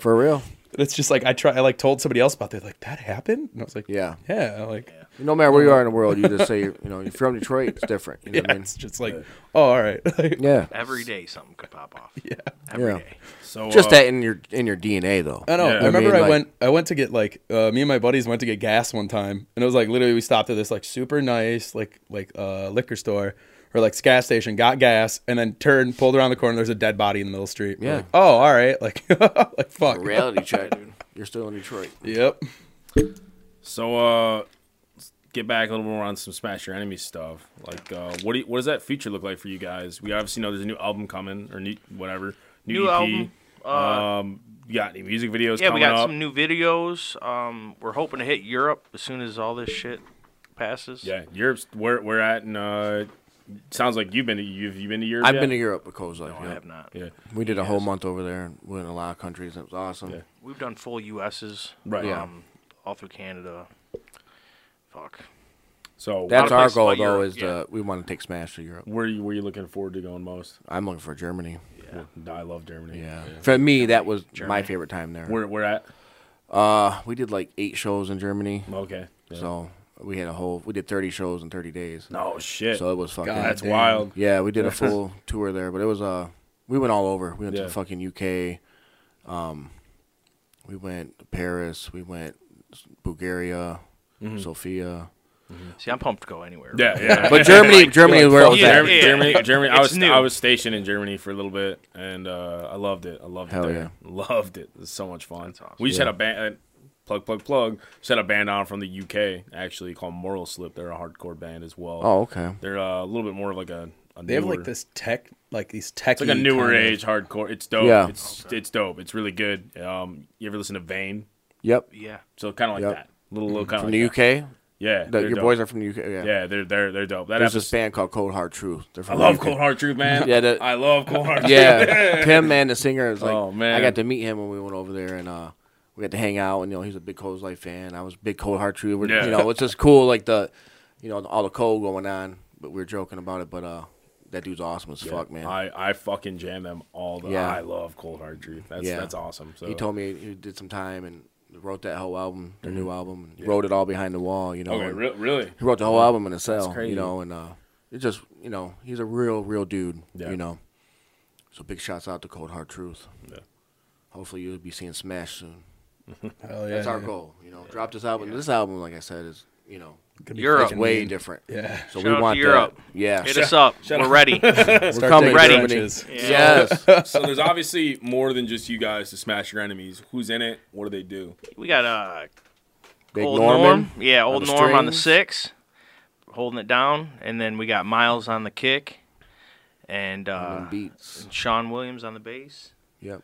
C: For real.
A: it's just like I try. I like told somebody else about that. Like that happened, and I was like,
C: Yeah.
A: yeah." Like,
C: No matter where you are in the world, you
B: <laughs>
C: just say you know you're from Detroit. It's different. You know
A: yeah,
C: what I mean?
A: it's just like, oh, all right. <laughs> Like,
C: Yeah.
B: Every day something could pop off.
A: yeah.
B: Every
C: Yeah.
B: day.
D: So
C: Just
D: uh,
C: that in your in your DNA though.
A: I know.
D: Yeah.
A: I remember
C: I
A: I,
C: mean, like-
A: went. I went to get like uh, me and my buddies went to get gas one time, and it was like literally we stopped at this like super nice like like uh, liquor store or like gas station, got gas, and then turned, pulled around the corner. There's a dead body in the middle of the street. We're
C: Yeah.
A: like, oh, all right. <laughs> Like like fuck.
C: Reality check, dude. You're still in Detroit.
A: Yep.
D: So uh, let's get back a little more on some Smash Your Enemy stuff. Like, uh, what do you, what does that future look like for you guys? We obviously know there's a new album coming or new whatever new,
B: New
D: EP.
B: album, uh,
D: um, you got any music videos?
B: Yeah, we
D: coming
B: got
D: up?
B: some new videos. Um, we're hoping to hit Europe as soon as all this shit passes.
D: Yeah, Europe's where we're at, and uh, sounds like you've been to, you've you been to Europe.
C: I've
D: yet?
C: been to Europe with Cole's Life.
B: No, I
C: yeah.
B: have not.
D: yeah,
C: We did a whole month over there and went in a lot of countries. and It was awesome.
D: Yeah.
B: We've done full US's.
D: right.
C: Yeah.
B: Um, all through Canada. Fuck.
D: So
C: That's
B: of
C: our
B: places,
C: goal though.
B: but Europe,
C: Is
B: yeah.
C: to, we want to take Smash to Europe.
D: where are you where are you looking forward to going most?
C: I'm looking for Germany.
D: Well, I love Germany.
C: Yeah. For me, that was my
B: Germany.
C: favorite time there.
D: Where we're at?
C: Uh, we did like eight shows in Germany.
D: Okay. Yeah.
C: So we had a whole. We did 30 shows in 30 days.
D: No shit.
C: So it was fucking.
A: God
D: That's
A: damn.
D: wild.
C: Yeah, we did
D: <laughs>
C: a full tour there, but it was uh, we went all over. We went
D: Yeah.
C: to fucking UK, um, we went to Paris, we went Bulgaria,
D: Mm-hmm.
C: Sofia.
D: <laughs>
B: See, I'm pumped to go anywhere.
C: <laughs>
D: Yeah, yeah.
C: But Germany, Germany,
A: like,
C: where it
A: fuck
C: was
B: yeah.
C: at.
D: oh, Germany, Germany, Germany. I
B: It's
D: was
B: new.
D: I was stationed in Germany for a little bit, and uh, I loved it. I loved
C: Hell
D: it there. Loved it. It was so much fun. We just
C: Yeah.
D: had a band. Plug, plug, plug. Just had a band on from the UK actually called Moral Slip. They're a hardcore band as well.
C: Oh, okay.
D: They're uh, a little bit more of like a, a
A: They have
D: newer-
A: like this tech, like these tech.
D: It's like a newer age hardcore. It's dope.
C: Yeah.
D: It's it's dope. It's really good. Um, you ever listen to Vane?
C: Yep.
D: Oh,
B: Yeah.
D: So kind of like
C: Yep. Mm-hmm.
D: that. Little little kind of
C: From
D: like
C: the
D: that.
C: UK.
D: Yeah,
C: The-
D: they're
C: your
D: dope.
C: boys are from the UK. Yeah.
D: Yeah, they're they're they're dope. That
C: There's
D: episode,
C: this band called Cold Hard Truth. They're
D: I
C: from
D: love
C: <laughs> the UK.
D: Cold Hard Truth, man.
C: Yeah, that-
D: I love Cold Hard Truth. <laughs>
C: Yeah, Pim, man, the singer is like.
D: Oh, man.
C: I got to meet him when we went over there, and uh, we got to hang out. And you know, he's a big Cold Life fan. I was a big Cold Heart Tree. We're-
D: Yeah.
C: You know, it's just cool, like the, you know, all the cold going on. But we are joking about it. But uh, that dude's awesome as <laughs> fuck, man.
D: I, I fucking jam them all the
C: Yeah.
D: I love Cold Hard Truth. That's
C: Yeah.
D: that's awesome. So
C: He told me he did some time and wrote that whole album, their new album. and Wrote it all behind the wall, you know.
D: Mm-hmm. Okay,
C: and
D: re-
C: <laughs>
D: really?
C: he wrote the whole album in a cell,
D: crazy.
C: you know, and uh, it just, you know, he's a real, real dude,
D: Yeah.
C: you know. So big shouts out to Cold Hard Truth.
D: Yeah.
C: Hopefully you'll be seeing Smash soon.
A: Hell yeah.
C: That's our
A: dude.
C: goal. You know, drop this album. This album, like I said, is you know
A: Gonna be
B: Europe.
A: freaking
C: way
A: mean.
C: differut.
A: Yeah.
C: So
B: Shout out
C: we
B: to
C: want
B: Europe.
C: that. Yeah,
B: Hit us up. We're ready.
C: we're
A: Start taking
C: coming.
B: Ready.
A: branches.
C: Yes.
D: so there's obviously more than just you guys to smash your enemies. Who's in it? What do they do?
B: We got uh,
C: Big
B: old
C: Norman.
B: Norm. Yeah, old
C: the
B: Norm on the
C: strings.
B: six, holding it down, and then we got Miles on the kick, and uh,
C: Norman Beats.
B: Sean Williams on the bass.
C: Yep.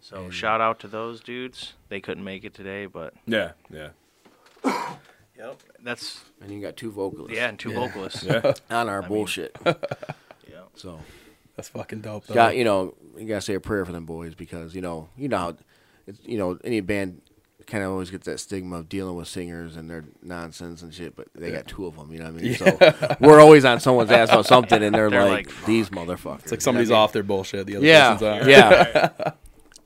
B: So shout out to those dudes. They couldn't make it today, but
D: Yeah, yeah,
B: yep. that's
C: And you got two vocalists
B: yeah, and two vocalists.
D: yeah.
C: on
A: <laughs>
C: our bullshit. So
A: That's fucking dope. Though.
C: got you know you gotta say a prayer for them boys because you know you know how it's you know any band kind of always gets that stigma of dealing with singers and their nonsense and shit, but they got two of them. You know what I mean? So we're always on someone's ass about something, and they're,
B: They're
C: like,
B: like, fuck.
C: these motherfuckers.
A: It's like somebody's off their bullshit. The other
C: Yeah,
A: person's on.
C: yeah.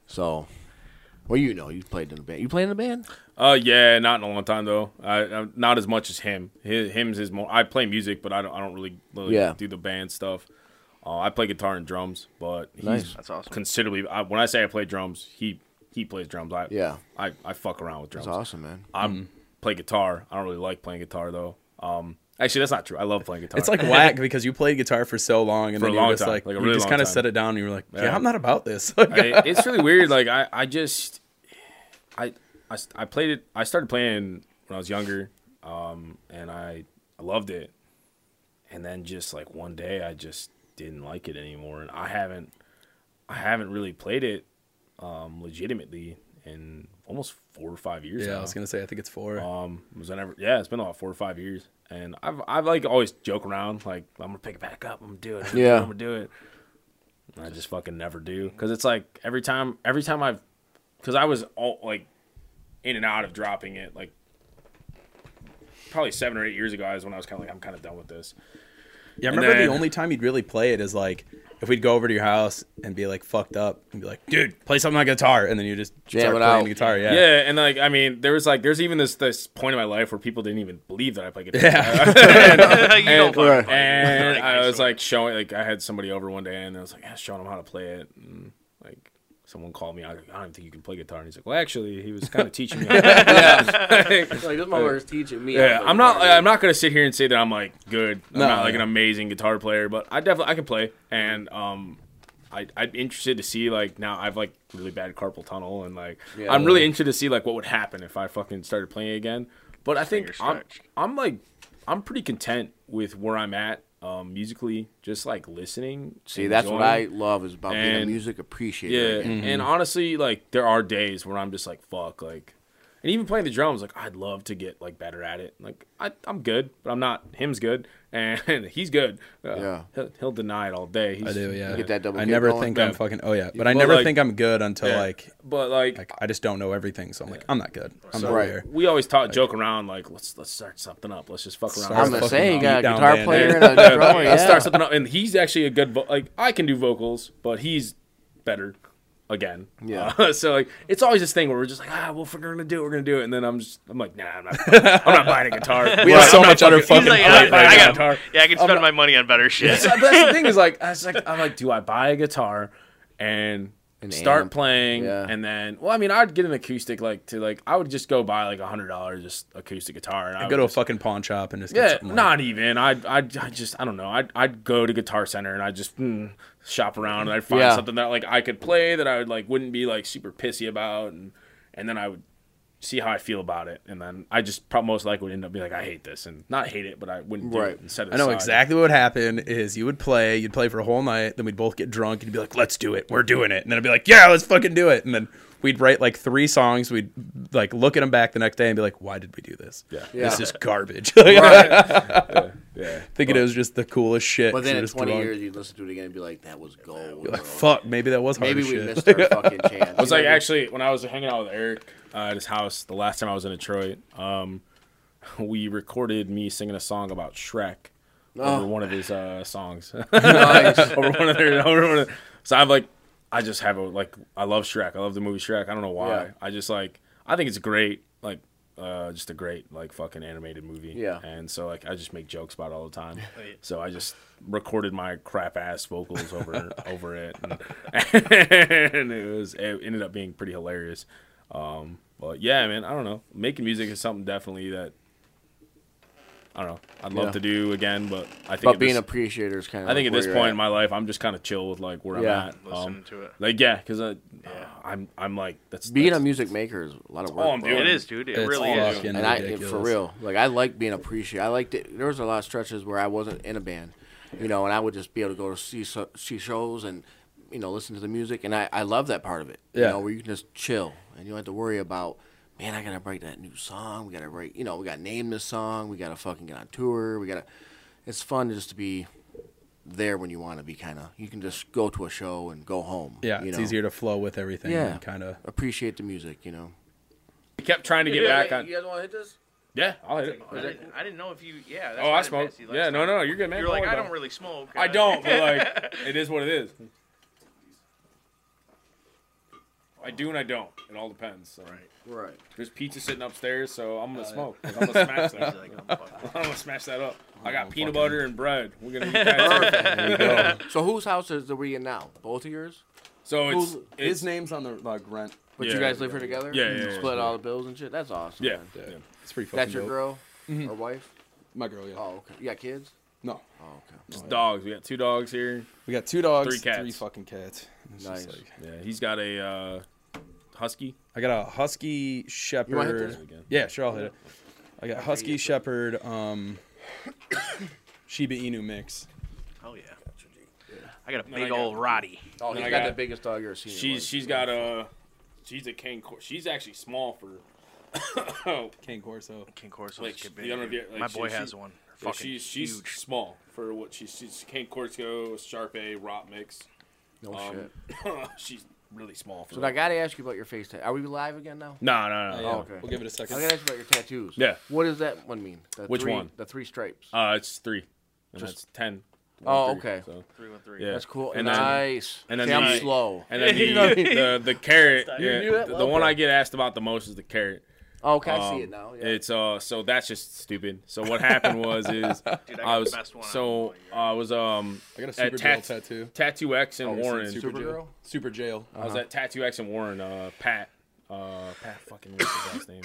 C: so, well, you know, you played in the band. You played in the band?
D: Uh, yeah, not in a long time though. I, I not as much as him. His, him's his more. I play music, but I don't. I don't really, really
C: Yeah.
D: do the band stuff. Uh, I play guitar and drums, but he's
C: Nice.
B: That's awesome.
D: considerably. I, when I say I play drums, he he plays drums. I
C: Yeah,
D: I, I fuck around with drums.
C: that's awesome, man.
D: I play guitar. I don't really like playing guitar though. Um, Actually, that's not true. I love playing
A: <laughs>
D: guitar. <laughs>
A: It's like whack because you played guitar for so long and
D: For
A: then
D: a
A: you're
D: long
A: just
D: time,
A: like,
D: like a
A: you
D: really
A: just
D: long
A: kind of
D: time.
A: set it down and you were like, yeah,
D: Yeah.
A: I'm not about this. <laughs>
D: I- it's really weird. Like I, I just, I, I, s- I played it. I started playing when I was younger, um, and I, I loved it. And then just like one day, I just didn't like it anymore, and I haven't, I haven't really played it, um, legitimately in almost four or five years.
A: yeah,
D: now.
A: I was gonna say I think it's four.
D: Um, was I never? Yeah, it's been about four or five years, and I've I've like always joke around like I'm gonna pick it back up, I'm gonna do it, I'm gonna do it,
C: Yeah.
D: I'm gonna do it. And I just fucking never do because it's like every time every time I've because I was all like in and out of dropping it like probably seven or eight years ago is when I was kind of like I'm kind of done with this.
A: yeah, I
D: and
A: remember the
D: then-
A: only time you'd really play it is like if we'd go over to your house and be like fucked up and be like, dude, play something on guitar, and then you just
C: Jam
A: start
C: it
A: playing
C: out.
A: the guitar. Yeah,
D: Yeah. and like I mean, there was like there's even this this point in my life where people didn't even believe that I play guitar. <laughs>
A: Yeah.
D: And-
B: <laughs> you don't fucking
C: right.
B: play.
D: and
B: Like,
D: I was
B: swear.
D: like showing, like I had somebody over one day, and I was like yeah, showing him how to play it, and like someone called me. I, was like, I don't even think you can play guitar, and he's like, well, actually, he was kind of teaching me. <laughs> How <laughs> to play it."
E: Like this mother is teaching me. how to
D: yeah,
E: play
D: I'm not.
E: guitar.
D: I'm not gonna sit here and say that I'm like good. I'm
A: No,
D: not like
A: yeah.
D: an amazing guitar player, but I definitely I can play, and um. I, I'm interested to see like now I've like really bad carpal tunnel and like I'm really interested to see like what would happen if I fucking started playing again. But I think
B: Fingers
D: I'm,
B: stretched.
D: I'm like I'm pretty content with where I'm at um, musically, just like listening.
C: See, that's what I
D: enjoying.
C: love is about being a
D: And-
C: music appreciator.
D: Yeah, Mm.
C: again.
D: and honestly, like there are days where I'm just like fuck, like, and even playing the drums, like I'd love to get like better at it. Like I, I'm good, but I'm not. Him's good, <laughs> and he's good. Uh,
C: Yeah.
D: he'll, he'll deny it all day. He's,
A: I do. Yeah,
C: Get that double
A: I
C: kick
A: never
C: going.
A: think
D: Yeah.
A: I'm fucking. Oh yeah, but I
D: But,
A: never
D: like-
A: think I'm good until
D: Yeah.
A: like
D: But like,
A: like I just don't know everything, so I'm like, I'm not good. I'm
D: so
A: not <laughs> there.
D: we always talk, joke around, like let's let's start something up. Let's just fuck around.
A: Start
C: I'm
D: Let's
A: fucking
C: the same. You got a
A: beat down
C: guitar
A: band,
D: <laughs>
C: player
A: dude.
C: and a drummer.
D: Let's
C: Yeah.
D: start something up. And he's actually a good vo- like I can do vocals, but he's better again.
C: Yeah.
D: Uh, <laughs> so like it's always this thing where we're just like ah, we're gonna do it, we're gonna do it, and then I'm just I'm like nah, I'm not, I'm not buying
C: <laughs>
D: a guitar.
A: We have
D: I'm
A: so
D: not
A: much other
B: He's
A: fucking.
B: like,
D: I'm
B: I,
D: not buying
B: I
D: a
B: got,
D: guitar.
B: yeah, I can spend my money on better
D: <laughs>
B: shit.
D: So- but that's the thing is like I was like I'm like, do I buy a guitar and
C: An
D: start
C: amp,
D: playing
C: yeah.
D: and then well I mean I'd get an acoustic like to like I would just go buy like a hundred dollars just acoustic guitar and I
A: go
D: would
A: to a
D: just-
A: fucking pawn shop and just get
D: yeah
A: something like-
D: not even I'd, I'd I just I don't know I'd I'd go to Guitar Center and I'd just mm, shop around and I'd find
C: Yeah.
D: something that like I could play that I would like wouldn't be like super pissy about and and then I would see how I feel about it and then I just probably most likely would end up being like I hate this and not hate it but I wouldn't do
C: Right.
D: it and set it
A: I know
D: aside.
A: exactly what would happen is you would play, you'd play for a whole night, then we'd both get drunk and you'd be like, let's do it. We're doing it. And then I'd be like, yeah, let's fucking do it. And then we'd write like three songs. We'd like look at them back the next day and be like, why did we do this?
D: Yeah.
A: This <laughs>
C: Yeah.
A: is garbage. Like, <laughs>
D: yeah
A: thinking it was just the coolest shit.
C: But then
A: You're
C: in
A: just
C: 20
A: drunk.
C: years, you listen to it again and be like, that was gold.
A: You're like,
C: bro.
A: fuck, maybe that was hard
C: Maybe
A: as
C: we
A: shit.
C: missed our
D: <laughs>
C: fucking chance.
D: I was like, actually, when I was hanging out with Eric uh, at his house the last time I was in Detroit, um, <laughs> we recorded me singing a song about Shrek over
C: Oh.
D: one of his uh, songs.
C: Nice.
D: <laughs> over one
C: <laughs>
D: of their, over one of, so I've like, I just have a like, I love Shrek. I love the movie Shrek. I don't know why.
C: Yeah.
D: I just like, I think it's great. Like, uh, just a great like fucking animated movie.
C: Yeah.
D: And so like, I just make jokes about it all the time.
C: <laughs>
D: So I just recorded my crap ass
C: <laughs>
D: vocals over over it, and, <laughs> and it was it ended up being pretty hilarious. Um, but yeah, man, I don't know. Making music is something definitely that I don't know. I'd love
C: Yeah.
D: to do again, but I think
C: But
D: at
C: being
D: this,
C: appreciator is kind of.
D: I think at this point in my life, I'm just kind of chill with like where
C: Yeah.
D: I'm at.
B: Listening
D: Um,
B: to it.
D: like yeah, because I I'm I'm like that's
C: being a
D: that's-
C: music maker is a lot of work.
D: Oh, I'm
C: bro.
D: doing
B: It is, dude. It
A: It's
B: really is.
A: fucking
C: and I
A: ridiculous.
C: for real, like I like being appreciated. I liked it. There was a lot of stretches where I wasn't in a band, you know, and I would just be able to go to see so- see shows and you know listen to the music, and I I love that part of it.
A: Yeah.
C: you know, where you can just chill and you don't have to worry about. Man, I gotta write that new song. We gotta write, you know, we gotta name this song. We gotta fucking get on tour. We gotta. It's fun just to be there when you want to be. Kind of, you can just go to a show and go home.
A: <laughs> Yeah,
C: you
A: it's
C: know?
A: easier to flow with everything.
C: Yeah.
A: Yeah. Kind of.
C: <laughs> Appreciate the music, you know.
D: I kept trying to get back on.
C: guys want to hit this?
D: Yeah, I'll hit it.
B: I didn't, I didn't know if you. Yeah. That's why
D: Oh, I
B: didn't
D: smoked.
B: pass you last
D: Yeah, no,
B: time.
D: no, you're good, man.
B: You're like,
D: worry
B: I
D: about
B: don't
D: it.
B: really smoke. uh, <laughs>
D: I don't, but like it is what it is. I do and I don't. It all depends. So.
C: Right.
D: There's pizza sitting upstairs, so I'm gonna
B: Uh,
D: smoke. 'cause I'm gonna
B: <laughs>
D: smash that.
B: He's like, "Oh, I'm fucking-
D: I'm gonna smash that up. I got peanut butter and bread. We're gonna
B: <laughs>
D: eat that.
C: <laughs>
D: too.
C: Perfect. So whose house is are we in now? Both of yours?
D: So it's,
C: Who-
D: it's
A: name's on the like, rent.
C: But
D: Yeah.
C: you guys live here together?
D: Yeah, yeah, yeah,
C: Split
D: yeah. Mm-hmm.
C: all the bills and shit. That's awesome.
D: yeah.
C: man.
A: It's pretty fucking
C: That's your
A: dope.
C: girl or wife?
A: My girl, yeah.
C: Oh, okay. You got kids?
A: No,
C: Oh, okay.
D: Just dogs. We got two dogs here.
A: we got two dogs,
D: Three cats.
A: three fucking cats. It's just
C: Nice.
A: like-
D: Yeah, he's got a uh, husky.
A: I got a husky
C: wanna hit
A: shepherd.
C: this?
A: Yeah, sure, I'll hit it. I got husky shepherd, um, <coughs> Shiba Inu mix.
B: Oh yeah. I got a
D: I
B: big
D: got-
B: old Roddy.
C: Oh,
D: Then
C: he's
D: I
C: got,
D: got-
C: the biggest dog you ever seen. in your
D: She's
C: life.
D: she's got a she's a cane. Cor- she's actually small for. <coughs> oh,
A: Cane Corso.
B: King Corso.
D: Like, you don't know if you- like,
B: My
D: she-
B: boy
D: she-
B: has one.
D: yeah,
B: Fucking
D: she's she's <laughs>
B: huge.
D: small for what she's she's cane Corso Sharp A Rot mix. <laughs>
C: No
D: Um,
C: shit.
D: she's really small for.
C: So I got to ask you about your face tattoo. Are we live again now?
D: no, no, no.
A: Yeah,
D: no.
C: Oh, okay.
A: We'll give it a
C: I
A: second.
C: got to ask you about your tattoos.
D: Yeah.
C: What does that one mean? The
D: Which
C: three-
D: one?
C: The three stripes.
D: Uh, it's three. And
C: Just-
D: that's ten.
C: Oh,
D: Three,
C: okay.
D: so-
B: Three one three. <laughs>
D: Yeah.
C: That's cool.
D: And then-
C: nice.
D: and then
C: See, I'm
D: the-
C: slow. <laughs>
D: And then
B: You know what I
D: the, the the carrot,
C: You
D: yeah,
C: knew that
D: the,
C: well,
D: one
C: bro.
D: I get asked about the most is the carrot.
C: Oh, okay, I
D: Um,
C: see it now. Yeah.
D: It's uh, so that's just stupid. So what happened was is
B: Dude, I got
D: I
B: the
D: was
B: best one on
D: so
B: the
D: I was um
A: I got a
D: at
A: Super Jail
D: tat-
A: tattoo.
D: Tattoo X and Warren.
A: Super
C: Supergirl?
A: Jail. Super Jail.
D: I was at Tattoo X and Warren. Uh, Pat. Uh, Pat fucking what's his last name?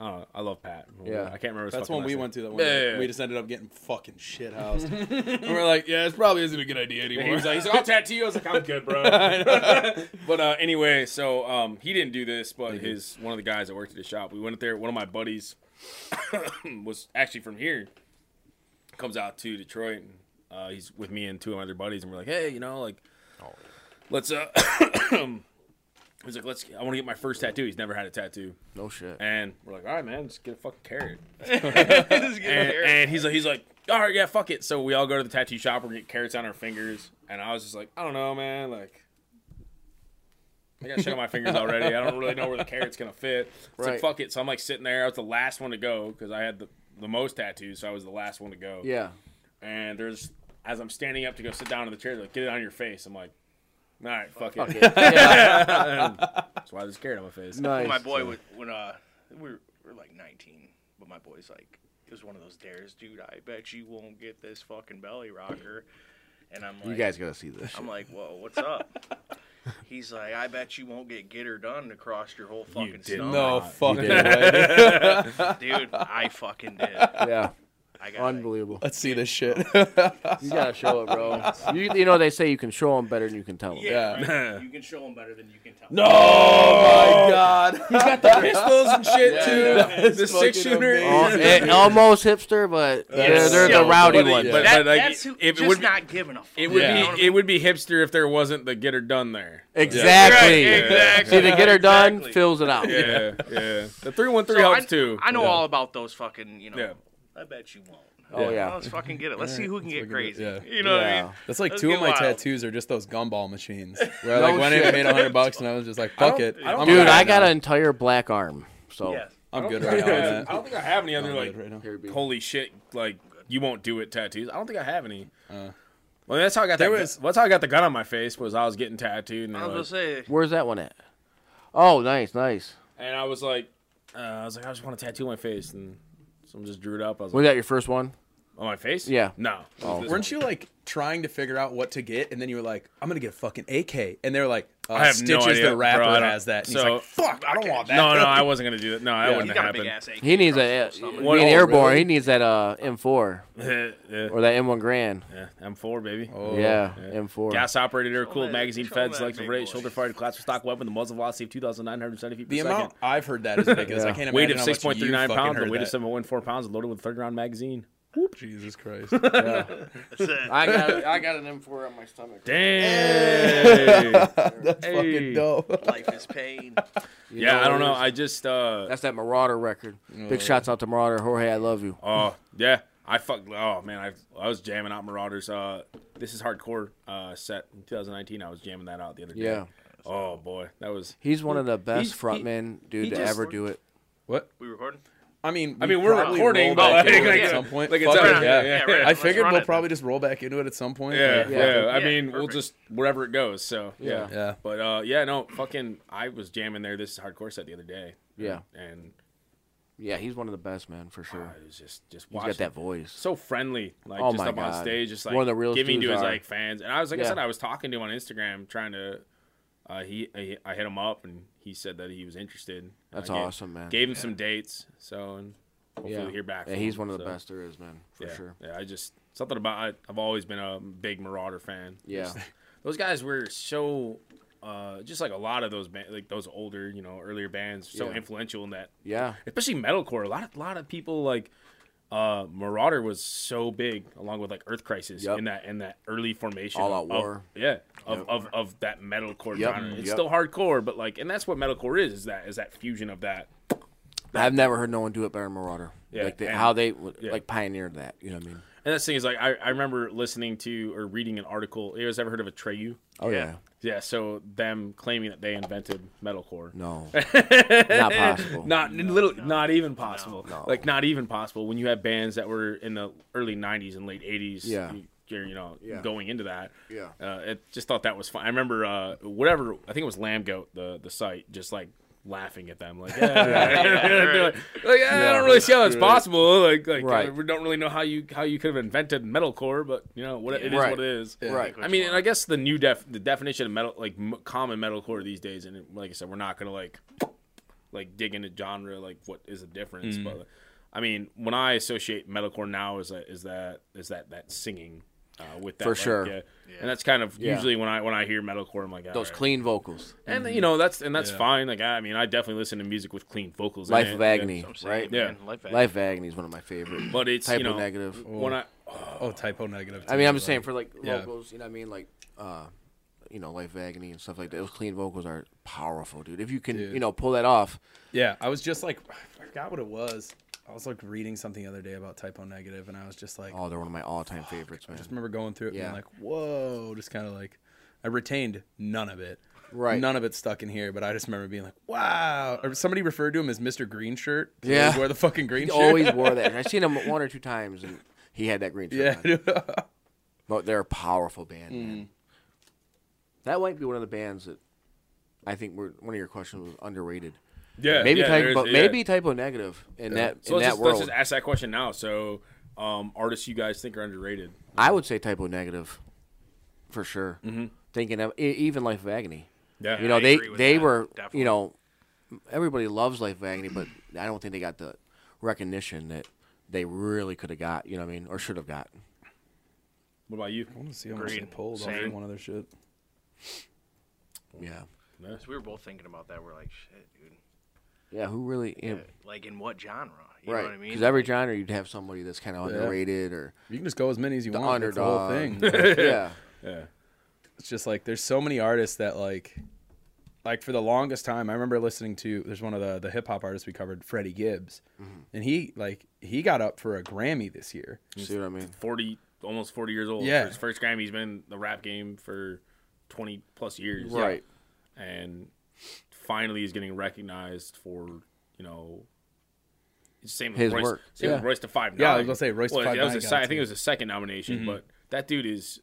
D: I don't know. I love Pat.
C: Yeah.
D: I can't remember. His
A: That's
D: fucking
A: when
D: last
A: we
D: name.
A: went to that one.
D: Yeah,
A: night.
D: yeah, yeah.
A: We just ended up getting fucking shit housed. and we're like, yeah, this probably isn't a good idea anymore.
D: He was like,
A: <laughs>
D: he's <laughs> like, I'll tattoo you. I was like, I'm good, <laughs> bro. <laughs> but uh, anyway, so um, he didn't do this, but his one of the guys that worked at the shop, we went up there. One of my buddies <coughs> was actually from here, comes out to Detroit, and uh, he's with me and two of my other buddies, and we're like, hey, you know, like, let's uh, <coughs> he's like, let's. I want to get my first tattoo. He's never had a tattoo,
C: no shit.
D: and we're like, all right, man, just get a fucking carrot
B: This is getting
D: and,
B: weird.
D: and he's like, he's like, all right, yeah, fuck it. So we all go to the tattoo shop. We're getting carrots on our fingers, and I was just like, I don't know, man. Like, I got shit on my fingers already. I don't really know where the carrot's gonna fit. So
C: Right.
D: fuck it. So I'm like sitting there. I was the last one to go because I had the the most tattoos, so I was the last one to go. <laughs>
C: Yeah.
D: And there's as I'm standing up to go sit down in the chair, they're like, get it on your face. I'm like, all right, fuck,
C: Fuck
D: <laughs> it.
C: it. Yeah.
D: That's why there's a carrot on Oh, my face.
C: nice.
B: my boy would when uh we were, we were like 19, but my boy's like it was one of those dares, dude. I bet you won't get this fucking belly rocker. And I'm like,
C: You guys gotta see
D: <laughs>
C: this.
B: I'm like, whoa, what's up? <laughs> He's like, I bet you won't get get her done across your whole fucking
D: did
B: stomach,
A: no
D: not.
A: fucking
C: You
A: way.
B: dude. I fucking
D: <laughs>
B: did.
C: Yeah.
B: I got like,
C: Unbelievable.
A: Let's see this shit.
C: You gotta show it, bro. <laughs> You, you know they say you can show them better than you can tell them.
B: Yeah,
D: Yeah.
B: right? you can show them better than you can tell.
A: no,
D: Oh <laughs>
A: my God.
D: Pistols and shit
A: that
D: too.
A: is
D: The six
A: fucking
D: shooter.
A: amazing.
D: <laughs>
C: Oh, eh, almost hipster, but they're, they're the
B: so
C: rowdy
D: funny.
C: ones.
D: But-
B: that,
D: like,
B: that's who,
D: if it
B: just
D: would be-
B: not giving a fuck.
D: It would
A: Yeah.
B: You know what
D: be
B: I
D: it
B: mean?
D: would be hipster if there wasn't the get her done there.
C: exactly.
B: Right, exactly.
C: See, the get her done
B: Exactly.
C: fills it out.
D: Yeah, <laughs> yeah. The three one three
B: So
D: helps
B: I,
D: too.
B: I know all about those fucking. You know,
D: Yeah.
B: I bet you won't.
C: Oh, yeah.
B: let's fucking get it. Let's see who can get
A: fucking
B: crazy.
A: do it.
B: You know
C: Yeah.
B: what I mean?
A: That's like
B: Let's
A: two of
B: get
A: my
B: wild.
A: tattoos are just those gumball machines. Where I
C: No
A: like went in and
C: shit.
A: made
D: <laughs>
A: hundred bucks, and I was just like, "Fuck
D: don't-
A: it,
D: I don't
A: I'm
D: think
C: Dude,
A: good
D: I
C: I
A: right
C: got
A: now.
C: an entire black arm. So
B: Yeah.
A: I'm good right now. on that.
D: I don't think I have any other
A: I'm
D: like
A: good right now.
D: holy shit like you won't do it tattoos. I don't think I have any. well, that's how I got that.
A: was-
D: gu- that's how I got the gun on my face was I was getting tattooed and,
B: I
D: they're
B: was gonna
D: like,
B: say.
C: where's that one at? Oh, nice, nice.
D: and I was like, uh, I was like, I just want to tattoo my face and someone just drew it up. I was
C: Was
D: like,
C: that your first one?
D: on my face?
C: Yeah.
D: No.
C: Oh.
D: This
A: Weren't you like trying to figure out what to get, and then you were like, "I'm gonna get a fucking AK," and they were like, uh,
D: I have no
A: "Stitches
D: idea,
A: the
D: bro,
A: rapper
D: I don't-
A: has that." And
D: so-
A: he's like, "Fuck, I don't want that."
B: <laughs>
D: <laughs> No, no, I wasn't gonna do that. No, that
A: Yeah.
B: You
D: wouldn't
B: got a big
D: happen.
B: ass ache.
C: He needs
B: across
C: a
B: your stomach.
C: being
D: oh,
C: airborne.
A: really?
C: He needs that uh M4
D: <laughs> Yeah,
C: or that M1 Grand.
D: yeah. I'm four, baby.
C: yeah, M4.
D: Gas operated air cooled
B: that-
D: magazine
B: show
D: fed
B: that
D: selective
B: big
D: rate
B: boy.
D: shoulder fired collapsible stock weapon the muzzle velocity of 2,970 feet per
A: the
D: second.
A: amount I've heard
D: <laughs>
A: that is ridiculous.
C: Yeah.
A: I can't
D: weight
A: imagine
D: of
A: how much you
D: 6.39
A: fucking
D: pounds and
A: heard
D: weight of
A: that.
D: 7.14 pounds and loaded with 30 round magazine.
A: Jesus Christ.
B: That's it.
C: <laughs> I
D: <laughs>
C: got I got an M4 on my stomach.
D: Damn.
A: <laughs> That's
D: Hey.
A: fucking dope. <laughs>
B: Life is pain.
C: You
D: yeah,
C: what
D: I
C: it
D: don't know.
C: is?
D: I just uh
C: That's that Marauder record. Big shots out to Marauder. Jorge, I love you.
D: oh yeah. I fucked oh man, I I was jamming out Marauders. Uh this is hardcore uh set in 2019. I was jamming that out the other day.
C: Yeah.
D: Oh boy. That was
C: He's one of the best
D: he-
C: frontmen, dude,
D: he
C: to
D: just-
C: ever do it.
A: What?
B: We recording?
A: I mean,
D: I mean, we're
A: probably
D: recording,
A: roll back
D: but <laughs> like-
A: into it
D: like-
A: at some point,
D: like, it's
A: Fuck
D: up-
A: it,
D: yeah,
A: yeah.
D: yeah,
B: right,
D: I
A: I
B: let's
A: figured
B: run
A: we'll
B: it.
A: probably just roll back into it at some point.
D: Yeah,
A: like-
D: yeah. I
B: Yeah,
D: mean, we'll
B: perfect.
D: just wherever it goes. So yeah,
C: Yeah.
A: Yeah.
D: But uh, yeah, no, fucking, I was jamming there. This is hardcore set the other day.
C: Yeah.
D: and
C: Yeah, he's one of the best, man, for sure.
D: it was just just
C: He's
D: watching.
C: got that voice.
D: So friendly, like
C: Oh
D: just
C: my
D: up on
C: God.
D: stage, just like
C: One of the realest
D: giving to
C: dudes
D: his
C: are.
D: like fans. And I was like I
C: Yeah.
D: said, I was talking to him on Instagram, trying to. Uh, he, I I hit him up, and he said that he was interested. And
C: That's
D: I gave-
C: awesome, man.
D: Gave him some dates, so and hopefully we hear back.
C: Yeah,
D: from
C: he's
D: him,
C: one of the
D: so,
C: best there is, man, for
D: yeah,
C: sure.
D: Yeah, I just something about I, I've always been a big Marauder fan.
C: Yeah,
D: <laughs> those guys were so uh just like a lot of those band, like those older you know earlier bands so
C: Yeah.
D: influential in that
C: yeah,
D: especially metalcore a lot of lot of people like uh marauder was so big along with like earth crisis
C: Yep.
D: in that in that early formation
C: All Out
D: of,
C: War.
D: yeah of,
C: Yep.
D: of of that metalcore
C: Yep,
D: genre it's
C: yep.
D: still hardcore but like and that's what metalcore is is that is that fusion of that
C: I've never heard no one do it better than Marauder.
D: Yeah,
C: like the,
D: and-
C: how they w-
D: yeah.
C: like pioneered that. You know what I mean?
D: and that's the thing is like I, I remember listening to or reading an article you guys ever heard of a treyu
C: Oh yeah,
D: yeah so them claiming that they invented metalcore
C: no,
D: <laughs>
C: not possible.
D: Not little, not even possible. Like not even possible when you have bands that were in the early '90s and late '80s.
C: Yeah.
D: you- you're you know
C: Yeah.
D: going into that.
C: Yeah.
D: uh, it just thought that was fun. I remember uh, whatever I think it was Lamb Goat the the site just like laughing at them like <laughs> yeah, like, yeah, I don't really see how it's possible like like
C: Right.
D: we don't really know how you how you could have invented metalcore but you know what it is
C: Right.
D: what it is
C: Right.
D: I mean, and I guess the new def the definition of metal like m- common metalcore these days, and it- like I said, we're not gonna like like dig into genre like what is the difference,
C: Mm.
D: but I mean, when I associate metalcore now is that is that is that that singing uh, with that
C: For
D: like,
C: sure.
D: yeah. and that's kind of
C: Yeah.
D: usually when I when I hear metalcore, I'm like all
C: Those
D: right.
C: clean vocals,
D: and you know that's and that's
A: Yeah.
D: fine. Like I, I mean, I definitely listen to music with clean vocals. in
C: Life
D: it.
C: of
D: Yeah.
C: Agony,
B: I'm saying,
C: right?
B: man,
D: Yeah.
B: Life Act.
C: Life of Agony is one of my favorite.
D: but it's
C: Typo
D: you know
C: negative.
D: when I
A: Oh, typo negative. too,
C: I mean, I'm
A: like-
C: just saying for like
A: Yeah.
C: vocals, you know what I mean? Like, uh, you know, Life of Agony and stuff like that. Those clean vocals are powerful, dude. If you can,
A: Dude.
C: you know, pull that off.
A: Yeah, I was just like, I forgot what it was. I was like reading something the other day about typo negative, and I was just like,
C: Oh, they're one of my all-time favorites, man.
A: I just remember going through it
C: Yeah.
A: and being like, whoa, just kind of like, I retained none of it.
C: Right.
A: None of it stuck in here, but I just remember being like, wow. Or somebody referred to him as Mr. Green Shirt. 'cause he
C: Yeah.
A: always Wore the fucking green
C: he
A: shirt. <laughs>
C: always wore that. I've
D: <laughs>
C: seen him one or two times, and he had that green shirt.
A: yeah.
C: on.
A: <laughs> dude.
C: But they're a powerful band.
D: Hmm.
C: Man. That might be one of the bands that I think were, one of your questions was underrated.
D: yeah
C: Maybe
D: yeah, there is-
C: typo,
D: yeah.
C: maybe typo negative in that
D: so
C: in
D: let's
C: that
D: just, let's
C: world.
D: just ask that question now. So um, artists you guys think are underrated?
C: I would say typo negative, for sure. Mm-hmm. Thinking of e- even Life of Agony.
D: Yeah,
C: you know
B: I
C: they
B: agree with
C: they
B: that,
C: were
B: definitely.
C: you know everybody loves Life of Agony, but I don't think they got the recognition that they really could have got. You know what I mean, or should have got.
D: What about you?
A: I want to see how much they
B: Green.
A: pulled off
B: Same.
A: of one of their shit.
C: Yeah,
B: So we were both thinking about that. We're like, shit, dude.
C: yeah. Who really? You know,
B: Like in what genre? You
C: right?
B: know what I
C: Because
B: mean?
C: every genre you'd have somebody that's kind of underrated or
A: You can just go as many as you
C: the
A: want. That's the whole
C: underdog.
A: thing.
C: <laughs> yeah,
D: Yeah.
A: it's just like there's so many artists that like like for the longest time i remember listening to there's one of the the hip-hop artists we covered freddie gibbs
C: Mm-hmm.
A: and he like he got up for a grammy this year
C: see what I mean?
D: 40 almost 40 years old
A: Yeah.
D: for his first grammy he's been in the rap game for 20 plus years
C: Right.
D: Yeah. and finally he's getting recognized for you know it's the same with
C: His
D: Royce,
C: work.
D: same with
A: Yeah.
D: Royce to five
A: Yeah, I was gonna say, Royce to
D: well,
A: Five
D: that was
A: Nine
D: his
A: got
D: si- I
A: it,
D: think
A: too.
D: it
A: Mm-hmm.
D: was his second nomination but that dude is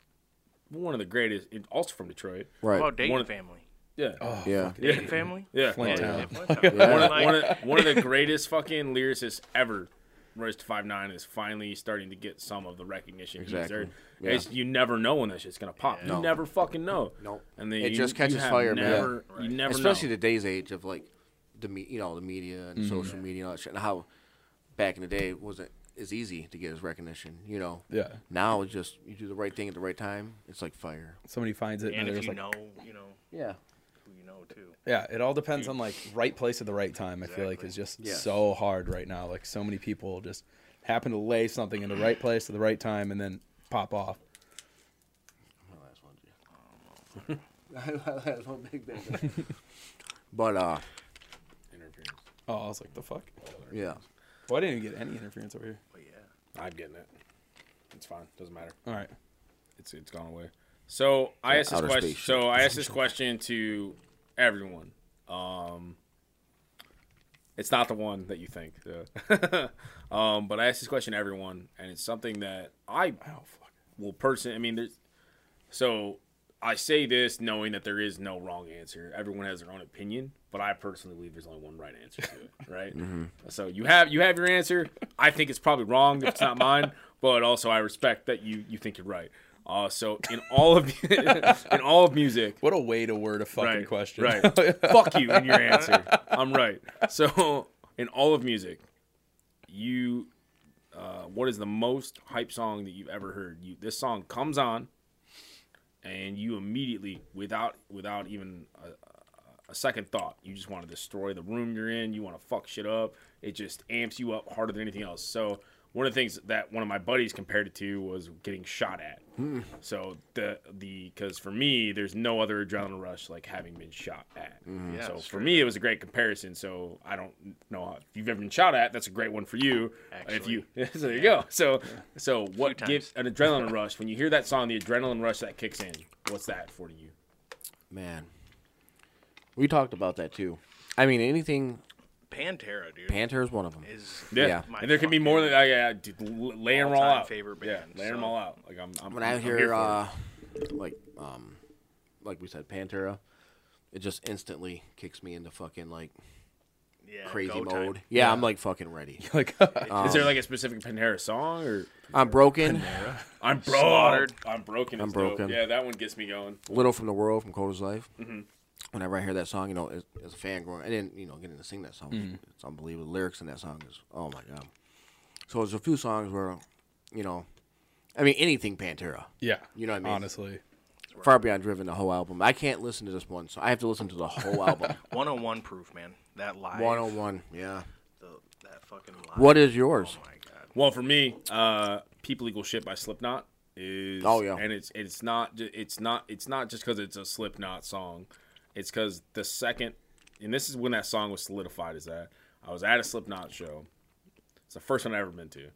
D: one of the greatest and also from Detroit
B: What
C: Right.
B: about Dayton
D: One of-
B: family.
D: yeah
A: oh
C: yeah.
A: fuck.
B: Dayton family.
D: yeah
A: Flint
B: Yeah,
A: Town.
B: yeah,
D: <laughs>
B: Flint Town.
D: one of,
B: Like,
D: <laughs> one, of, one of the greatest fucking lyricists ever, Royce to Five Nine, is finally starting to get some of the recognition he's
C: Exactly.
D: there.
C: Yeah.
D: It's, you never know when that shit's gonna pop. You
C: No.
D: never fucking know.
C: Nope.
D: And then
C: It
D: you-
C: just
D: you
C: catches
D: have
C: fire, man.
D: never, You never
C: especially
D: know.
C: today's age of like the me- you know the media
A: Mm-hmm.
C: and social media and all that shit, and how back in the day it wasn't as easy to get as recognition. You know,
A: yeah
C: now it's just you do the right thing at the right time. It's like fire.
A: somebody finds it and,
B: and if
A: there's
B: you
A: like
B: know, you know
C: Yeah,
B: who you know too.
A: yeah it all depends on like right place at the right time i feel like
B: Exactly.
A: is just
C: Yes.
A: so hard right now like so many people just happen to lay something in the right place at the right time and then pop off
C: <laughs> but uh,
D: Interference.
A: oh i was like the fuck
C: yeah,
A: well i didn't even get any interference over here
B: But yeah.
D: I'm getting it. It's fine. Doesn't matter.
A: all right
D: It's it's gone away. So I asked this
C: outer
D: question.
C: space shit.
D: So I asked this question to everyone. Um, it's not the one that you think. <laughs> uh, um, but I asked this question to everyone, and it's something that I
A: oh fuck
D: will person. I mean, there's so I say this knowing that there is no wrong answer. Everyone has their own opinion, but I personally believe there's only one right answer to
A: <laughs>
D: it. Right.
A: Mm-hmm.
D: So you have you have your answer. I think it's probably wrong if
A: <laughs>
D: it's not mine, but also I respect that you you think you're right. Uh, so in all of <laughs> in all of music,
A: what a way to word a fucking
D: right,
A: question
D: right? Fuck you and your answer. I'm right. So in all of music, you, uh, what is the most hype song that you've ever heard? You this song comes on, and you immediately, without without even a, a- a second thought, you just want to destroy the room you're in. You want to fuck shit up. It just amps you up harder than anything else. So one of the things that one of my buddies compared it to was getting shot at. So the the because for me, there's no other adrenaline rush like having been shot at.
B: Yeah,
D: so
B: that's
D: for
B: true.
D: me, it was a great comparison. So I don't know if you've ever been shot at. That's a great one for you. If you <laughs> so there you go. So so what
B: Few
D: gives an adrenaline rush when you hear that song? The adrenaline rush that kicks in. What's that for you?
C: Man, we talked about that too. I mean, anything
B: Pantera, dude,
C: Panther is one of them.
B: is
D: Yeah,
C: Yeah.
B: My
D: and there can be
B: fucking
D: more than I yeah, dude, l- laying them all
B: all-time
D: out.
B: favorite band,
D: yeah, laying them
B: so.
D: all out. Like I'm, I'm
C: when
D: I'm,
C: I
D: I'm
C: hear
D: here for it.
C: uh, like um, like we said, Pantera, it just instantly kicks me into fucking like
B: yeah,
C: crazy
B: go
C: mode.
B: time.
C: Yeah, I'm like fucking ready.
A: <laughs> like <laughs>
C: Uh,
D: is
C: um,
D: there like a specific Pantera song or
C: I'm broken.
D: I'm broke.
B: Slaughtered.
D: I'm broken.
C: I'm
D: is dope.
C: broken.
D: Yeah, that one gets me going.
C: Little from the world from Coda's life.
B: Mm-hmm.
C: Whenever I hear that song, you know, as, as a fan growing, I didn't, you know, getting to sing that song.
B: Mm-hmm.
C: It's unbelievable. The lyrics in that song is, oh my god. So there's a few songs where, you know, I mean anything Pantera,
A: yeah,
C: You know what I mean?
A: Honestly,
C: far beyond driven, the whole album. I can't listen to this one, so I have to listen to the
B: <laughs>
C: whole album.
B: 101 proof, man. That live.
C: 101, yeah.
B: The, that fucking live.
C: oh What is yours?
B: Oh my
D: <laughs>
B: god.
D: Well, for me, uh, "People Equal Shit" by Slipknot is
C: Oh, yeah.
D: and it's it's not ju- it's not it's not just because it's a Slipknot song, it's because the second, and this is when that song was solidified. Is that I was at a Slipknot show, it's the first one I ever been to,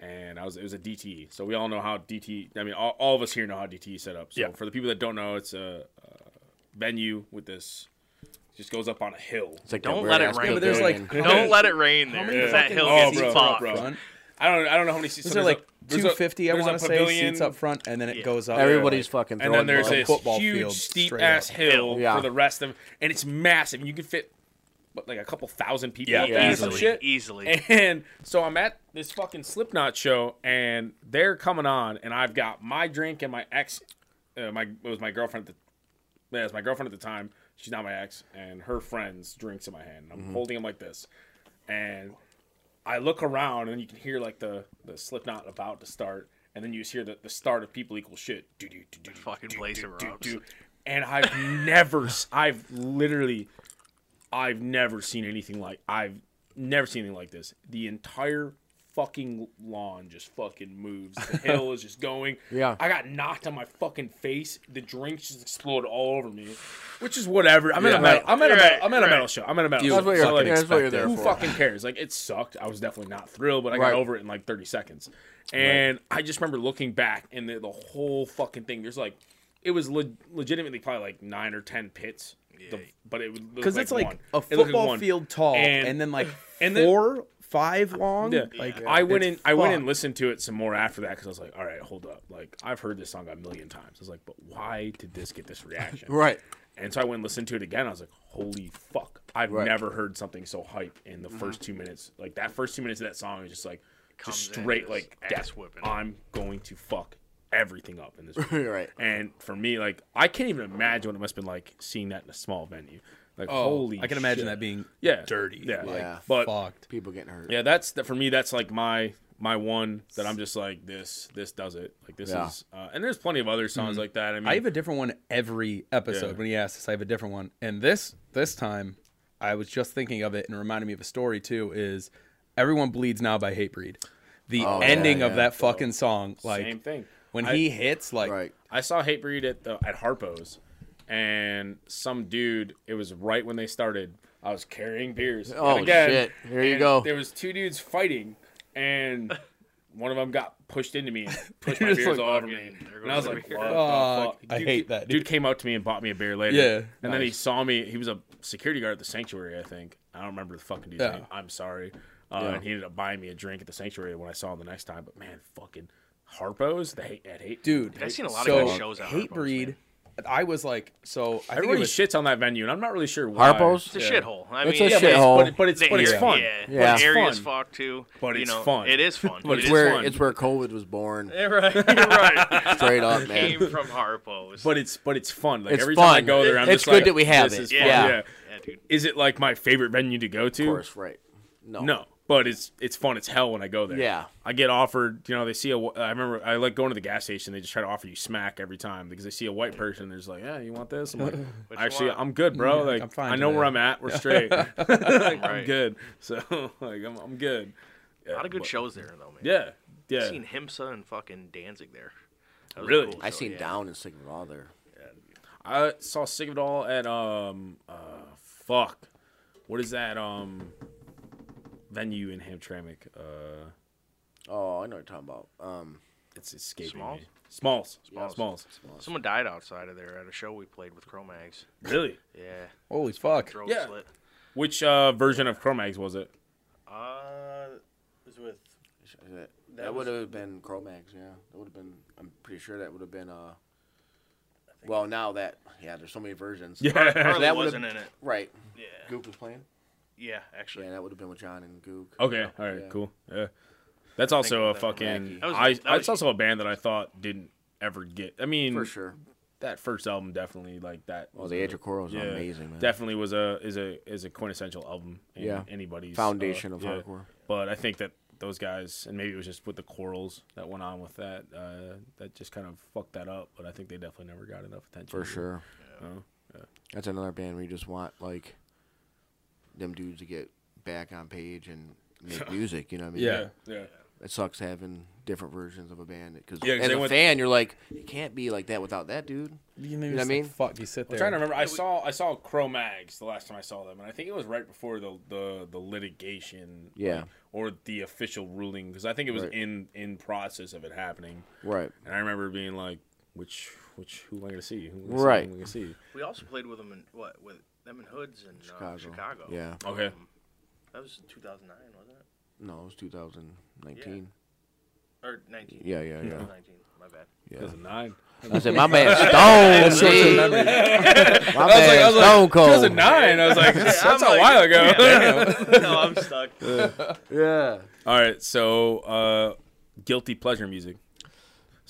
D: and I was it was a DTE. So we all know how DTE. I mean, all, all of us here know how DTE is set up. So
A: Yeah.
D: for the people that don't know, it's a, a venue with this just goes up on a hill.
C: It's like
B: Don't let it rain. Yeah, but there's,
A: like,
B: Don't let it rain there.
A: many
B: 'cause That
A: fucking
B: hill
D: Oh,
B: gets
D: bro,
B: fucked.
D: bro,
A: front.
D: I don't. I don't know how many seats.
A: Is there
D: so there's
A: like
D: a- there's a-
A: 250? I
D: there's a
A: want to say seats
D: pavilion.
A: up front, and then it
B: Yeah.
A: goes up.
C: <laughs> Everybody's fucking
D: and
C: throwing
D: then there's
A: like a
D: this
A: football
D: huge
A: field
D: steep
A: straight
D: ass
A: up.
D: hill
C: Yeah.
D: for the rest of, and it's massive. And you can fit, what, like a couple thousand people
A: Yeah,
D: up there or some
B: Easily.
D: shit. <laughs>
B: Easily.
D: And so I'm at this fucking Slipknot show, and they're coming on, and I've got my drink and my ex, uh, my it was my girlfriend at the, yeah, it was my girlfriend at the time. She's not my ex, and her friends drinks in my hand. I'm holding them like this, and I look around, and you can hear like the the Slipknot about to start, and then you just hear the, the start of people equal shit. Do, do, do, do, do,
B: Fucking place erupts.
D: do. And I've never, s- I've literally, I've never seen anything like, I've never seen anything like this. The entire fucking lawn just fucking moves. The hill is just going.
C: Yeah.
D: I got knocked on my fucking face. The drinks just exploded all over me, which is whatever. I'm at
A: Yeah.
D: a metal, I'm at a metal,
B: Right,
D: I'm at a metal
B: right.
D: show. I'm at a metal
A: You-
D: show.
C: That's what you're,
D: So, like,
C: that's what you're there
D: who
C: for.
D: fucking cares? Like it sucked. I was definitely not thrilled, but I
C: Right.
D: got over it in like 30 seconds. And I just remember looking back and the, the whole fucking thing. There's like, it was le- legitimately probably like nine or ten pits. The- but it
A: because it's like
D: one.
A: a
D: It looked
A: football
D: one.
A: field tall, and,
D: And-
A: then like
D: <laughs> and then-
A: four, five long.
D: Yeah.
A: Like
D: I went in.
A: it's
D: I went
A: fucked.
D: and listened to it some more after that because I was like, all right, hold up. Like I've heard this song a million times. I was like, but why did this get
A: <laughs>
D: this reaction?
C: <laughs> Right. <laughs>
D: And so I went and listened to it again. I was like, holy fuck. I've
C: Right.
D: never heard something so hype in
B: Mm-hmm.
D: the first two minutes. Like that first two minutes of that song is just like just
B: Comes in,
D: straight
B: just
D: like
B: ass
D: death.
B: whipping.
D: I'm going to fuck everything up
A: <laughs>
D: in this room.
C: Right.
D: And for me, like I can't even imagine what it must have been like seeing that in a small venue. Like
A: Oh,
D: holy
A: I can imagine
D: shit.
A: that being
D: yeah.
A: dirty.
D: Yeah.
A: like,
C: Yeah.
D: But
A: fucked.
C: People getting hurt.
D: yeah, that's that for me. That's like my my one that I'm just like this. This does it. Like this
C: Yeah.
D: is. Uh, and there's plenty of other songs like that. I mean,
A: Mm-hmm. I have a different one every episode.
D: Yeah.
A: When he asks us, I have a different one. And this this time, I was just thinking of it and it reminded me of a story too. Is everyone bleeds now by Hatebreed? The
C: Oh, yeah,
A: ending of
C: yeah.
A: that fucking song, like
D: same thing.
A: when
D: I-
A: he hits, like
C: Right.
D: I saw Hatebreed at the at Harpo's, and some dude. It was right when they started. I was carrying beers.
C: Oh,
D: And again,
C: shit. Here you
D: and
C: go.
D: There was two dudes fighting, and one of them got pushed into
A: <laughs>
D: me, and pushed my
A: You're just
D: beers
A: like,
D: all over
B: "Fuck
D: me,
B: it. There
D: and
B: goes
D: I was
B: the
D: like,
B: beer."
D: "What the
A: Fuck.
D: fuck?"
A: I hate that,
D: Dude
A: dude.
D: came up to me and bought me a beer later.
A: Yeah.
D: and then he saw me. He was a security guard at the sanctuary, I think. I don't remember the fucking dude's
A: Yeah.
D: name. I'm sorry. Uh, And he ended up buying me a drink at the sanctuary when I saw him the next time. But man, fucking Harpo's, they hate, at hate,
A: dude.
B: I've seen a lot of
A: so
B: good shows out of Harpo's,
A: Hatebreed. I was like, so I think it
D: Everybody
A: was
D: shits on that venue, and I'm not really sure why.
C: Harpo's.
B: It's a shithole. I
C: It's
B: mean,
C: a
D: Yeah, but,
C: Shithole.
D: it's, but, it- but it's
B: the
D: but it's
B: area-
D: fun.
B: Yeah,
C: Yeah.
B: yeah.
C: It's
B: The area's
D: fun.
B: fucked too.
D: But
B: you
D: it's
B: know,
D: fun.
B: It is fun. It
D: But it's
C: It's
B: is
C: where
D: <laughs>
B: fun.
C: it's where COVID was born.
B: Yeah, <laughs> right. You're right. <laughs>
C: Straight up,
B: Came
C: <laughs> man.
B: from Harpo's.
D: But it's but it's fun. Like
C: It's
D: every
C: fun.
D: time I go there, I'm
C: It's
D: just
C: good
D: like,
C: that we have
D: this
C: it.
D: is
B: yeah.
D: fun.
C: Yeah.
D: yeah.
B: yeah, dude.
D: Is it like my favorite venue to go to?
C: Of course, right. No.
D: No. but it's it's fun as hell when I go there.
C: Yeah.
D: I get offered, you know, they see a. wh- I remember I like going to the gas station. They just try to offer you smack every time because they see a white person. They're just like, yeah, you want
C: <laughs>
D: this? I'm like,
B: What you
D: actually,
B: want?"
D: I'm good, bro.
A: Yeah,
D: like,
A: I'm fine
D: I know where
A: today.
D: I'm at. We're straight. like, <laughs> I'm
B: Right.
D: good. So like, I'm I'm good.
B: A lot of good
D: but-
B: shows there though, man.
D: Yeah, yeah.
B: I've seen Himsa and fucking Danzig there. That was a
D: Really?
B: cool
C: I
B: show,
C: seen
B: yeah.
C: down in Sigma Raw there.
D: I saw Sigvidal at um uh fuck, what is that um venue in Hamtramck? Uh,
C: Oh, I know what you're talking about. Um,
D: it's escaping
B: Smalls?
D: me. Smalls, Smalls,
B: Smalls.
D: Smalls.
B: Someone died outside of there at a show we played with Chromags.
D: Really?
B: Yeah.
A: Holy fuck!
B: Throat
D: Yeah.
B: slit.
D: Which uh version of Chromags was it?
B: Uh, it
D: <laughs>
B: was with
C: Is it- That,
B: That
C: would
B: was-
C: have been Chromax, yeah. That would have been. I'm pretty sure that would have been. Uh, well, now that yeah, there's so many versions.
D: Yeah.
B: Harley
C: that would've-
B: wasn't in it.
C: Right.
B: Yeah.
C: Gook was playing.
B: Yeah, actually.
C: Yeah, that would have been with John and Gook.
D: <laughs> okay. All right.
C: Yeah.
D: Cool. Yeah. That's also a
B: that was
D: fucking.
C: wacky.
B: That was-
D: I.
B: that
D: That's
B: was-
D: also a band that I thought didn't ever get. I mean,
C: For sure.
D: that first album definitely like that.
C: Well,
D: was
C: Oh, the
D: a-
C: Age of Coral is
D: yeah,
C: amazing, man.
D: Definitely was a is a is a quintessential album. In
C: Yeah.
D: Anybody's uh,
C: Foundation of
D: yeah.
C: hardcore.
D: But I think that those guys, and maybe it was just with the quarrels that went on with that, uh, that just kind of fucked that up. But I think they definitely never got enough attention.
C: For sure.
D: Oh,
C: That's another band where you just want like them dudes to get back on page and make music. You know what I mean?
A: Yeah.
D: Yeah.
C: It sucks having different versions of a band because
D: Yeah, 'cause
C: as
D: they
C: a
D: went-
C: fan, you're like, it can't be like that without that dude.
A: You know,
C: what I
A: just, like,
C: mean?
A: fuck, you sit
D: I'm
A: there.
D: trying to remember. I saw I saw Cro-Mags the last time I saw them, and I think it was right before the the, the litigation.
C: Yeah.
D: or the official ruling, because I think it was
C: Right.
D: in in process of it happening.
C: Right.
D: And I remember being like, which which who am I gonna see? Who am I gonna see?
C: Right.
D: Who am I gonna see?
B: We also played with them in what with them in Hoods in Chicago. Uh,
C: Chicago.
B: Chicago.
C: Yeah.
D: Okay.
B: Um, that was 2009, wasn't it?
C: No, it was 2019.
B: Or 19?
C: Yeah, yeah,
B: <laughs>
C: yeah.
B: 19. My bad.
C: Yeah.
D: 2009.
C: I said, my
B: <laughs>
C: man's stone, see? My man's
D: I was like,
C: stone cold.
D: 2009. I was <laughs> like, that's,
B: I'm
D: that's a
B: like-
D: while ago. <laughs>
B: <laughs> no, I'm
C: <laughs>
B: stuck.
C: Yeah.
D: All right, so uh, guilty pleasure music.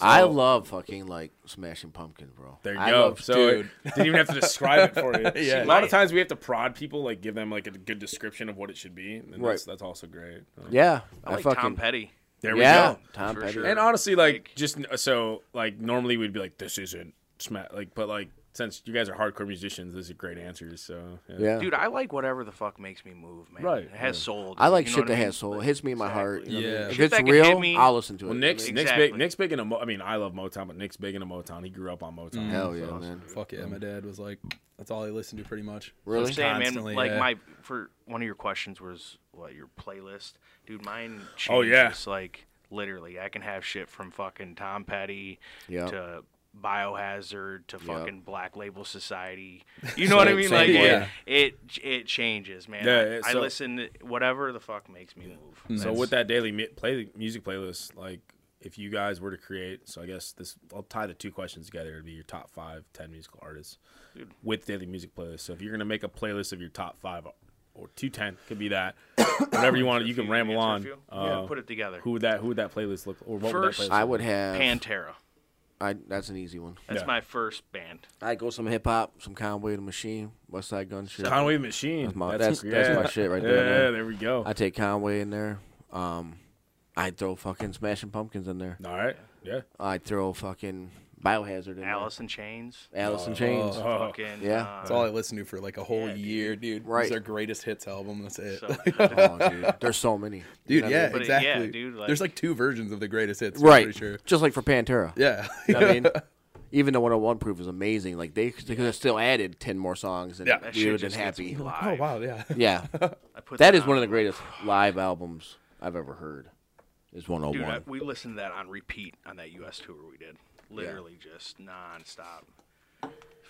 C: I
D: So-
C: love fucking, like, Smashing Pumpkins, bro.
D: There you
C: I
D: go.
C: love-
D: so
A: dude.
D: it <laughs> didn't even have to describe it for <laughs> you.
A: Yeah.
D: A lot of times we have to prod people, like give them like a good description of what it should be. And
C: Right.
D: That's, that's also great. Uh,
C: yeah.
B: I like Tom Petty.
D: There we
C: yeah,
D: go.
C: Tom
B: For
C: Petty.
B: sure.
D: And honestly, like
B: Like-
D: just so like normally we'd be like, this isn't smack, like, but like since you guys are hardcore musicians, those are great answers. So
C: Yeah.
B: Dude, I like whatever the fuck makes me move, man.
D: Right,
B: It has soul.
C: I
B: dude,
C: like
B: you know
C: shit
B: what
C: that
B: I mean?
C: has soul. It hits me in my heart. you know what I mean?
A: Yeah.
C: If
B: Shit
C: it's
B: that can hit
C: real,
B: me-
C: I'll listen to it.
D: Well, Nick's Nick's
B: Exactly.
D: big Nick's big into. Mo- I mean, I love Motown, but Nick's big into Motown. He grew up on Motown.
C: Hell yeah,
D: so-
C: man.
A: Fuck yeah, my dad was like, that's all I listened to pretty much.
C: Really?
B: Same,
A: Constantly,
B: man. Like
A: yeah.
B: my for one of your questions was what your playlist, dude. Mine changes.
D: Oh, yeah.
B: Like literally, I can have shit from fucking Tom Petty
C: Yeah.
B: to Biohazard to
C: Yeah.
B: fucking Black Label
D: <laughs>
B: Society. You know what I
C: Same-
B: mean?
C: same
B: Like
A: way.
B: it,
A: Yeah.
B: it it changes, man.
D: Yeah,
B: I-
D: it-
B: I,
D: so-
B: listen to whatever the fuck makes me move.
D: So with that daily mi- play music playlist, like if you guys were to create, so I guess this I'll tie the two questions together. It'd be your top five, ten musical artists with daily music playlist. So if you're gonna make a playlist of your top five or two ten, could
C: <coughs>
D: be that whatever you want. You can
B: Few-
D: ramble
B: answer a
D: on.
B: few.
D: Uh,
B: Put it together.
D: who would that? Who would that playlist look? Or what
B: First-
D: would that playlist
C: I
D: look
C: would have.
B: Pantera.
C: I, that's an easy one.
B: That's
D: Yeah.
B: my first band.
C: I go some hip hop, some Conway the Machine, West Side Gun shit.
D: like? Conway the Machine.
C: That's my- that's- that's my shit right there,
D: Yeah,
C: man.
D: there we go.
C: I take Conway in there. Um, I throw fucking Smashing Pumpkins in there.
D: All right. Yeah.
C: I throw fucking Biohazard in
B: Alice in Chains.
C: there. Alice
A: <laughs>
C: in Chains.
A: oh.
B: Fucking
C: Yeah.
B: uh,
A: That's all I listened to for like a whole
B: Yeah, dude.
A: year, dude. It was
C: Right.
A: their greatest hits album. That's it.
B: so-
C: <laughs> Oh, dude. There's so many. You
A: <laughs> dude,
C: know what I
A: yeah,
C: mean?
B: But it- yeah,
A: exactly.
B: dude, like-
A: There's like two versions of the greatest hits. I'm
C: Right.
A: pretty sure.
C: Just like for Pantera.
A: Yeah.
C: You know what I mean? Even the 101 proof is amazing. Like they could have still added 10 more songs and
A: Yeah.
B: That
C: we
B: shit
C: would have
B: just
C: been
B: gets
C: happy.
B: me
A: <laughs>
B: live.
A: oh wow, yeah.
C: <laughs>
A: <laughs>
C: Yeah.
B: I put
C: that is one of
B: on-
C: the greatest live albums I've ever heard. Is 101.
B: Dude, I, we listened to that on repeat on that U.S. tour we did. Literally just nonstop.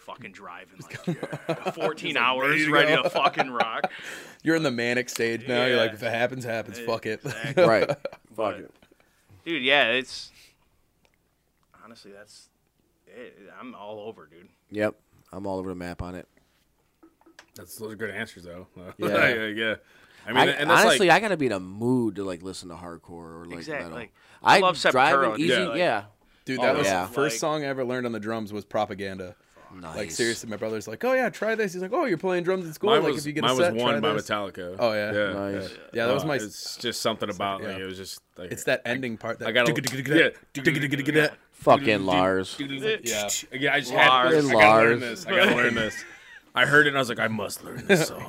B: Fucking driving like <laughs> yeah, 14 hours, ready to fucking
C: <laughs>
B: rock.
A: You're in the manic stage now. You're like,
B: Yeah.
A: if it happens, happens. Fuck it. <laughs>
B: Exactly.
C: right. Fuck
B: But-
C: it.
B: Dude, yeah, it's honestly that's it. I'm all over, dude.
C: Yep. I'm all over the map on it.
D: That's those are good answers though.
C: Yeah.
D: yeah, yeah. I
C: I
D: mean, and that's
C: honestly,
D: like,
C: I gotta be in a mood to like listen to hardcore or like
B: Exactly.
C: metal.
B: I
C: I
B: love
C: driving
B: Sepultura,
C: easy.
B: dude,
C: Yeah.
B: like-
A: Dude, that
C: Oh,
A: was
C: yeah.
A: the first
B: Like-
A: song I ever learned on the drums was propaganda.
C: Nice.
A: Like seriously, my brother's like, "Oh yeah, try this." He's like, "Oh, you're playing drums in school?
D: mine
A: like
D: was,
A: if you get
D: mine
A: a set,
D: was
A: try
D: won by
A: this."
D: Metallica.
A: Oh, yeah.
D: yeah,
C: Nice.
A: Yeah, that was my-
D: It's just something about like
A: yeah.
D: it was just like
A: It's that ending part. That
D: I gotta-
A: <laughs> yeah.
C: Fucking Lars.
A: Yeah.
D: Yeah, I just had I
B: Lars.
D: gotta
C: Lars.
D: learn this. I gotta learn this. I heard it and I was like, I must
B: <laughs>
D: learn this song,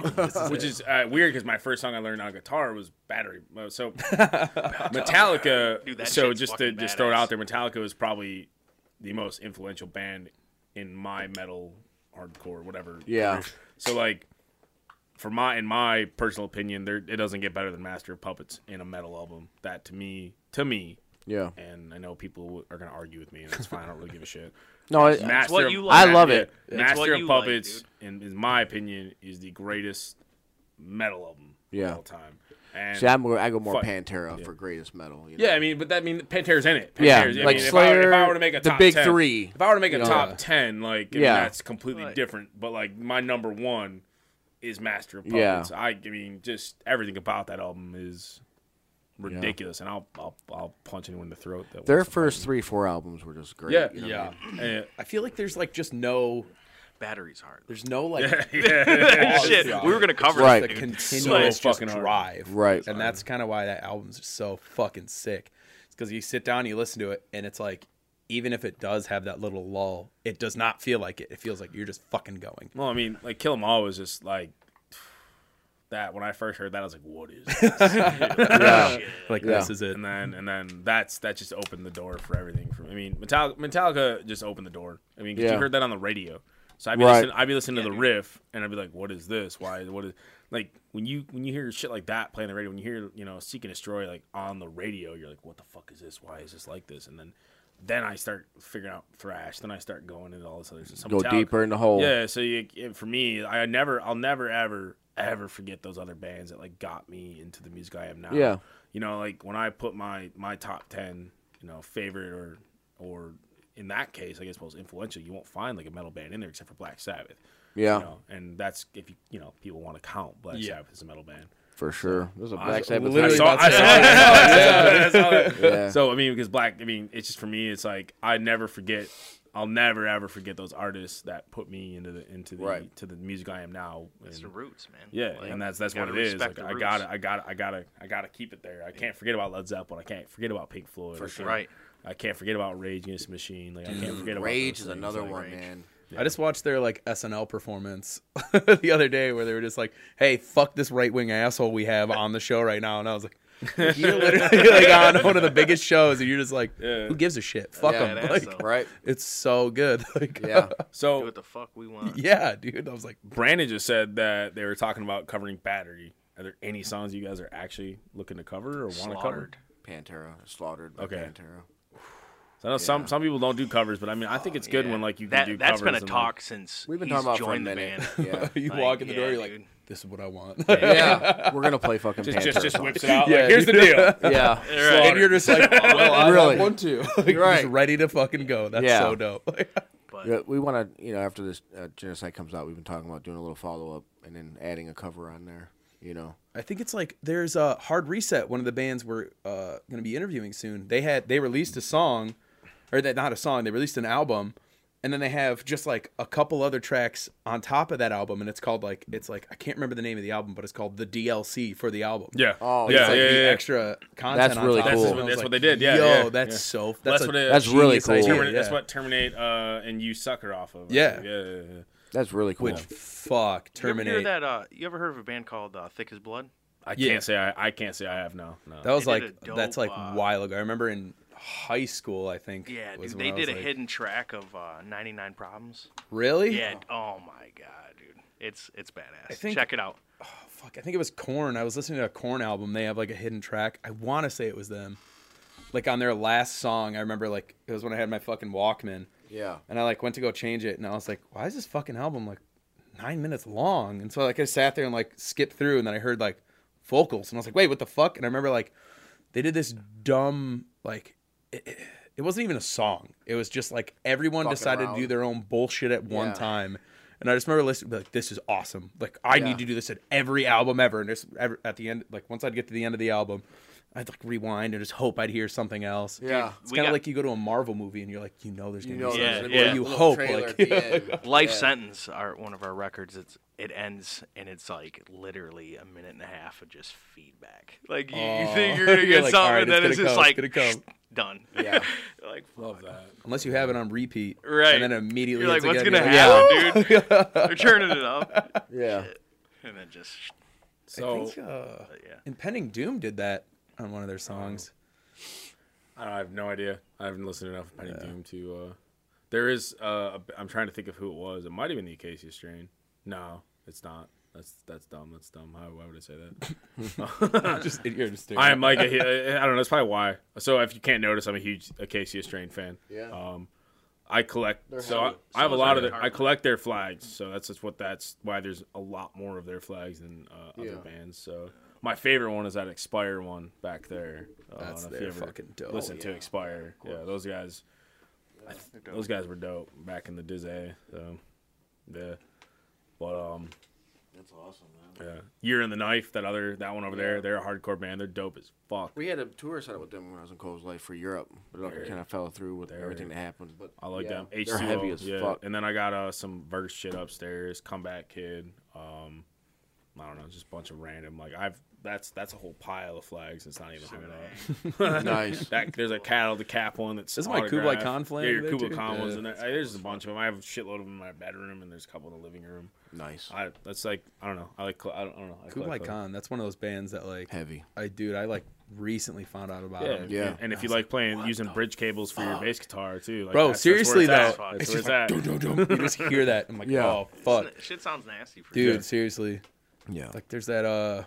D: which is uh, weird because my first song I learned on guitar was "Battery."
C: <laughs>
D: uh, So Metallica.
B: Dude, that
D: so
B: shit's
D: just to
B: fucking
D: just throw it
B: badass.
D: out there, Metallica was probably the most influential band in my metal, hardcore, whatever.
C: Yeah.
D: So like, for my in my personal opinion, there it doesn't get better than Master of Puppets in a metal album. That to me, to me,
C: Yeah.
D: and I know people are gonna argue with me, and it's fine. I don't really give a shit.
C: No, it,
D: Master,
B: what
D: of-
B: you like.
C: I love it.
B: It's
D: yeah,
B: what
D: Master
B: you
D: of
B: like,
D: Puppets,
B: dude.
D: in, in my opinion, is the greatest metal album
C: Yeah.
D: of all time. And
C: see, I'm, I go more
D: Fuck.
C: Pantera for greatest metal. You know?
D: yeah, I mean, but that mean Pantera's in it.
C: Yeah,
D: Pantera's, I
C: like
D: mean,
C: Slayer,
D: If I, if I were to make a
C: the
D: top
C: big
D: 10
C: three.
D: if I were to make a
C: You know?
D: top ten, like yeah,
C: Yeah.
D: that's completely
B: Right.
D: different. But like my number one is Master of
C: Yeah.
D: Puppets. I, I mean, just everything about that album is ridiculous, and I'll, I'll I'll punch anyone in the throat. That
C: Their
D: wants to
C: first three, four albums were just great.
D: Yeah.
C: you know?
A: Yeah.
D: fight me.
A: I feel like there's like just no,
B: Battery's hard.
A: there's no
D: <laughs>
A: like
D: yeah,
B: Shit,
A: yeah.
B: we were gonna cover
C: Right.
A: the
B: that, dude.
D: So
A: continual fucking
D: fucking hard.
A: drive.
C: Right.
A: And that's kind of why that album's just so fucking sick. It's because you sit down, you listen to it, and it's like, even if it does have that little lull, it does not feel like it. It feels like you're just fucking going.
D: Well, I mean, like Kill 'Em All was just like that. When I first heard that, I was like, "What is?"
C: <laughs>
D: This?
C: Yeah.
A: <laughs> Like
C: Yeah.
A: this is it.
D: and then, and then that's that just opened the door for everything. From I mean, Metallica, Metallica just opened the door. I mean, 'cause
C: Yeah.
D: you heard that on the radio, so I'd be
C: Right.
D: listening, I'd be listening to the riff, and I'd be like, "What is this? Why? What is?" Like when you when you hear shit like that playing on the radio, when you hear you know "Seek and Destroy" like on the radio, you're like, "What the fuck is this? Why is this like this?" And then. Then I start figuring out thrash. Then I start going into all this other stuff. So
C: Go
D: Metallica-
C: deeper in the hole.
D: yeah, so you, it- for me, I never, I'll never ever ever forget those other bands that like got me into the music I am now.
C: Yeah.
D: you know, like when I put my my top ten, you know, favorite or or in that case, I guess most influential, you won't find like a metal band in there except for Black Sabbath.
C: Yeah,
D: You know, and that's if you you know people want to count Black
A: Yeah.
D: Sabbath as a metal band.
C: for sure. There's a
D: I
C: Black
D: was
C: Sabbath.
A: literally-
D: I saw,
A: about
D: I
A: to
D: saw
A: say
D: that. I saw that.
C: Yeah.
D: So I mean, because black, I mean, it's just for me, it's like I never forget. I'll never ever forget those artists that put me into the into the
C: Right.
D: to the music I am now.
B: It's
D: And-
B: the roots, man.
D: yeah,
B: Like,
D: and that's that's
B: you
D: what it
B: gotta
D: is.
B: respect
D: Like,
B: the
D: I
B: roots.
D: gotta, I gotta, I gotta, I gotta keep it there. I can't forget about Led Zeppelin. I can't forget about Pink Floyd. For
B: sure. Right.
D: I can't forget about Rage Against the Machine. Like I can't forget about
C: Rage
D: those
C: is
D: things.
C: another
D: Like,
C: one,
D: Rage.
C: man.
A: I just watched their like SNL performance <laughs> the other day where they were just like, "Hey, fuck this right wing asshole we have on the show right now," and I was like. you're literally <laughs> like on one of the biggest shows, and you're just like,
D: Yeah.
A: "Who gives a shit? Fuck them!"
C: Yeah,
A: <laughs>
B: that
A: like,
B: asshole.
C: <laughs> Right?
A: it's so good. <laughs> Like,
C: Yeah.
D: <laughs>
B: Do
D: So
B: what the fuck we
C: <laughs>
B: want.
A: yeah, dude. I was like,
D: Brandon just said that they were talking about covering Battery. Are there any songs you guys are actually looking to cover or want to cover?
B: Slaughtered.
C: Pantera slaugtered by
D: Okay.
C: Pantera.
D: So I know some some people don't do covers, but I mean, I think it's good
B: Oh, Yeah.
D: when like you can
B: that,
D: do.
B: That's been
D: covers
B: a
D: and,
B: talk since
C: We've been
B: he's
C: talking about for a
B: joined the
C: minute.
A: <laughs>
B: band.
D: <laughs>
C: Yeah.
A: you
B: Like,
A: walk in the door,
B: yeah,
A: you're like,
B: dude.
A: "This is what I want."
C: yeah, we're gonna play fucking
D: Like,
C: Pantera.
D: just just
C: songs.
D: whips it out.
A: Yeah,
D: like, here's the deal.
C: Yeah,
A: <laughs> and you're just like, "Well, I
C: Really.
A: want one too." <laughs> Like, you're
C: right.
A: just ready to fucking go. That's
C: Yeah.
A: so dope. <laughs>
B: But
C: Yeah, we want to, you know, after this uh, genocide comes out, we've been talking about doing a little follow up and then adding a cover on there. You know,
A: I think it's like there's a hard reset. One of the bands we're uh, going to be interviewing soon. They had they released a song, or that not a song. They released an album, and then they have just like a couple other tracks on top of that album, and it's called like it's like I can't remember the name of the album, but it's called the DLC for the album.
D: Yeah.
C: Oh,
D: yeah,
A: It's like
D: yeah,
A: the
D: yeah, yeah.
A: extra content.
C: That's
A: on
C: really
A: top of
C: cool.
A: it. And I
C: That's
D: what-
A: was
D: that's what
A: like,
D: they did. Yeah,
A: yo,
D: yeah,
A: that's
D: yeah.
A: so. That's,
D: That's
A: a
D: what it-
C: That's really
A: genius
C: cool.
A: idea,
D: Termin-
A: yeah.
D: That's what Terminate uh, and you sucker off of. I
A: Yeah.
D: think. yeah, yeah, yeah.
C: that's really cool.
A: Which fuck
B: you ever hear
A: terminate. That,
B: that? Uh, you ever heard of a band called uh, Thick as Blood?
D: I
A: Yeah.
D: can't say I, I can't say I have no. No.
A: was
B: They did
A: like
B: a dope,
A: that's like
B: uh,
A: while ago. I remember in high school. I think.
B: Yeah,
A: was
B: dude,
A: when
B: they
A: I was
B: did a
A: like,
B: hidden track of uh, 99 Problems.
A: Really?
B: Yeah. Oh my god, dude, it's it's badass.
A: think-
B: Check it out.
A: Oh, fuck, I think it was Corn. I was listening to a Corn album. They have like a hidden track. I want to say it was them. Like on their last song, I remember like it was when I had my fucking Walkman,
C: yeah,
A: and I like went to go change it, and I was like, why is this fucking album like nine minutes long? And so like I sat there and like skipped through, and then I heard like vocals, and I was like, wait, what the fuck? And I remember like they did this dumb like. It, it, it wasn't even a song. It was just like everyone
C: Fucking
A: decided
C: around.
A: to do their own bullshit at one
C: Yeah.
A: time. And I just remember listening, be like, this is awesome. Like, I
C: Yeah.
A: need to do this at every album ever. And just ever, at the end, like, once I'd get to the end of the album, I'd like rewind and just hope I'd hear something else.
C: Yeah.
A: It's
B: We
A: kind of
B: got-
A: like you go to a Marvel movie and you're like, you know, there's
C: You
A: gonna
C: know,
A: be
B: Yeah,
C: there's gonna
A: something.
C: be
A: Or
B: yeah.
C: a
A: you
C: little
A: hope, <laughs>
C: trailer <laughs>
A: like,
C: at the end.
B: Life
C: Yeah.
B: Sentence, our one of our records, it's it ends and it's like literally a minute and a half of just feedback. Like you, you think
A: Oh. <laughs>
B: you're gonna
A: You're
B: get
A: like,
B: something,
A: "Alright,
B: and
A: it's
B: then
A: gonna
B: it's just
A: come,
B: like
A: it's gonna come."
B: done.
C: Yeah.
B: <laughs> like
D: Love that.
A: unless you have it on repeat,
B: Right.
A: And then immediately,
B: You're
A: it's
B: like, what's
A: again,
B: gonna
A: <laughs> you're
B: happen,
A: like, yeah.
B: they're turning it up,
C: Yeah.
B: and then just
A: I
D: So
A: think, uh,
B: but yeah.
A: Impending Doom did that on one of their songs. <laughs>
D: I, don't, I have no idea. I haven't listened enough to Penny Doom to. Uh, there is. Uh, a- I'm trying to think of who it was. It might have been the Acacia Strain. No, it's not. That's that's dumb. That's dumb. How, why would I say that?
A: just you're just
D: I am like a, <laughs> hu- I don't know. That's probably why. So if you can't notice, I'm a huge Acacia Strain fan.
C: Yeah.
D: Um, I collect.
C: They're
D: so I,
C: heavy.
D: I have a
B: So
D: lot
B: is Iron
D: of. Their, I
B: Heart.
D: collect their flags. So that's just what that's why there's a lot more of their flags than uh, other
C: Yeah.
D: bands. So my favorite one is that Expire one back there. Uh,
A: That's
D: if you
A: their
D: ever
A: fucking oh, dope.
D: Listen to
C: yeah.
D: Expire. Yeah, those guys. Those guys were dope back in the Dizzy. So yeah, but um.
C: That's awesome, man.
D: Yeah. Year in the Knife, that other that one over there, they're a hardcore band. They're dope as fuck.
C: We had a tour set up with them when I was in Cole's Life for Europe, but it kind of fell through with everything that happened. But
D: I like
C: yeah,
D: them. H2O,
C: They're heavy as
D: yeah.
C: fuck.
D: And then I got uh, some verse shit upstairs. Comeback Kid. Um, I don't know, just a bunch of random. Like I've that's that's a whole pile of flags. It's not even hung
A: <laughs>
C: <laughs>
D: up. <laughs>
C: nice.
D: That there's a cattle the cap one that's
A: Is my Kublai
D: autographed.
A: Khan flag
D: Yeah, your
A: there,
D: Kublai
A: too?
D: Khan ones
A: Yeah.
D: in there. Uh, There's a bunch of them. I have a shitload of them in my bedroom, and there's a couple in the living room.
C: Nice.
D: I that's like I don't know. I like cl- I don't, I don't know. I collect
A: Kublai
D: them.
A: Khan. That's one of those bands that like
C: Heavy.
A: I dude, I like recently found out about
D: Yeah,
A: him.
C: Yeah.
D: And, and if you like playing using bridge cables for your bass guitar too, like,
A: Bro,
D: that's- that's where
A: seriously though,
D: it's at.
B: Fuck.
D: that's
A: it's
D: where
A: just
D: it's
A: like, <clears throat>
D: at.
A: you just hear that. I'm like,
C: Yeah.
A: oh fuck,
B: <laughs> Shit sounds nasty for
A: dude.
B: sure.
A: Seriously,
C: Yeah.
A: like there's that uh,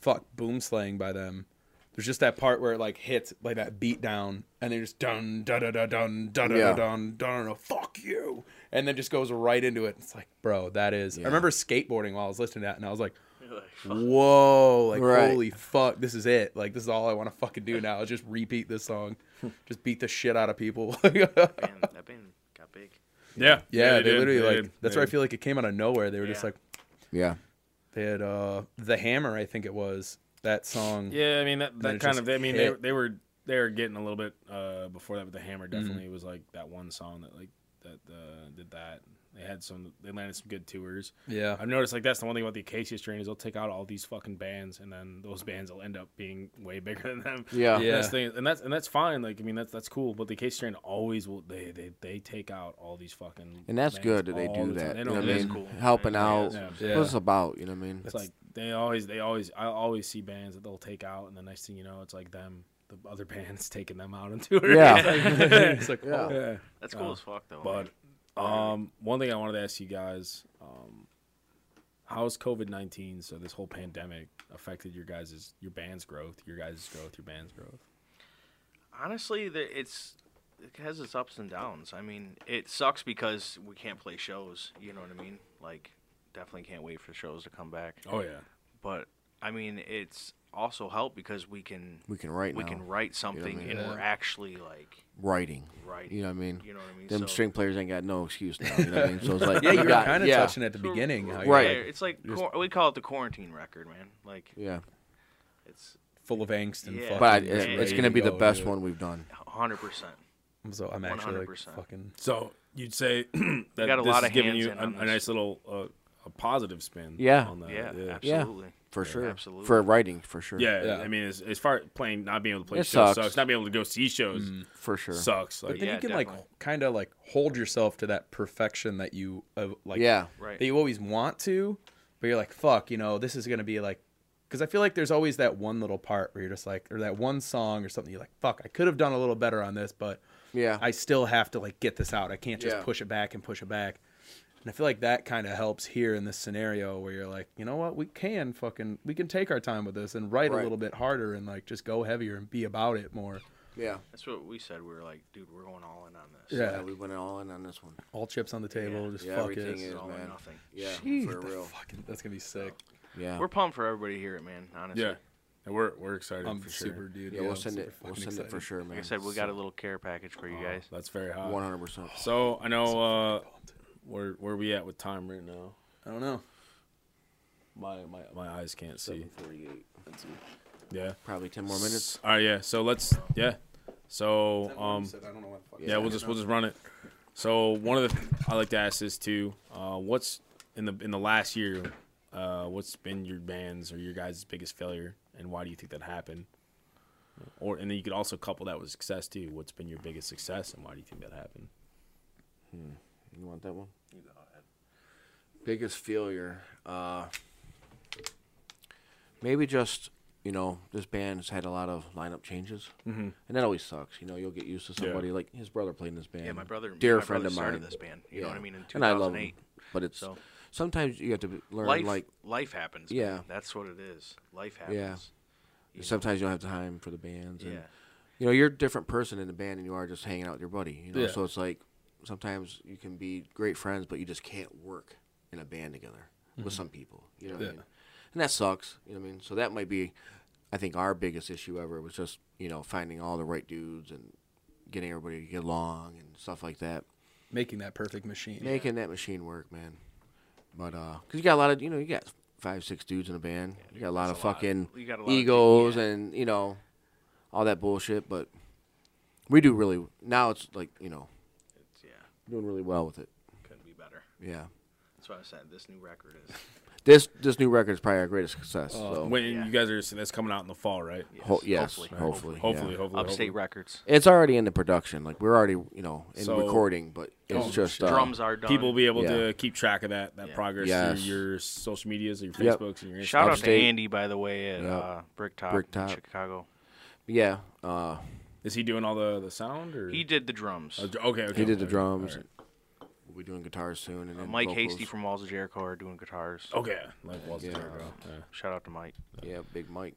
A: fuck boom slaying by them. There's just that part where it like hits like that beat down, and they just dun dun dun dun dun dun
C: Yeah.
A: dun dun dun dun fuck you, and then just goes right into it. It's like, bro, that is. I
C: Yeah.
A: remember skateboarding while I was listening to that, and I was like,
B: You're <laughs> like, fuck.
A: whoa, like
C: Right.
A: holy fuck, this is it. Like this is all I want to fucking do now is just repeat this
C: <laughs>
A: song, just beat the shit out of people. <laughs>
B: Man, that band got big.
D: Yeah,
A: Yeah,
D: did.
A: they literally like.
D: did.
A: That's
D: They
A: where I
D: did.
A: feel like it came out of nowhere. They were just
B: Yeah.
A: like
C: Yeah.
A: they had uh the hammer, I think it was that song.
D: Yeah, I mean that,
A: it
D: that kind
A: just
D: of. I mean they,
A: hit. Mm-hmm.
D: they were they were getting a little bit uh, before that, but the Hammer definitely was like that one song that like that uh, did that. They had some. They landed some good tours.
A: yeah.
D: I've noticed like that's the one thing about the Acacia Strain is they'll take out all these fucking bands, and then those bands will end up being way bigger
A: <laughs>
D: than them.
A: Yeah.
C: Yeah.
D: And that's, the thing, and that's and that's fine. Like I mean, that's that's cool. But the Acacia Strain always will. They they, they take out all these fucking.
C: And that's
D: bands
C: good that they
D: all
C: do
D: the time.
C: that.
D: They
C: you know
D: don't-
C: what I
B: it is
C: mean?
B: cool.
C: Helping
B: Yeah,
C: out.
B: yeah.
A: Yeah.
C: <laughs> What's about? You know what I mean?
D: <laughs> It's like they always, they always, I always see bands that they'll take out, and the next thing you know, it's like them, the other <laughs> bands taking them out on tour.
C: Yeah.
A: it's like
C: Yeah.
A: oh,
D: <laughs> yeah.
B: That's cool
D: Uh,
B: as fuck though.
D: But um, one thing I wanted to ask you guys, um, how's COVID nineteen? So this whole pandemic affected your guys' your band's growth, your guys' growth, your band's growth.
B: honestly, the, it's it has its ups and downs. I mean, it sucks because we can't play shows. You know what I mean? Like, definitely can't wait for shows to come back.
D: Oh yeah,
B: But I mean, it's also helped because we can
C: we can write
B: we
C: now.
B: can write something
C: mean?
B: and
A: Yeah.
B: we're actually like
C: Writing.
B: writing.
C: You know what I mean?
B: You know what I mean?
C: Them
B: So-
C: string players ain't got no excuse now. You know what I mean?
A: <laughs>
C: So it's like
A: yeah,
C: we
A: you were
C: got-
A: kind of
C: yeah,
A: touching at the beginning, how you're,
C: Right.
A: like,
B: It's like quar- we call it the quarantine record, man. Like
C: Yeah,
B: it's
A: full of angst and
B: Yeah.
A: fucking.
C: but I,
A: just
C: it, it's
A: ready
C: gonna
A: to
C: be the
A: go,
C: best
A: dude.
C: one we've done.
B: hundred percent.
A: I'm so I'm actually like
B: 100%.
A: fucking.
D: So you'd say <clears throat> that
B: got a
D: this
B: lot
D: is
B: of
D: giving
B: hands
D: you
B: in
D: a,
B: on
D: a
B: this.
D: nice little uh, a positive spin.
C: Yeah.
D: on that.
B: Yeah,
C: Uh, Yeah.
B: absolutely.
C: For sure.
B: Absolutely.
C: For writing, for sure.
D: Yeah,
A: Yeah.
D: I mean, as, as far as playing, not being able to play
C: It
D: shows
C: sucks.
D: sucks. Not being able to go see shows
C: For sure.
D: sucks.
A: But
D: Like,
A: then
B: Yeah,
A: you can
B: definitely.
A: like kind of like hold yourself to that perfection that you uh, like.
C: yeah.
B: Right.
A: that you always want to, but you're like, fuck, you know, this is gonna be like, because I feel like there's always that one little part where you're just like, or that one song or something, you're like, fuck, I could have done a little better on this, but
C: Yeah.
A: I still have to like get this out. I can't just
C: Yeah.
A: push it back and push it back. And I feel like that kind of helps here in this scenario where you're like, you know what, we can fucking, we can take our time with this and write a
C: Right.
A: little bit harder and like just go heavier and be about it more.
C: yeah.
B: That's what we said. We were like, dude, we're going all in on this.
A: Yeah,
C: Yeah, we went all in on this one.
A: all chips on the table,
B: Yeah.
A: just
C: Yeah,
A: fuck
C: everything
A: it.
B: This is
C: is,
B: all or
C: man.
B: nothing.
C: Yeah,
A: Jeez,
C: for
A: the
C: real.
A: fucking- that's gonna be sick.
C: Yeah.
B: We're pumped for everybody to hear it, man. Honestly.
D: yeah, and we're we're excited
A: I'm
D: for
A: super,
D: sure.
A: dude.
C: yeah, we'll
A: I'm
C: send
A: super
C: it. We'll
A: fucking
C: send it for
A: excited.
C: sure, man. Oh,
B: Like I said, we got a little care package for you guys.
D: That's very hot.
C: One hundred percent.
D: So I know uh, where where we at with time right now.
A: I don't know.
D: My my, my eyes can't see. Yeah.
C: Probably ten more minutes.
D: All right. Yeah. So let's. Yeah. So um.
A: I don't know what the fuck
D: Yeah. We'll just we'll just run it. So one of the I like to ask this too. Uh, what's in the in the last year? Uh, what's been your band's or your guys' biggest failure, and why do you think that happened? Or and then you could also couple that with success too. What's been your biggest success, and why do you think that happened?
C: You want that one? You go ahead. Biggest failure. Uh, maybe just you know this band's had a lot of lineup changes, mm-hmm. and that always sucks. You know you'll get used to somebody. Like his brother played in this band.
B: Yeah, my brother.
C: dear
B: my
C: friend
B: brother
C: of mine.
B: started this band. You know what I mean? In 2008.
C: and I love him, but it's
B: So-
C: sometimes you have to be- learn
B: life
C: like
B: life happens.
C: Yeah.
B: man. that's what it is. Life happens.
C: Yeah. sometimes you don't have time for the bands. And,
B: Yeah.
C: You know, you're a different person in the band than you are just hanging out with your buddy. You know,
A: Yeah.
C: so it's like sometimes you can be great friends, but you just can't work in a band together with some people. You know
A: Mm-hmm.
C: what
A: Yeah.
C: I mean? And that sucks. You know what I mean? So that might be, I think, our biggest issue ever was just you know finding all the right dudes and getting everybody to get along and stuff like that
A: making that perfect machine.
C: making that machine work, man. But uh, cause you got a lot of you know you got five six dudes in a band. you got a lot of
B: that's a lot.
C: fucking
B: You got a lot of
C: egos
B: dude-
C: and you know all that bullshit. But we do really now. It's like you know
B: It's- yeah,
C: doing really well with it.
B: couldn't be better.
C: Yeah,
B: That's what I said. This new record
C: <laughs>
B: is.
C: this this new record is probably our greatest success.
B: Uh,
C: so
D: When
B: Yeah.
D: you guys are that's coming out in the fall, right?
C: ho- yes,
B: hopefully. Hopefully.
C: hopefully, hopefully,
D: Hopefully,
C: yeah.
D: hopefully,
B: Upstate
D: hopefully.
B: Records.
C: It's already in the production. Like we're already you know in
D: So-
C: recording, but it's
A: Oh,
C: just uh,
B: Drums are done.
D: People will be able
C: Yeah.
D: to keep track of that that
B: Yeah.
D: progress
C: Yes.
D: through your social medias, your
C: Yep.
D: Facebooks, and your Instagram.
B: Shout out to
C: Upstate.
B: Andy, by the way, at
C: Yeah.
B: uh, Bricktop,
C: Bricktop.
B: in Chicago.
C: Yeah, uh,
D: Is he doing all the the sound or?
B: He did the drums.
D: Oh, okay, okay.
C: he did the
D: okay.
C: drums.
D: All right.
C: We'll be doing guitars soon, and then
B: Uh, Mike
C: vocals. Oh.
B: Hasty from Walls of Jericho are doing guitars.
D: Okay, like was
C: Yeah.
D: yeah. Yeah.
B: Shout out to Mike,
C: yeah, Big Mike.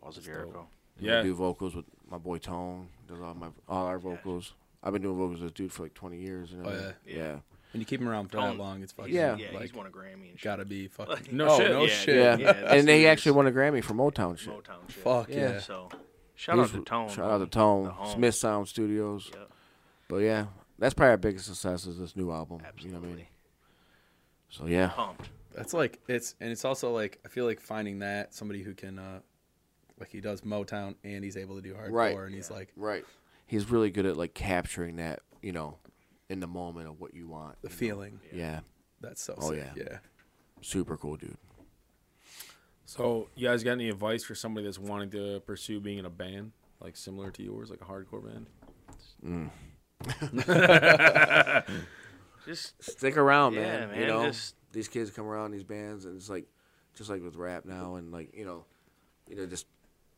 B: Walls of Jericho.
D: Yeah.
C: I do vocals with my boy Tone. Does all my all our vocals. I've been doing vocals with this dude for like 20 years. And
A: Oh,
C: everything. yeah.
A: When you keep them around for
B: Tone-
A: that long, it's fucking
B: He's-
C: Yeah.
B: yeah, he's
A: like
B: won a Grammy and shit.
A: gotta be fucking.
D: No
A: oh,
D: shit.
A: no
D: Yeah,
A: shit.
C: Yeah.
B: Yeah, that's
C: and they
B: serious.
C: actually won a Grammy for Motown shit.
B: Motown shit.
A: Fuck yeah.
C: Yeah.
B: So, shout out
C: He's-
B: to Tone.
C: Shout out to
B: homie.
C: Tone.
B: The home.
C: Smith Sound Studios.
B: Yep.
C: But yeah, that's probably our biggest success is this new album. You know
B: Absolutely.
C: what I mean? So yeah.
B: Pumped.
A: That's like it's and it's also like I feel like finding that somebody who can uh like he does Motown and he's able to do hardcore
C: Right.
A: and he's like
C: Right. He's really good at like capturing that, you know, in the moment of what you want.
A: the feeling.
C: Yeah.
A: That's so
C: Oh,
A: sick.
C: yeah.
A: Yeah.
C: Super cool dude.
D: So you guys got any advice for somebody that's wanting to pursue being in a band, like similar to yours, like a hardcore band?
B: Just
C: stick around,
B: Yeah,
C: man.
B: man,
C: You know,
B: just-
C: these kids come around these bands, and it's like, just like with rap now, and like you know, you know, just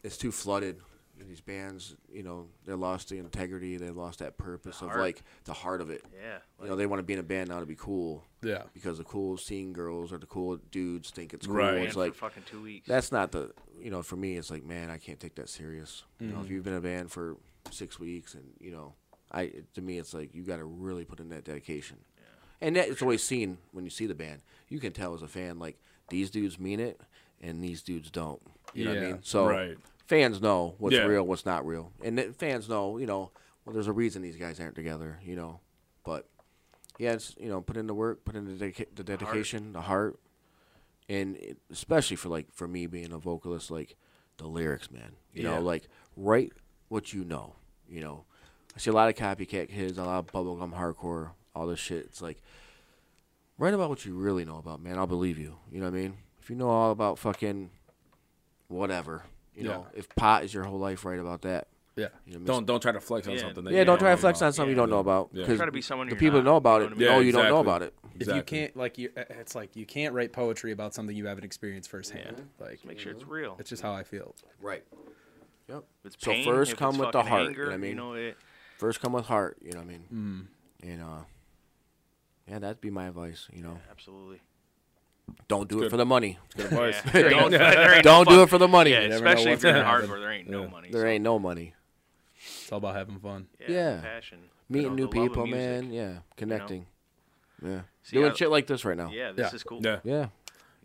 C: it's too flooded. These bands, you know, they lost the integrity, they lost that purpose of
B: heart.
C: like the heart of it.
B: yeah.
C: You know, they want to be in a band now to be cool
A: Yeah.
C: because the cool scene girls or the cool dudes think it's cool.
D: Right.
B: band
C: It's like
B: for fucking two weeks.
C: that's not the you know for me it's like man i can't take that serious you know if you've been in a band for six weeks and you know i it- to me it's like you got to really put in that dedication and that it's always seen when you see the band you can tell as a fan like these dudes mean it and these dudes don't you know what i
A: Yeah,
C: mean so
D: right.
C: fans know what's
D: Yeah.
C: real what's not real and that fans know you know well there's a reason these guys aren't together you know but yeah it's you know put in the work put in the, dedica- the dedication the heart and it, especially for like for me being a vocalist like the lyrics man you
D: Yeah.
C: know like write what you know you know i see a lot of copycat kids a lot of bubblegum hardcore all this shit it's like write about what you really know about man i'll believe you you know what i mean if you know all about fucking whatever you
A: Yeah.
C: know if pot is your whole life write about that
A: Yeah.
C: you know what I mean?
D: Don't don't try to flex on
B: Yeah.
D: something. That
C: yeah,
D: you
C: don't try
D: know
C: to flex
D: about.
C: on something you
B: Yeah.
C: don't know about
D: Yeah.
C: because
B: Try to be someone
C: the
B: you're
C: people
B: not,
C: that know about
B: you know
C: it
B: what I mean?
C: know
D: Yeah,
C: you don't know
D: exactly.
C: about it
A: If you
D: Exactly.
A: can't like you, uh, it's like you can't write poetry about something you haven't experienced firsthand. Like
B: Make sure it's real.
A: it's just how I feel.
C: right yep
B: If it's
C: So
B: pain,
C: first
B: if
C: come
B: it's
C: with the
B: fucking
C: heart, you
B: Anger,
C: know what I mean?
B: it,
C: first come with heart you know what i mean mm. and uh yeah that'd be my advice you know
B: absolutely.
C: don't do it for the money
D: Good advice.
C: <laughs>
B: Yeah. Don't, there ain't no
C: don't do
B: fuck-
C: it for the money
B: Yeah,
A: never know
B: especially if
A: what's
B: you're in
A: gonna happen.
B: hardcore, there ain't no
A: Yeah.
B: money.
C: there
B: so,
C: ain't no money
A: It's all about having fun.
C: yeah.
B: Passion. you know,
C: meeting new
B: the love of
C: people
B: music.
C: man yeah connecting yeah
B: See,
C: doing
B: I-
C: shit like this right now
B: Yeah, this
A: Yeah.
B: is cool.
D: Yeah.
C: yeah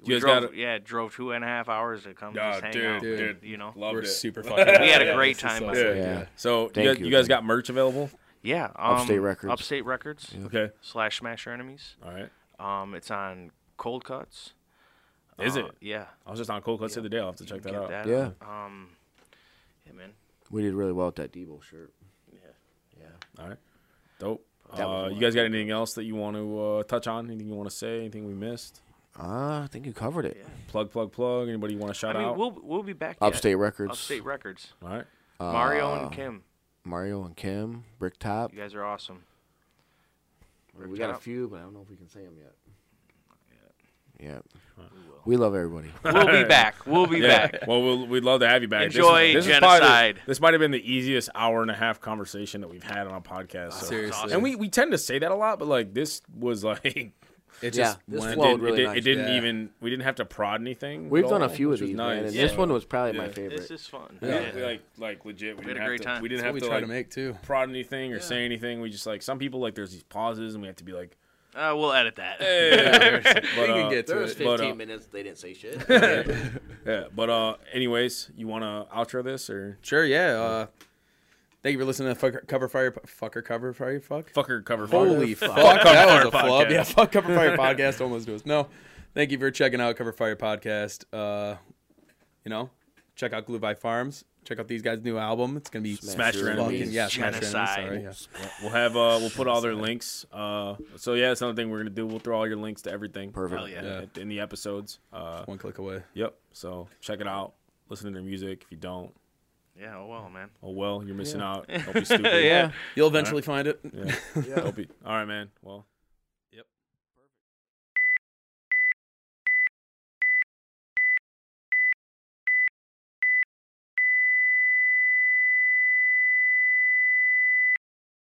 B: We
D: You guys
B: drove,
D: gotta-
B: yeah, drove two and a half hours to come
D: Yeah,
B: just hang
D: dude,
B: out.
D: dude.
B: You know,
D: Loved
A: We're
C: <laughs>
D: it.
A: super fucking.
B: we had a
A: Yeah,
B: great
A: this is
B: time.
A: so
B: by
A: sick.
B: the
D: Yeah.
B: way.
C: Yeah.
D: So you
C: Thank
D: guys,
C: you,
D: you guys
C: man.
D: got
C: <laughs>
D: merch available?
B: Yeah, um,
C: Upstate Records.
B: Upstate Records
D: Okay.
B: slash Smash Your Enemies.
D: All right.
B: Um, it's on Cold Cuts.
D: Is
B: Uh,
D: it?
B: Yeah.
D: Uh, I was just on Cold Cuts the other day. I'll have to check that
B: Get
D: out.
B: that
C: Yeah.
B: out. Um, Yeah, man.
C: We did really well with that Debo shirt.
B: Yeah.
C: Yeah.
D: All right. Dope.
C: That was
D: Uh,
C: a
D: you
C: lot.
D: guys got anything else that you want to uh, touch on? Anything you want to say? Anything we missed?
C: Ah, I think you covered it.
B: Yeah.
D: Plug, plug, plug. Anybody you want to shout
B: I mean,
D: out?
B: we'll we'll be back. yet.
C: Upstate Records.
B: Upstate Records.
D: All right.
B: Mario
C: Uh,
B: and Kim,
C: Mario and Kim, Bricktop.
B: you guys are awesome.
D: <laughs>
C: We got a
B: Bricktop.
C: few, but I don't know if we can say them yet. Yeah.
B: will.
C: We love everybody.
B: We'll be back. We'll be
D: Yeah.
B: back.
D: Well, we'll, we'd love to have you back. This is-
B: Enjoy
D: this is probably the-
B: genocide.
D: this might have been the easiest hour and a half conversation that we've had on a podcast. so-
A: Seriously.
B: awesome.
D: And we, we tend to say that a lot, but like this was like <laughs>
A: It
C: Yeah,
A: just
C: this
A: went.
C: flowed
D: it,
C: really
D: did,
C: nice.
D: it didn't
A: Yeah.
D: even we didn't have to prod anything.
C: We've
D: at
C: done a
D: all,
C: few of
D: which was
C: these,
D: nice.
C: man, and
D: Yeah.
C: this one was probably my
D: Yeah.
C: favorite.
B: This is fun.
D: We-
A: Yeah.
D: we, like like legit. We,
B: had
D: didn't
B: a
D: have
B: great
D: to,
B: time.
D: We didn't
A: That's what
D: have
A: we
D: to
A: try
D: like
A: to make too.
D: prod anything or say anything. We just like some people like there's these pauses and we have to be like,
B: Uh, we'll edit that.
D: hey.
A: we
D: But,
A: can
D: uh,
A: get to it.
D: but, uh,
C: minutes. They didn't say shit.
B: <laughs>
C: <laughs>
D: yeah. But uh, anyways, you want to outro this or
A: Sure, yeah. Uh, thank you for listening to fucker, Cover Fire Fucker Cover Fire Fuck.
D: fucker cover?
A: Holy
D: Fucker?
A: fuck,
D: Fuck
A: that
D: Cover
A: was a
D: Fire
A: flub.
D: Podcast.
A: Yeah, fuck Cover Fire Podcast almost to us. No, thank you for checking out Cover Fire Podcast. Uh, you know, check out Glue by Farms. Check out these guys' new album. It's gonna be
D: Smash your
A: fucking-
D: enemies.
A: yeah, Smash Your Enemies,
B: Genocide.
A: sorry, yeah.
D: We'll have uh, we'll put all their links. Uh, so yeah, that's another thing we're gonna do. We'll throw all your links to everything.
C: Perfect.
B: Hell yeah.
D: uh, In the episodes. Uh,
A: One click away.
D: yep. So check it out. Listen to their music. If you don't,
B: Yeah, oh well, man. <laughs>
D: oh well, you're missing out. Don't be stupid.
B: Yeah.
A: <laughs> You'll eventually find it.
D: Yeah. Don't be- All right, man. Well.